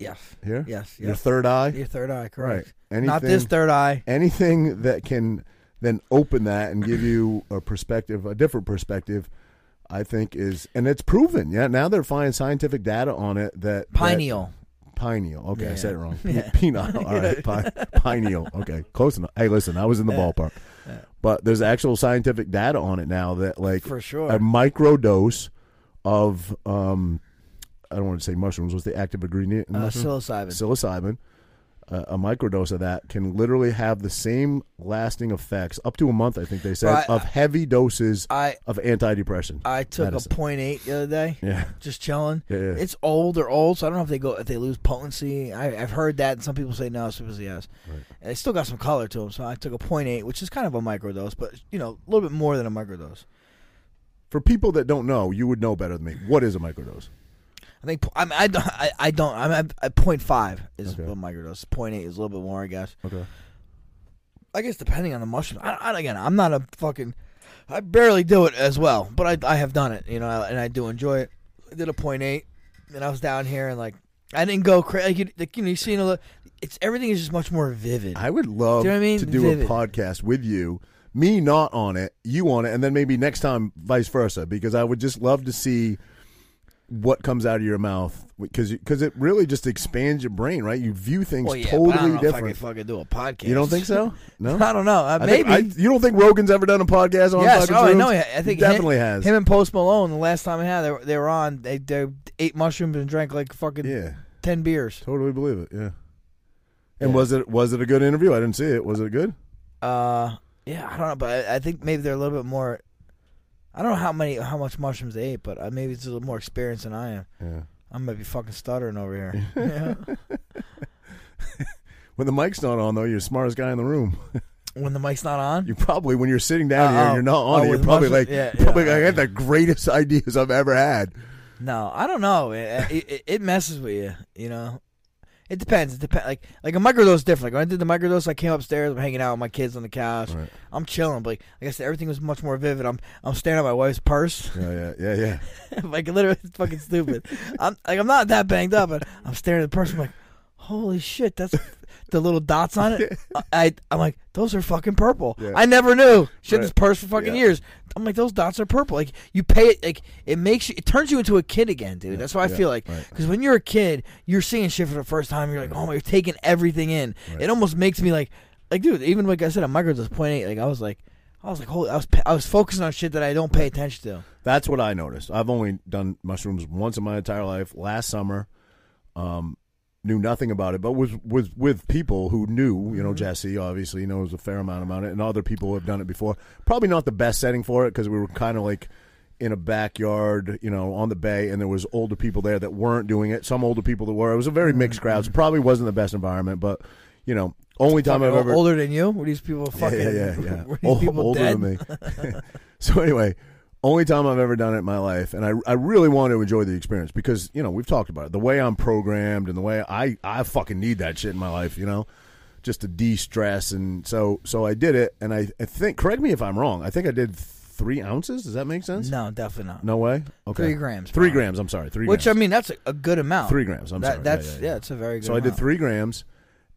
Speaker 2: Yes.
Speaker 1: here?
Speaker 2: Yes.
Speaker 1: Your
Speaker 2: Yes.
Speaker 1: third eye,
Speaker 2: Your third eye.
Speaker 1: right?
Speaker 2: Correct.
Speaker 1: Anything,
Speaker 2: Not this third eye.
Speaker 1: anything that can then open that and give you a perspective, a different perspective, I think is, and it's proven. Yeah, now they're finding scientific data on it that that-
Speaker 2: Pineal.
Speaker 1: pineal. Okay,
Speaker 2: Yeah,
Speaker 1: I said it
Speaker 2: yeah.
Speaker 1: wrong.
Speaker 2: Yeah.
Speaker 1: Pe- Penile. All right, Pi- pineal. Okay, close enough. Hey, listen, I was in the ballpark. But there's actual scientific data on it now that like
Speaker 2: For sure.
Speaker 1: a micro dose of um, I don't want to say mushrooms. What's the active ingredient? in
Speaker 2: Uh,
Speaker 1: mushrooms?
Speaker 2: psilocybin.
Speaker 1: psilocybin, uh, a microdose of that can literally have the same lasting effects up to a month. I think they said
Speaker 2: Right. Uh,
Speaker 1: of heavy doses
Speaker 2: I
Speaker 1: of antidepressant.
Speaker 2: I took
Speaker 1: medicine.
Speaker 2: a point eight the other day.
Speaker 1: Yeah.
Speaker 2: Just chilling.
Speaker 1: Yeah, yeah.
Speaker 2: It's old or old, so I don't know if they go if they lose potency. I, I've heard that, and some people say no, some people say yes. And it's still got some color to them, so I took a point eight, which is kind of a microdose, but you know a little bit more than a microdose.
Speaker 1: For people that don't know, you would know better than me. What is a microdose?
Speaker 2: I think I mean, I don't I, I don't I'm at, at point five is
Speaker 1: Okay.
Speaker 2: a microdose. Point eight is a little bit more, I guess.
Speaker 1: Okay.
Speaker 2: I guess depending on the mushroom. I, I, again, I'm not a fucking. I barely do it as well, but I I have done it, you know, and I do enjoy it. I did a point eight, and I was down here and like I didn't go crazy. Like, you- like you know, you see a little. It's everything is just much more vivid.
Speaker 1: I would love
Speaker 2: Do you know what I mean?
Speaker 1: to do
Speaker 2: Vivid.
Speaker 1: a podcast with you. Me not on it, you on it, and then maybe next time vice versa, because I would just love to see what comes out of your mouth because because it really just expands your brain, right? You view things
Speaker 2: Well, Oh, yeah,
Speaker 1: totally
Speaker 2: but I don't know
Speaker 1: different.
Speaker 2: If I could fucking do a podcast.
Speaker 1: You don't think so? No,
Speaker 2: I don't know. Uh,
Speaker 1: I
Speaker 2: maybe.
Speaker 1: think- I- you don't think Rogan's ever done a podcast on
Speaker 2: yes.
Speaker 1: fucking
Speaker 2: Oh, I
Speaker 1: shrooms?
Speaker 2: know. I I think
Speaker 1: he definitely
Speaker 2: him,
Speaker 1: has.
Speaker 2: Him and Post Malone. The last time I had, they were, they were on. They, they ate mushrooms and drank like fucking
Speaker 1: yeah,
Speaker 2: ten beers.
Speaker 1: totally believe it. Yeah. And was it was it a good interview? I didn't see it. Was it good?
Speaker 2: Uh, yeah, I don't know, but I, I think maybe they're a little bit more. I don't know how many how much mushrooms they ate, but uh, maybe it's a little more experienced than I am.
Speaker 1: Yeah.
Speaker 2: I might be fucking stuttering over here. Yeah.
Speaker 1: When the mic's not on, though, you're the smartest guy in the room.
Speaker 2: When the mic's not on,
Speaker 1: You probably when you're sitting down here
Speaker 2: Uh-oh.
Speaker 1: and you're not on, it,
Speaker 2: Oh,
Speaker 1: you're
Speaker 2: with
Speaker 1: probably
Speaker 2: mushrooms?
Speaker 1: like,
Speaker 2: Yeah, yeah,
Speaker 1: probably like,
Speaker 2: yeah.
Speaker 1: I had the greatest ideas I've ever had.
Speaker 2: no, I don't know. It, uh, it, it- it messes with you, you know. It depends. It depends. Like like a microdose is different. Like when I did the microdose, I came upstairs. I'm hanging out with my kids on the couch.
Speaker 1: Right.
Speaker 2: I'm chilling. But like, like I said, everything was much more vivid. I'm I'm staring at my wife's purse.
Speaker 1: Yeah, yeah, yeah, yeah.
Speaker 2: like literally, it's fucking stupid. I'm like, I'm not that banged up, but I'm staring at the person. I'm like, holy shit, that's the little dots on it. I, I'm like, those are fucking purple.
Speaker 1: Yeah.
Speaker 2: I never knew. Shit, this
Speaker 1: Right.
Speaker 2: purse for fucking
Speaker 1: Yeah.
Speaker 2: years. I'm like, those dots are purple. Like you pay it, like it makes you, it turns you into a kid again, dude. that's what I
Speaker 1: yeah,
Speaker 2: feel like.
Speaker 1: right.
Speaker 2: Because when you're a kid, you're seeing shit for the first time. You're like, oh, my, you're taking everything in. It almost makes me like, like, dude, even like I said, a microdose point eight. Like I was like. I was like, holy! I was I was focusing on shit that I don't pay attention to.
Speaker 1: That's what I noticed. I've only done mushrooms once in my entire life. Last summer, um, knew nothing about it, but was was with people who knew. You know, Jesse obviously knows a fair amount about it, and other people who have done it before. Probably not the best setting for it because we were kind of like in a backyard, you know, on the bay, and there was older people there that weren't doing it. Some older people that were. It was a very mixed crowd, so probably wasn't the best environment. But you know, only time I've
Speaker 2: Fucking
Speaker 1: ever
Speaker 2: older than you. Were these people fucking?
Speaker 1: yeah, yeah, yeah.
Speaker 2: Were these
Speaker 1: Ol-
Speaker 2: people
Speaker 1: older
Speaker 2: dead?
Speaker 1: than me. so anyway, only time I've ever done it in my life, and I I really want to enjoy the experience because you know we've talked about it. The way I'm programmed and the way I I fucking need that shit in my life, you know, just to de stress. And so so I did it, and I, I think correct me if I'm wrong. I think I did three ounces. Does that make sense?
Speaker 2: No, definitely not.
Speaker 1: No way. Okay.
Speaker 2: Three grams,
Speaker 1: Three
Speaker 2: probably.
Speaker 1: grams. I'm sorry. Three.
Speaker 2: Which I
Speaker 1: grams.
Speaker 2: mean, that's a, a good amount.
Speaker 1: Three grams, I'm
Speaker 2: That-
Speaker 1: sorry. Yeah,
Speaker 2: That's
Speaker 1: yeah, yeah.
Speaker 2: it's a very good.
Speaker 1: So I did
Speaker 2: amount.
Speaker 1: three grams,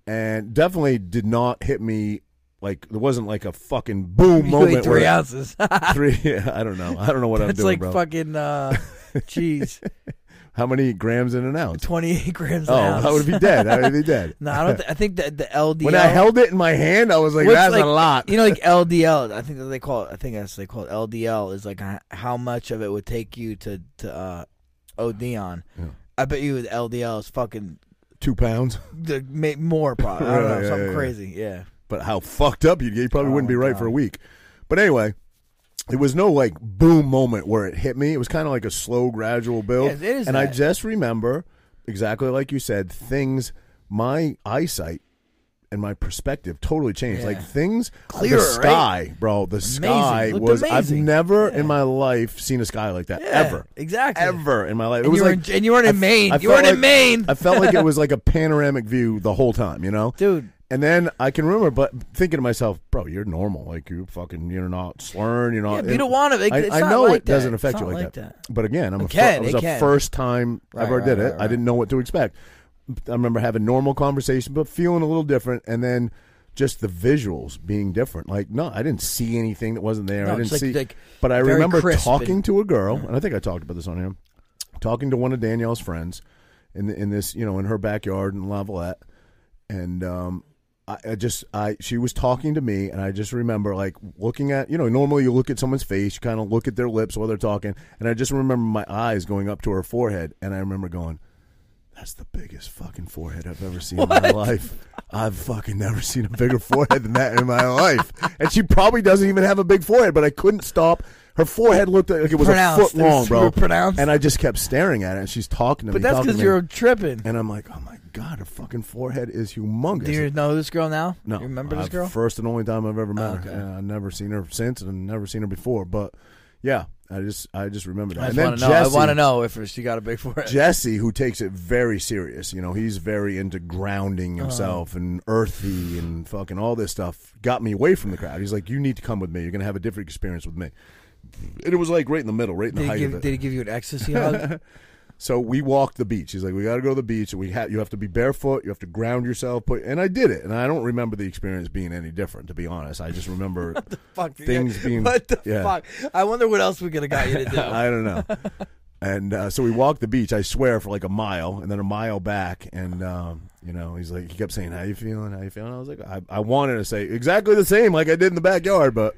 Speaker 1: and definitely did not hit me like there wasn't like a fucking boom
Speaker 2: You
Speaker 1: moment.
Speaker 2: ate three
Speaker 1: where-
Speaker 2: ounces. that's
Speaker 1: three. Yeah, I don't know. I don't know what I'm doing,
Speaker 2: like
Speaker 1: bro.
Speaker 2: fucking uh, cheese.
Speaker 1: How many grams in an ounce?
Speaker 2: Twenty-eight grams.
Speaker 1: Oh,
Speaker 2: an ounce.
Speaker 1: I would be dead. I would be dead.
Speaker 2: no, I don't. Th- I think that the LDL.
Speaker 1: When I held it in my hand, I was like,
Speaker 2: What's
Speaker 1: "That's
Speaker 2: like-
Speaker 1: a lot."
Speaker 2: you know, like LDL. I think that they call it. I think that's what they call it LDL. Is like h- how much of it would take you to to uh, OD on.
Speaker 1: Yeah.
Speaker 2: I bet you with LDL is fucking
Speaker 1: Two pounds,
Speaker 2: the, ma- more probably. I don't
Speaker 1: Really?
Speaker 2: know
Speaker 1: Yeah,
Speaker 2: something
Speaker 1: yeah, yeah.
Speaker 2: crazy. Yeah.
Speaker 1: but how fucked up you'd get. You probably
Speaker 2: Oh
Speaker 1: wouldn't be
Speaker 2: my
Speaker 1: right
Speaker 2: God.
Speaker 1: for a week. But anyway, it was no like boom moment where it hit me. It was kind of like a slow, gradual build.
Speaker 2: Yes, it is
Speaker 1: and I
Speaker 2: that.
Speaker 1: just remember exactly like you said, things. My eyesight and my perspective totally changed.
Speaker 2: Yeah.
Speaker 1: Like things,
Speaker 2: Clearer,
Speaker 1: the
Speaker 2: right?
Speaker 1: sky, bro. The sky
Speaker 2: Looked
Speaker 1: was.
Speaker 2: amazing.
Speaker 1: I've never
Speaker 2: Yeah.
Speaker 1: in my life seen a sky like that
Speaker 2: Yeah,
Speaker 1: ever.
Speaker 2: Exactly.
Speaker 1: ever in my life. It
Speaker 2: And
Speaker 1: was
Speaker 2: you were
Speaker 1: like
Speaker 2: in- and you weren't in
Speaker 1: I-
Speaker 2: Maine.
Speaker 1: I
Speaker 2: You
Speaker 1: felt
Speaker 2: weren't in
Speaker 1: like-
Speaker 2: Maine.
Speaker 1: I felt like it was like a panoramic view the whole time, you know,
Speaker 2: Dude.
Speaker 1: And then I can remember, but thinking to myself, bro, you're normal. Like you fucking, you're not slurring. You're not.
Speaker 2: Yeah, but you don't want to. Like,
Speaker 1: I,
Speaker 2: it's
Speaker 1: I
Speaker 2: not
Speaker 1: know
Speaker 2: like
Speaker 1: it doesn't
Speaker 2: that.
Speaker 1: affect
Speaker 2: It's
Speaker 1: you
Speaker 2: not
Speaker 1: like,
Speaker 2: like
Speaker 1: that. But again, I'm
Speaker 2: It
Speaker 1: a fir-
Speaker 2: can,
Speaker 1: I was
Speaker 2: it
Speaker 1: a
Speaker 2: can.
Speaker 1: first time
Speaker 2: Right,
Speaker 1: I ever
Speaker 2: right,
Speaker 1: did
Speaker 2: right,
Speaker 1: it. I
Speaker 2: right.
Speaker 1: didn't know what to expect. I remember having normal conversation, but feeling a little different, and then just the visuals being different. Like, no, I didn't see anything that wasn't there.
Speaker 2: No,
Speaker 1: I didn't
Speaker 2: it's like-
Speaker 1: see.
Speaker 2: like
Speaker 1: but I
Speaker 2: very
Speaker 1: remember
Speaker 2: crisp
Speaker 1: talking
Speaker 2: and-
Speaker 1: to a girl, and I think I talked about this on here. Talking to one of Danielle's friends, in the, in this you know in her backyard in Lavalette, and um, I, I just I she was talking to me, and I just remember like looking at you know normally you look at someone's face, you kind of look at their lips while they're talking, and I just remember my eyes going up to her forehead, and I remember going. That's the biggest fucking forehead I've ever seen in my life. I've fucking never seen a bigger forehead than that in my life. And she probably doesn't even have a big forehead, but I couldn't stop. Her forehead looked like it was
Speaker 2: Pronounced.
Speaker 1: a foot
Speaker 2: It was
Speaker 1: long, bro.
Speaker 2: super pronounced.
Speaker 1: And I just kept staring at it, and she's talking to
Speaker 2: But
Speaker 1: me.
Speaker 2: that's
Speaker 1: talking to
Speaker 2: because
Speaker 1: me.
Speaker 2: you're tripping.
Speaker 1: And I'm like, oh my god, her fucking forehead is humongous.
Speaker 2: Do you know this girl now?
Speaker 1: no,
Speaker 2: You remember
Speaker 1: uh,
Speaker 2: this girl?
Speaker 1: First and only time I've ever met
Speaker 2: okay.
Speaker 1: her. And I've never seen her since, and never seen her before. But yeah, I just I just remembered that.
Speaker 2: I
Speaker 1: and
Speaker 2: want to
Speaker 1: then
Speaker 2: know. I
Speaker 1: Jesse-
Speaker 2: want to know if she got a big forehead.
Speaker 1: Jesse, who takes it very serious, you know, he's very into grounding
Speaker 2: Uh-huh.
Speaker 1: himself and earthy and fucking all this stuff, got me away from the crowd. He's like, "You need to come with me. You're gonna have a different experience with me." And it was like right in the middle, right in the
Speaker 2: did, he
Speaker 1: height
Speaker 2: give,
Speaker 1: of
Speaker 2: did
Speaker 1: it.
Speaker 2: he give you an ecstasy hug?
Speaker 1: So we walked the beach. He's like, "We got to go to the beach. We ha- you have to be barefoot. You have to ground yourself." Put and I did it, and I don't remember the experience being any different. To be honest, I just remember
Speaker 2: fuck dude.
Speaker 1: Things being-
Speaker 2: What the
Speaker 1: yeah.
Speaker 2: fuck? I wonder what else we could have got you to do.
Speaker 1: I don't know. And uh, so we walked the beach, I swear, for like a mile, and then a mile back. And um, you know, he's like, he kept saying, "How you feeling? How you feeling?" I was like, I, I wanted to say exactly the same, like I did in the backyard, but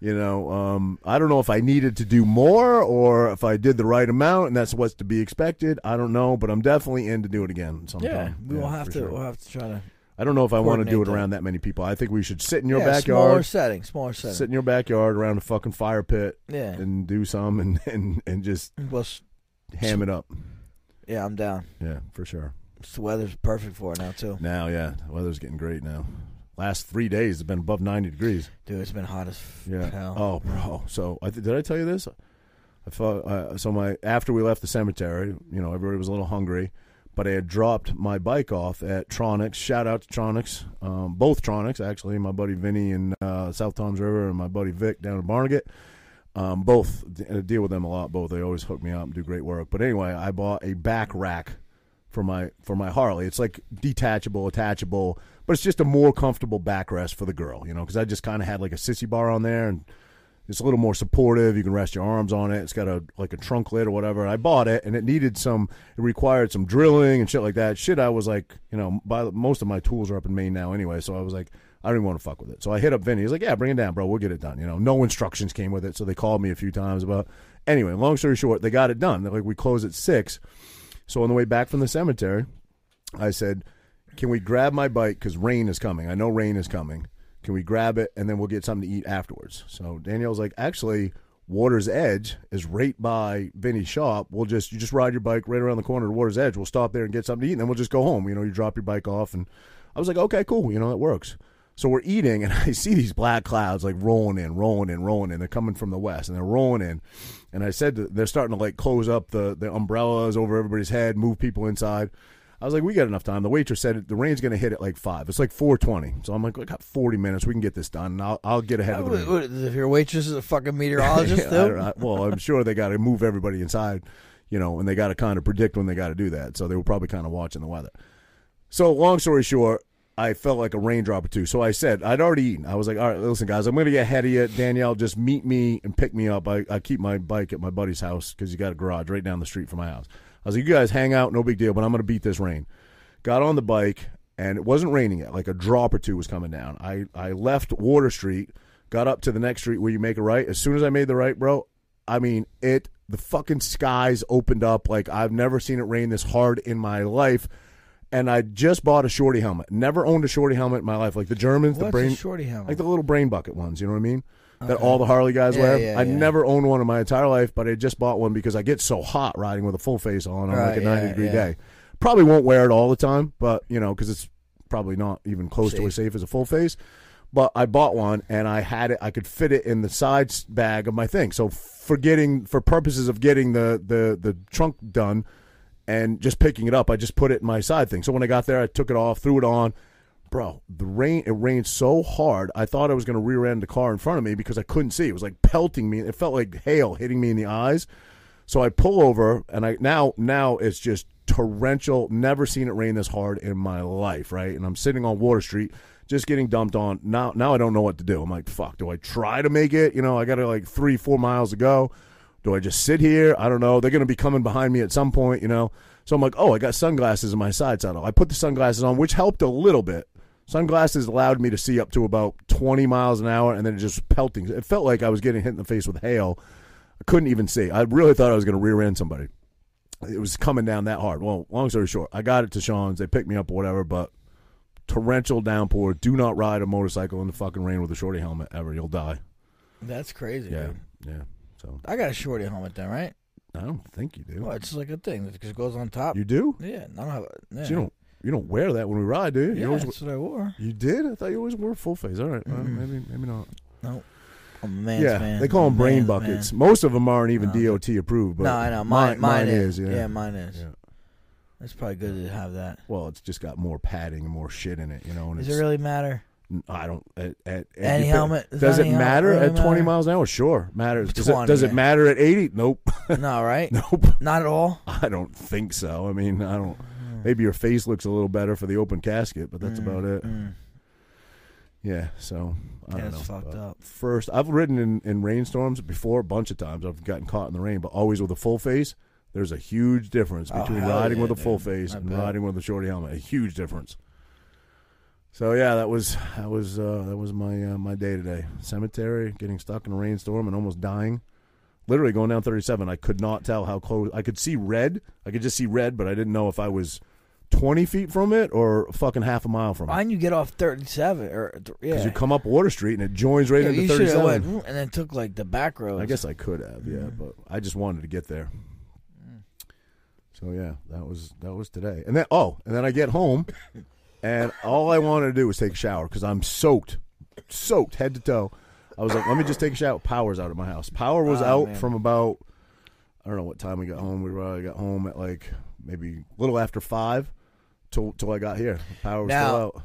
Speaker 1: you know, um, I don't know if I needed to do more or if I did the right amount, and that's what's to be expected. I don't know, but I'm definitely in to do it again sometime.
Speaker 2: yeah, we will have
Speaker 1: for
Speaker 2: to.
Speaker 1: sure.
Speaker 2: We'll have to try to.
Speaker 1: I don't know if I want to do
Speaker 2: coordinate
Speaker 1: it
Speaker 2: that.
Speaker 1: around that many people. I think we should sit in your
Speaker 2: yeah, Smaller
Speaker 1: backyard,
Speaker 2: setting. Smaller setting.
Speaker 1: sit in your backyard around a fucking fire pit,
Speaker 2: Yeah.
Speaker 1: and do some and and and just
Speaker 2: well, s-
Speaker 1: ham it up.
Speaker 2: yeah, I'm down.
Speaker 1: Yeah, for sure.
Speaker 2: The weather's perfect for it now too.
Speaker 1: Now, yeah, the weather's getting great now. Last three days have been above ninety degrees.
Speaker 2: Dude, it's been hot as f-
Speaker 1: Yeah.
Speaker 2: hell.
Speaker 1: Oh, bro. So, I th- did I tell you this? I thought uh, so. My after we left the cemetery, you know, everybody was a little hungry, but I had dropped my bike off at Tronics. Shout out to Tronics, um, both Tronics actually. My buddy Vinny in uh, South Toms River, and my buddy Vic down in Barnegat. Um, both d- uh, deal with them a lot. Both they always hook me up and do great work. But anyway, I bought a back rack for my for my Harley. It's like detachable, attachable, but it's just a more comfortable backrest for the girl, you know, because I just kind of had like a sissy bar on there and. It's a little more supportive. You can rest your arms on it. It's got a like a trunk lid or whatever. I bought it, and it needed some. It required some drilling and shit like that. Shit, I was like, you know, by, most of my tools are up in Maine now anyway. So I was like, I don't even want to fuck with it. So I hit up Vinny. He's like, Yeah, bring it down, bro. We'll get it done. You know, no instructions came with it. So they called me a few times about. Anyway, long story short, they got it done. They're like, we close at six. So on the way back from the cemetery, I said, "Can we grab my bike? Because rain is coming. I know rain is coming. Can we grab it and then we'll get something to eat afterwards?" So Danielle's like, "Actually, Water's Edge is right by Vinny's shop. We'll just you just ride your bike right around the corner to Water's Edge. We'll stop there and get something to eat, and then we'll just go home. You know, you drop your bike off." And I was like, "Okay, cool. You know, that works." So we're eating, and I see these black clouds like rolling in, rolling in, rolling in. They're coming from the west, and they're rolling in. And I said to, they're starting to like close up the the umbrellas over everybody's head, move people inside. I was like, we got enough time. The waitress said it- the rain's going to hit at like five. It's like four twenty. So I'm like, we got forty minutes. We can get this done. And I'll I'll get ahead of the
Speaker 2: What-
Speaker 1: rain.
Speaker 2: what- if your waitress is a fucking meteorologist,
Speaker 1: Yeah, I
Speaker 2: too?
Speaker 1: don't know. well, I'm sure they got to move everybody inside, you know, and they got to kind of predict when they got to do that. So they were probably kind of watching the weather. So long story short, I felt like a raindrop or two. So I said I'd already eaten. I was like, all right, listen, guys, I'm going to get ahead of you. Danielle, just meet me and pick me up. I, I keep my bike at my buddy's house because he got a garage right down the street from my house. I was like, you guys hang out, no big deal, but I'm going to beat this rain got on the bike and it wasn't raining yet like a drop or two was coming down i i left water street got up to the next street where you make a right as soon as i made the right bro i mean it the fucking skies opened up like i've never seen it rain this hard in my life and i just bought a shorty helmet never owned a shorty helmet in my life like the germans
Speaker 2: What's
Speaker 1: the
Speaker 2: a
Speaker 1: brain
Speaker 2: shorty helmet?
Speaker 1: like the little brain bucket ones you know what i mean that all the harley guys
Speaker 2: Yeah,
Speaker 1: wear
Speaker 2: yeah,
Speaker 1: i
Speaker 2: yeah.
Speaker 1: never owned one in my entire life but i just bought one because i get so hot riding with a full face on on like
Speaker 2: Right,
Speaker 1: a
Speaker 2: yeah,
Speaker 1: 90 degree
Speaker 2: yeah.
Speaker 1: day. Probably won't wear it all the time, but you know, because it's probably not even close to
Speaker 2: Safe.
Speaker 1: as safe as a full face. But I bought one and I had it. I could fit it in the side s- bag of my thing. So for getting, for purposes of getting the the the trunk done and just picking it up, I just put it in my side thing. So when I got there, I took it off, threw it on. Bro, the rain it rained so hard. I thought I was going to rear end the car in front of me because I couldn't see. It was like pelting me. It felt like hail hitting me in the eyes. So I pull over and I now now it's just torrential. Never seen it rain this hard in my life, right? And I'm sitting on Water Street, just getting dumped on. Now now I don't know what to do. I'm like, fuck. Do I try to make it? You know, I got to like three four miles to go. Do I just sit here? I don't know. They're going to be coming behind me at some point. You know. So I'm like, oh, I got sunglasses in my side saddle. I put the sunglasses on, which helped a little bit. Sunglasses allowed me to see up to about 20 miles an hour, and then it just pelting. It felt like I was getting hit in the face with hail. I couldn't even see. I really thought I was going to rear end somebody. It was coming down that hard. Well, long story short, I got it to Sean's. They picked me up or whatever, but torrential downpour. Do not ride a motorcycle in the fucking rain with a shorty helmet ever. You'll die.
Speaker 2: That's crazy.
Speaker 1: Yeah,
Speaker 2: dude.
Speaker 1: yeah. So
Speaker 2: I got a shorty helmet then, right?
Speaker 1: I don't think you do.
Speaker 2: Well, it's just like a thing that just goes on top.
Speaker 1: You do?
Speaker 2: yeah, I don't have. Uh, Yeah.
Speaker 1: So you don't. You don't wear that when we ride, do you? You
Speaker 2: Yeah,
Speaker 1: always-
Speaker 2: that's what I wore.
Speaker 1: You did? I thought you always wore full face. All right, well, maybe maybe not.
Speaker 2: No, I'm a man's
Speaker 1: yeah,
Speaker 2: man.
Speaker 1: they call
Speaker 2: I'm
Speaker 1: them
Speaker 2: a
Speaker 1: brain
Speaker 2: man's
Speaker 1: buckets.
Speaker 2: man.
Speaker 1: Most of them aren't even DOT approved. But
Speaker 2: No, I know.
Speaker 1: mi-
Speaker 2: Mine, mine, is.
Speaker 1: Yeah.
Speaker 2: mine is.
Speaker 1: Yeah.
Speaker 2: It's probably good to have that.
Speaker 1: Well, it's just got more padding and more shit in it, you know. And
Speaker 2: Does
Speaker 1: it's,
Speaker 2: it really matter?
Speaker 1: I don't. At, at, at
Speaker 2: Any
Speaker 1: you put-
Speaker 2: helmet? Does
Speaker 1: Does it
Speaker 2: any helmet
Speaker 1: matter
Speaker 2: really
Speaker 1: at twenty
Speaker 2: matter?
Speaker 1: miles an hour? Sure, matters. Does, it,
Speaker 2: 20,
Speaker 1: does
Speaker 2: yeah.
Speaker 1: it matter at eighty? Nope,
Speaker 2: no, right?
Speaker 1: nope.
Speaker 2: Not at all.
Speaker 1: I don't think so. I mean, I don't.
Speaker 2: Mm.
Speaker 1: Maybe your face looks a little better for the open casket, but that's about it. Yeah, so I
Speaker 2: Yeah,
Speaker 1: don't
Speaker 2: it's
Speaker 1: know.
Speaker 2: Mm, fucked up.
Speaker 1: First, I've ridden in, in rainstorms before a bunch of times. I've gotten caught in the rain, but always with a full face. There's a huge difference
Speaker 2: Oh,
Speaker 1: between
Speaker 2: hell
Speaker 1: riding
Speaker 2: yeah,
Speaker 1: with a full
Speaker 2: dude.
Speaker 1: face
Speaker 2: I
Speaker 1: and
Speaker 2: bet.
Speaker 1: riding with a shorty helmet. A huge difference. So yeah, that was that was uh, that was my uh, my day today. Cemetery, getting stuck in a rainstorm and almost dying. Literally going down 37. I could not tell how close. I could see red. I could just see red, but I didn't know if I was 20 feet from it or fucking half a mile from it.
Speaker 2: Mine, you get off 37 or th- yeah.
Speaker 1: Because you come up Water Street and it joins right
Speaker 2: yeah,
Speaker 1: into
Speaker 2: you should have
Speaker 1: 37.
Speaker 2: went vroom, and then took like the back roads.
Speaker 1: I guess I could have, yeah,
Speaker 2: Mm.
Speaker 1: but I just wanted to get there. So yeah, that was that was today. And then oh, and then I get home and all I wanted to do was take a shower cuz I'm soaked. Soaked head to toe. I was like, let me just take a shower. Power's out of my house. Power was
Speaker 2: Ah,
Speaker 1: out
Speaker 2: man.
Speaker 1: from about I don't know what time we got home. We probably got home at like maybe a little after 5 till till I got here. Power was
Speaker 2: Now-
Speaker 1: still out.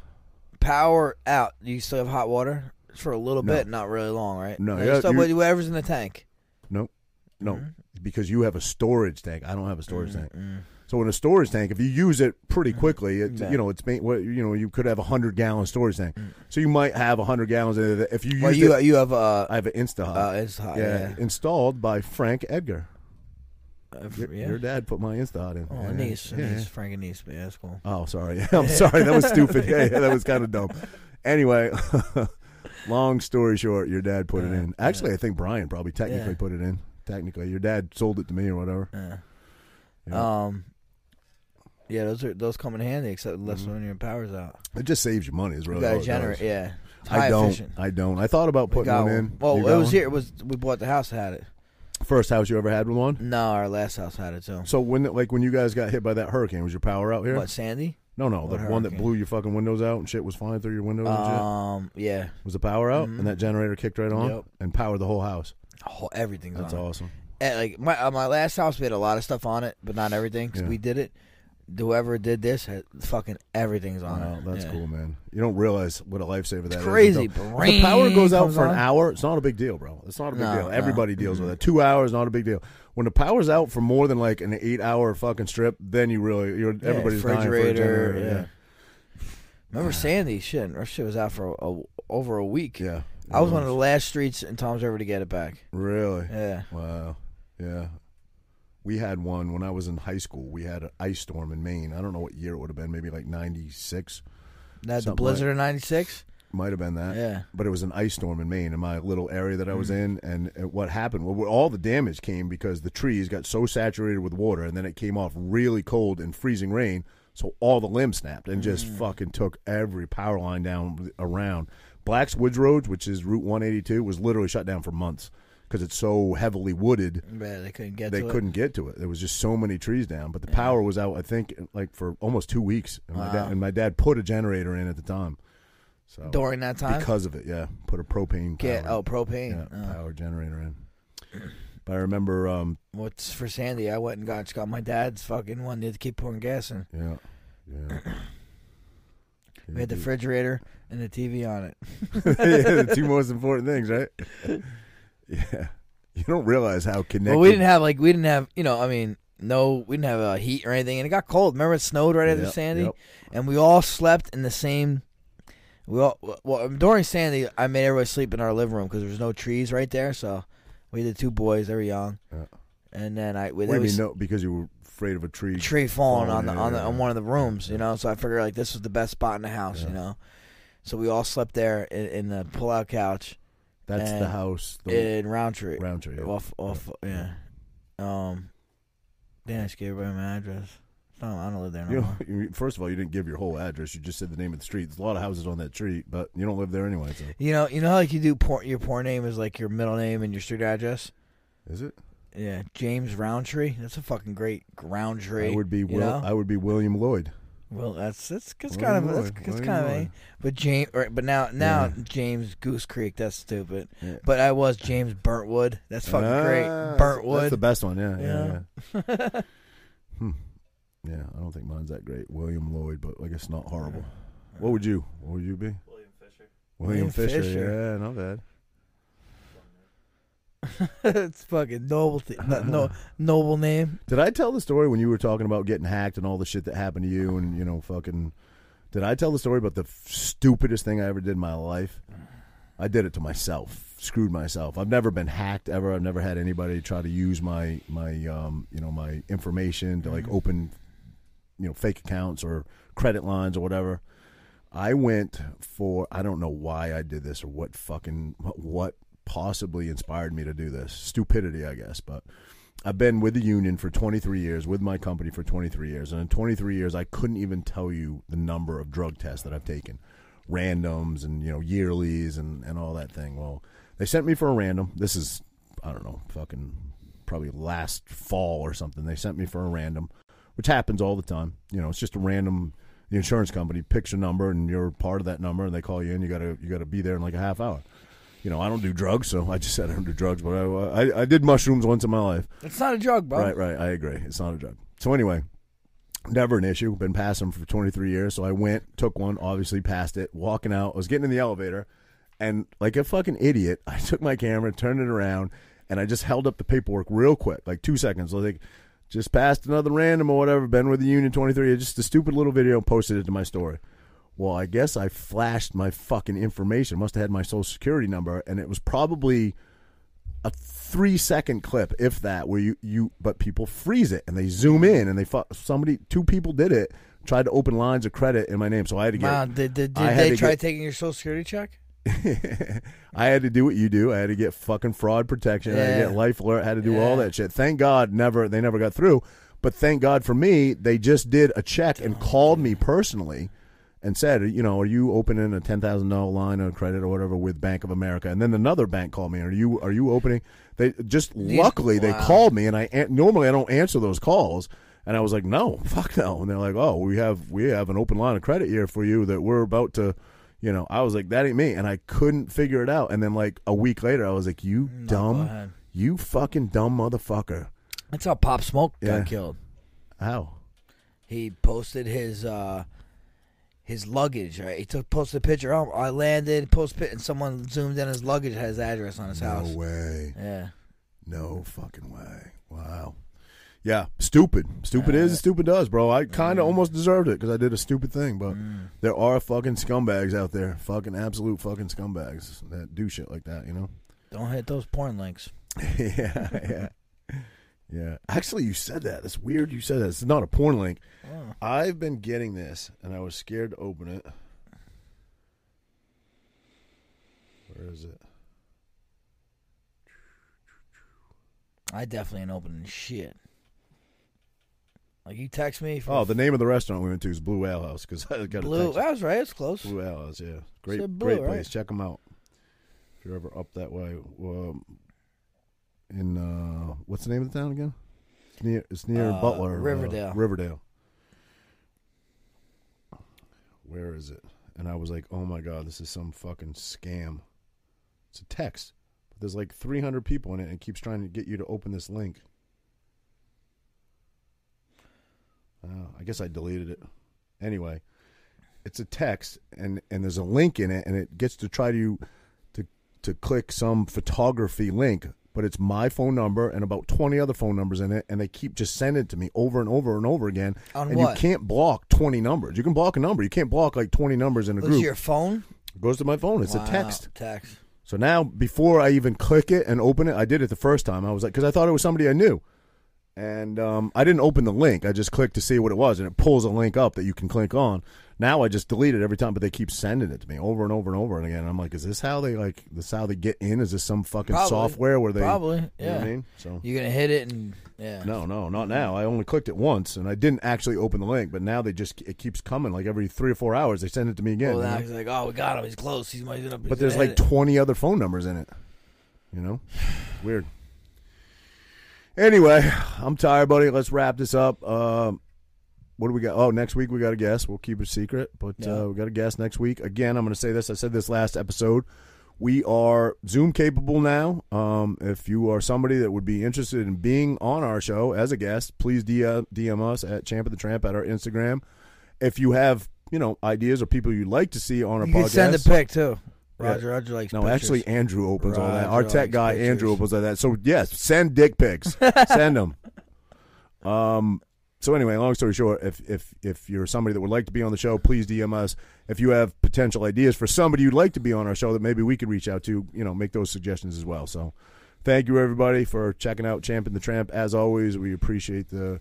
Speaker 2: power out. You still have hot water for a little
Speaker 1: No.
Speaker 2: bit, not really long, right?
Speaker 1: No,
Speaker 2: You
Speaker 1: yeah,
Speaker 2: still-
Speaker 1: you-
Speaker 2: whatever's in the tank.
Speaker 1: No, no,
Speaker 2: Mm-hmm.
Speaker 1: because you have a storage tank. I don't have a storage tank. So in a storage tank, if you use it pretty quickly, it,
Speaker 2: Mm-hmm. Yeah. Mm.
Speaker 1: you know it's ma- what- you know you could have a hundred gallon storage tank. So you might have a hundred gallons. of it. If you use
Speaker 2: Well, you
Speaker 1: it,
Speaker 2: you have uh,
Speaker 1: I have an Insta
Speaker 2: uh it's hot.
Speaker 1: yeah,
Speaker 2: Yeah,
Speaker 1: installed by Frank Edgar.
Speaker 2: Uh,
Speaker 1: Your,
Speaker 2: yeah.
Speaker 1: your dad put my Instahot in.
Speaker 2: Oh,
Speaker 1: Yeah,
Speaker 2: niece,
Speaker 1: yeah,
Speaker 2: niece,
Speaker 1: yeah.
Speaker 2: Frank and niece, but yeah, that's cool.
Speaker 1: Oh, sorry. I'm sorry. That was stupid. Yeah, yeah that was kind of dumb. Anyway, long story short, your dad put it in. Actually, I think Brian probably technically
Speaker 2: Yeah.
Speaker 1: put it in. Technically, your dad sold it to me or whatever.
Speaker 2: Yeah.
Speaker 1: Yeah.
Speaker 2: Um. Yeah, those are those come in handy, except less
Speaker 1: Mm-hmm.
Speaker 2: when your power's out.
Speaker 1: It just saves you money. Is
Speaker 2: You
Speaker 1: really all
Speaker 2: gotta
Speaker 1: it
Speaker 2: generate.
Speaker 1: does.
Speaker 2: Yeah, it's high
Speaker 1: Oh, I don't.
Speaker 2: efficient.
Speaker 1: I don't. I thought about
Speaker 2: We
Speaker 1: putting
Speaker 2: got
Speaker 1: one,
Speaker 2: one.
Speaker 1: in.
Speaker 2: Well,
Speaker 1: You
Speaker 2: it
Speaker 1: got
Speaker 2: was
Speaker 1: one?
Speaker 2: here. It was we bought the house that had it.
Speaker 1: First house you ever had with one.
Speaker 2: No, our last house had it too.
Speaker 1: So when, like, when you guys got hit by that hurricane, was your power out here?
Speaker 2: What Sandy?
Speaker 1: No, no, the
Speaker 2: What
Speaker 1: one that
Speaker 2: hurricane?
Speaker 1: blew your fucking windows out and shit was flying through your windows and shit.
Speaker 2: Um. Yeah.
Speaker 1: Was the power out and that generator kicked right on
Speaker 2: Yep.
Speaker 1: and powered the whole house.
Speaker 2: Oh, everything's
Speaker 1: That's
Speaker 2: on.
Speaker 1: awesome.
Speaker 2: And, like my uh, my last house, we had a lot of stuff on it, but not everything. 'cause
Speaker 1: Yeah.
Speaker 2: We did it. Whoever did this, had, fucking everything's on
Speaker 1: Wow,
Speaker 2: it.
Speaker 1: that's
Speaker 2: Yeah.
Speaker 1: cool, man. You don't realize what a lifesaver that is
Speaker 2: crazy.
Speaker 1: until- If the power goes out
Speaker 2: Comes
Speaker 1: for
Speaker 2: on.
Speaker 1: an hour, it's not a big deal, bro. It's not a big
Speaker 2: No,
Speaker 1: deal.
Speaker 2: no.
Speaker 1: Everybody deals with it. Two hours, not a big deal. When the power's out for more than like an eight-hour fucking strip, then you really, you're
Speaker 2: Yeah,
Speaker 1: everybody's dying for a
Speaker 2: refrigerator,
Speaker 1: generator.
Speaker 2: yeah. Remember Sandy? Shit, our shit was out for a, a- over a week.
Speaker 1: Yeah.
Speaker 2: I was one of the last streets in Tom's River to get it back.
Speaker 1: Really?
Speaker 2: Yeah.
Speaker 1: Wow. Yeah. We had one when I was in high school. We had an ice storm in Maine. I don't know what year it would have been, maybe like 96.
Speaker 2: That
Speaker 1: Something
Speaker 2: the blizzard of '96.
Speaker 1: Might have been that.
Speaker 2: Yeah. Mm.
Speaker 1: But it was an ice storm in Maine in my little area that I was in. And uh, what happened? Well, where all the damage came because the trees got so saturated with water and then it came off really cold and freezing rain. So all the limbs snapped and just
Speaker 2: Mm.
Speaker 1: fucking took every power line down around. Black's Woods Road, which is Route 182, was literally shut down for months because it's so heavily wooded
Speaker 2: Man, they couldn't get.
Speaker 1: they
Speaker 2: to it.
Speaker 1: couldn't get to it. There was just so many trees down, but the power was out. I think like for almost two weeks, and, my, dad, and my dad put a generator in at the time. So
Speaker 2: during that time.
Speaker 1: because of it, yeah, put a propane
Speaker 2: get
Speaker 1: power,
Speaker 2: oh propane.
Speaker 1: yeah,
Speaker 2: Uh,
Speaker 1: power generator in. But I remember, um,
Speaker 2: what's for Sandy? I went and got just got my dad's fucking one. They had to keep pouring gas in.
Speaker 1: yeah, yeah.
Speaker 2: We had the refrigerator and the TV on it.
Speaker 1: yeah, the two most important things, right? yeah, you don't realize how connected.
Speaker 2: Well, we didn't have like we didn't have you know I mean no we didn't have uh, heat or anything and it got cold. Remember it snowed right after
Speaker 1: Yep,
Speaker 2: Sandy,
Speaker 1: yep.
Speaker 2: and we all slept in the same. We all well during Sandy I made everybody sleep in our living room because there was no trees right there. So we had the two boys. They were young,
Speaker 1: Yeah.
Speaker 2: and then I we,
Speaker 1: What do you
Speaker 2: we
Speaker 1: mean, no, because you were afraid of a tree.
Speaker 2: tree falling on the
Speaker 1: falling,
Speaker 2: on the,
Speaker 1: yeah.
Speaker 2: on one of the rooms, you know. So I figured like this was the best spot in the house, you know. So we all slept there in, in the pull-out couch
Speaker 1: That's the
Speaker 2: and
Speaker 1: house. The
Speaker 2: in Roundtree.
Speaker 1: round tree. yeah.
Speaker 2: Off, off, yeah. Um, damn, I just gave everybody my address. No, I don't live there no
Speaker 1: You
Speaker 2: more.
Speaker 1: don't- you- first of all, you didn't give your whole address. You just said the name of the street. There's a lot of houses on that street, but you don't live there anyway. So.
Speaker 2: You know, you know, how, like you do porn. Your porn name is like your middle name and your street address.
Speaker 1: Is it?
Speaker 2: Yeah, James Roundtree. That's a fucking great Roundtree.
Speaker 1: I would be.
Speaker 2: you
Speaker 1: Will,
Speaker 2: know?
Speaker 1: I would be William Lloyd.
Speaker 2: Well, that's that's, that's
Speaker 1: Why
Speaker 2: kind of
Speaker 1: not?
Speaker 2: that's, that's
Speaker 1: Oh, Why
Speaker 2: kind of a,
Speaker 1: not?
Speaker 2: but James or, but now now James Goose Creek that's stupid.
Speaker 1: Yeah.
Speaker 2: But I was James Burntwood. That's fucking great.
Speaker 1: Ah, that's-
Speaker 2: Burntwood.
Speaker 1: That's the best one. Yeah, yeah,
Speaker 2: Yeah.
Speaker 1: yeah. hmm. yeah I don't think mine's that great. William Lloyd, but I guess not horrible. What would you? What would you be?
Speaker 5: William Fisher.
Speaker 1: William
Speaker 2: William
Speaker 1: Fisher.
Speaker 2: Fisher.
Speaker 1: Yeah, not bad.
Speaker 2: it's fucking noble thi- no, no noble name.
Speaker 1: Did I tell the story when you were talking about getting hacked and all the shit that happened to you and you know fucking? Did I tell the story about the f- stupidest thing I ever did in my life? I did it to myself. Screwed myself. I've never been hacked ever. I've never had anybody try to use my my um you know my information to like open you know fake accounts or credit lines or whatever. I went for I don't know why I did this or what fucking what possibly inspired me to do this. Stupidity, I guess, but I've been with the union for 23 years, with my company for 23 years, and in 23 years I couldn't even tell you the number of drug tests that I've taken. Randoms and, you know, yearlies and and all that thing. Well, they sent me for a random. This is I don't know, fucking probably last fall or something. They sent me for a random which happens all the time. You know, it's just a random. The insurance company picks your number, and you're part of that number, and they call you in. You gotta you gotta be there in like a half hour. You know, I don't do drugs, so I just said I don't do drugs, but I I, I did mushrooms once in my life.
Speaker 2: It's not a drug, bro.
Speaker 1: Right, right. I agree. It's not a drug. So anyway, never an issue. Been past them for 23 years. So I went, took one, obviously passed it. Walking out, I was getting in the elevator, and like a fucking idiot, I took my camera, turned it around, and I just held up the paperwork real quick, like two seconds. Like just passed another random or whatever. Been with the union 23. It's Just a stupid little video. Posted it to my story. Well, I guess I flashed my fucking information. Must have had my social security number, and it was probably a three second clip, if that, where you, you but people freeze it and they zoom in and they fu- somebody two people did it tried to open lines of credit in my name, so I had to get
Speaker 2: Wow, did, did,
Speaker 1: I
Speaker 2: did
Speaker 1: had
Speaker 2: they
Speaker 1: to
Speaker 2: try
Speaker 1: get-
Speaker 2: taking your social security check?
Speaker 1: I had to do what you do. I had to get fucking fraud protection. I had
Speaker 2: Yeah.
Speaker 1: to get life alert. Had to do
Speaker 2: Yeah.
Speaker 1: all that shit. Thank God, never they never got through. But thank God for me, they just did a check and called me personally and said, you know, are you opening a ten thousand dollar line of credit or whatever with Bank of America? And then another bank called me. Are you are you opening? They just luckily they
Speaker 2: wow.
Speaker 1: called me, and I an- normally I don't answer those calls. And I was like, no, fuck no. And they're like, oh, we have we have an open line of credit here for you that we're about to, you know. I was like, that ain't me, and I couldn't figure it out. And then like a week later, I was like, you
Speaker 2: ahead.
Speaker 1: dumb, you fucking dumb motherfucker.
Speaker 2: That's how Pop Smoke
Speaker 1: Yeah.
Speaker 2: got killed.
Speaker 1: How?
Speaker 2: He posted his uh his luggage, right? He took posted a picture. Oh, I landed, post pit, and someone zoomed in his luggage had his address on his house.
Speaker 1: No way.
Speaker 2: Yeah.
Speaker 1: No fucking way. Wow. Yeah, stupid. Stupid is and stupid does, bro. I kind of almost deserved it because I did a stupid thing, but there are fucking scumbags out there. Fucking absolute fucking scumbags that do shit like that, you know?
Speaker 2: Don't hit those porn links.
Speaker 1: yeah, yeah. Yeah. Actually, you said that. It's weird you said that. It's not a porn link. I've been getting this, and I was scared to open it. Where is it?
Speaker 2: I definitely ain't opening shit. Like you text me for
Speaker 1: Oh, the name of the restaurant we went to is Blue Ale House because I got a
Speaker 2: blue.
Speaker 1: text.
Speaker 2: That was right. It's close.
Speaker 1: Blue Alice, yeah, great,
Speaker 2: Said Blue,
Speaker 1: great
Speaker 2: right?
Speaker 1: place. Check them out if you're ever up that way. Um, in uh, what's the name of the town again? It's near, it's near
Speaker 2: Uh,
Speaker 1: Butler, uh,
Speaker 2: Riverdale.
Speaker 1: Riverdale. Where is it? And I was like, oh my god, this is some fucking scam. It's a text, but there's like 300 people in it, and it keeps trying to get you to open this link. Uh, I guess I deleted it. Anyway, it's a text and and there's a link in it and it gets to try to to to click some photography link but it's my phone number and about 20 other phone numbers in it and they keep just sending it to me over and over and over again
Speaker 2: On
Speaker 1: and
Speaker 2: what?
Speaker 1: you can't block 20 numbers you can block a number you can't block like 20 numbers in a
Speaker 2: It was
Speaker 1: group
Speaker 2: your phone.
Speaker 1: it goes to my phone it's
Speaker 2: Wow,
Speaker 1: a text
Speaker 2: Text.
Speaker 1: so now before i even click it and open it i did it the first time i was like because i thought it was somebody i knew And um, I didn't open the link. I just clicked to see what it was, and it pulls a link up that you can click on. Now I just delete it every time, but they keep sending it to me over and over and over and again. And I'm like, is this how they like? This how they get in? Is this some fucking
Speaker 2: Probably.
Speaker 1: software where they
Speaker 2: Probably,
Speaker 1: You know what I
Speaker 2: yeah.
Speaker 1: mean? So
Speaker 2: You're gonna hit it and yeah.
Speaker 1: no, no, not now. I only clicked it once, and I didn't actually open the link. But now they just it keeps coming. Like every three or four hours, they send it to me again.
Speaker 2: Well,
Speaker 1: you
Speaker 2: now
Speaker 1: know?
Speaker 2: he's like, oh, we got him. He's close. He's might up.
Speaker 1: But there's like 20 other phone numbers in it. You know? It's weird. Anyway, I'm tired, buddy. Let's wrap this up. Um, what do we got? Oh, next week we got a guest. We'll keep it secret, but
Speaker 2: Yeah.
Speaker 1: uh, we got a guest next week. Again, I'm going to say this. I said this last episode. We are Zoom capable now. Um, if you are somebody that would be interested in being on our show as a guest, please DM, DM us at Champ of the Tramp at our Instagram. If you have, you know, ideas or people you'd like to see on our
Speaker 2: you
Speaker 1: podcast,
Speaker 2: can send a pic too.
Speaker 1: Yeah.
Speaker 2: Roger, Roger likes
Speaker 1: no,
Speaker 2: pictures.
Speaker 1: actually, Andrew opens all that.
Speaker 2: Roger
Speaker 1: Our tech
Speaker 2: likes
Speaker 1: guy,
Speaker 2: pictures.
Speaker 1: Andrew, opens all that. So yes, send dick pics. send them. Um. So anyway, long story short, if if if you're somebody that would like to be on the show, please DM us. If you have potential ideas for somebody you'd like to be on our show that maybe we could reach out to, you know, make those suggestions as well. So, thank you everybody for checking out Champ and the Tramp. As always, we appreciate the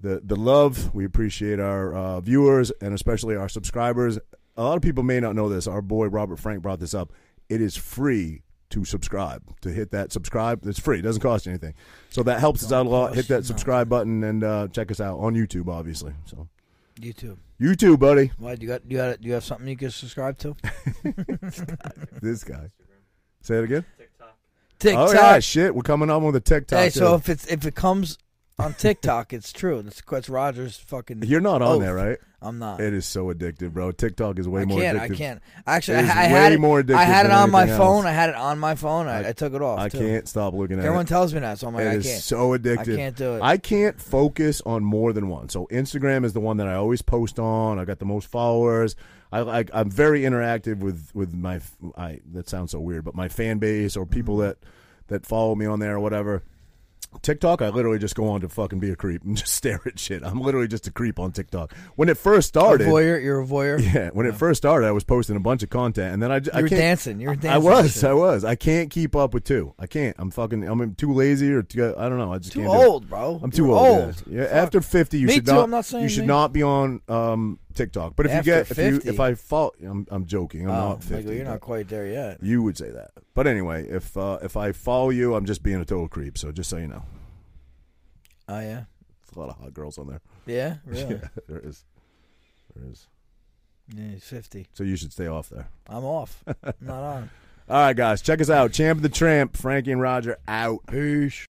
Speaker 1: the the love. We appreciate our uh, viewers and especially our subscribers. A lot of people may not know this. Our boy Robert Frank brought this up. It is free to subscribe. To hit that subscribe, it's free. It doesn't cost you anything. So that helps us out a lot. Hit that subscribe button and uh, check us out on YouTube, obviously. So
Speaker 2: you too.
Speaker 1: YouTube, buddy.
Speaker 2: What you got? You got? Do you have something you can subscribe to?
Speaker 1: Oh, This guy. Say it again.
Speaker 5: TikTok.
Speaker 2: TikTok.
Speaker 1: Oh yeah, shit. We're coming on with a TikTok.
Speaker 2: hey, so
Speaker 1: too.
Speaker 2: if it's if it comes on TikTok, it's true. That's, that's Roger's fucking.
Speaker 1: You're not on
Speaker 2: oath.
Speaker 1: there, right?
Speaker 2: Oh, I'm not.
Speaker 1: It is so addictive, bro. TikTok is way
Speaker 2: I
Speaker 1: more
Speaker 2: can't.
Speaker 1: addictive.
Speaker 2: I can't. Actually, I,
Speaker 1: It is
Speaker 2: I
Speaker 1: way
Speaker 2: had it.
Speaker 1: more
Speaker 2: I
Speaker 1: addictive
Speaker 2: had it
Speaker 1: than
Speaker 2: on my
Speaker 1: anything
Speaker 2: phone.
Speaker 1: else.
Speaker 2: I had it on my phone. I, I, took it off.
Speaker 1: I
Speaker 2: too.
Speaker 1: can't stop looking at
Speaker 2: Everyone
Speaker 1: it.
Speaker 2: tells me that, so I'm like,
Speaker 1: It
Speaker 2: I
Speaker 1: is
Speaker 2: can't.
Speaker 1: so addictive.
Speaker 2: I can't do it.
Speaker 1: I can't focus on more than one. So Instagram is the one that I always post on. I got the most followers. I like. I'm very interactive with with my. f- I that sounds so weird, but my fan base or people
Speaker 2: Mm-hmm.
Speaker 1: that that follow me on there or whatever. TikTok, I literally just go on to fucking be a creep and just stare at shit. I'm literally just a creep on TikTok. When it first
Speaker 2: A
Speaker 1: started,
Speaker 2: voyeur. You're a voyeur.
Speaker 1: yeah, when it first started, I was posting a bunch of content, and then I j- I
Speaker 2: You were
Speaker 1: can't-
Speaker 2: dancing. You were dancing
Speaker 1: I
Speaker 2: and
Speaker 1: was,
Speaker 2: shit.
Speaker 1: I was. I can't keep up with two. I can't. I'm fucking. I'm too lazy or too, I don't know. I just
Speaker 2: Too
Speaker 1: can't do it.
Speaker 2: old, bro.
Speaker 1: I'm too
Speaker 2: You're
Speaker 1: old.
Speaker 2: old.
Speaker 1: Yeah, Yeah,
Speaker 2: Fuck.
Speaker 1: after fifty, you
Speaker 2: Me
Speaker 1: should
Speaker 2: too,
Speaker 1: not.
Speaker 2: I'm not saying
Speaker 1: you should
Speaker 2: me.
Speaker 1: not be on um, TikTok. But if
Speaker 2: After
Speaker 1: you get, if
Speaker 2: 50.
Speaker 1: you, if I fall, I'm, I'm joking. I'm
Speaker 2: Oh,
Speaker 1: not
Speaker 2: Michael,
Speaker 1: fifty.
Speaker 2: you're not
Speaker 1: but
Speaker 2: quite there yet.
Speaker 1: you would say that. But anyway, if uh, if I follow you, I'm just being a total creep. So just so you know,
Speaker 2: Oh yeah.
Speaker 1: there's a lot of hot girls on there.
Speaker 2: Yeah. Really.
Speaker 1: Yeah, there is. There is.
Speaker 2: Yeah, he's 50.
Speaker 1: So you should stay off there.
Speaker 2: I'm off. I'm not on.
Speaker 1: All right, guys, check us out. Champ of the Tramp, Frankie and Roger out. Peace.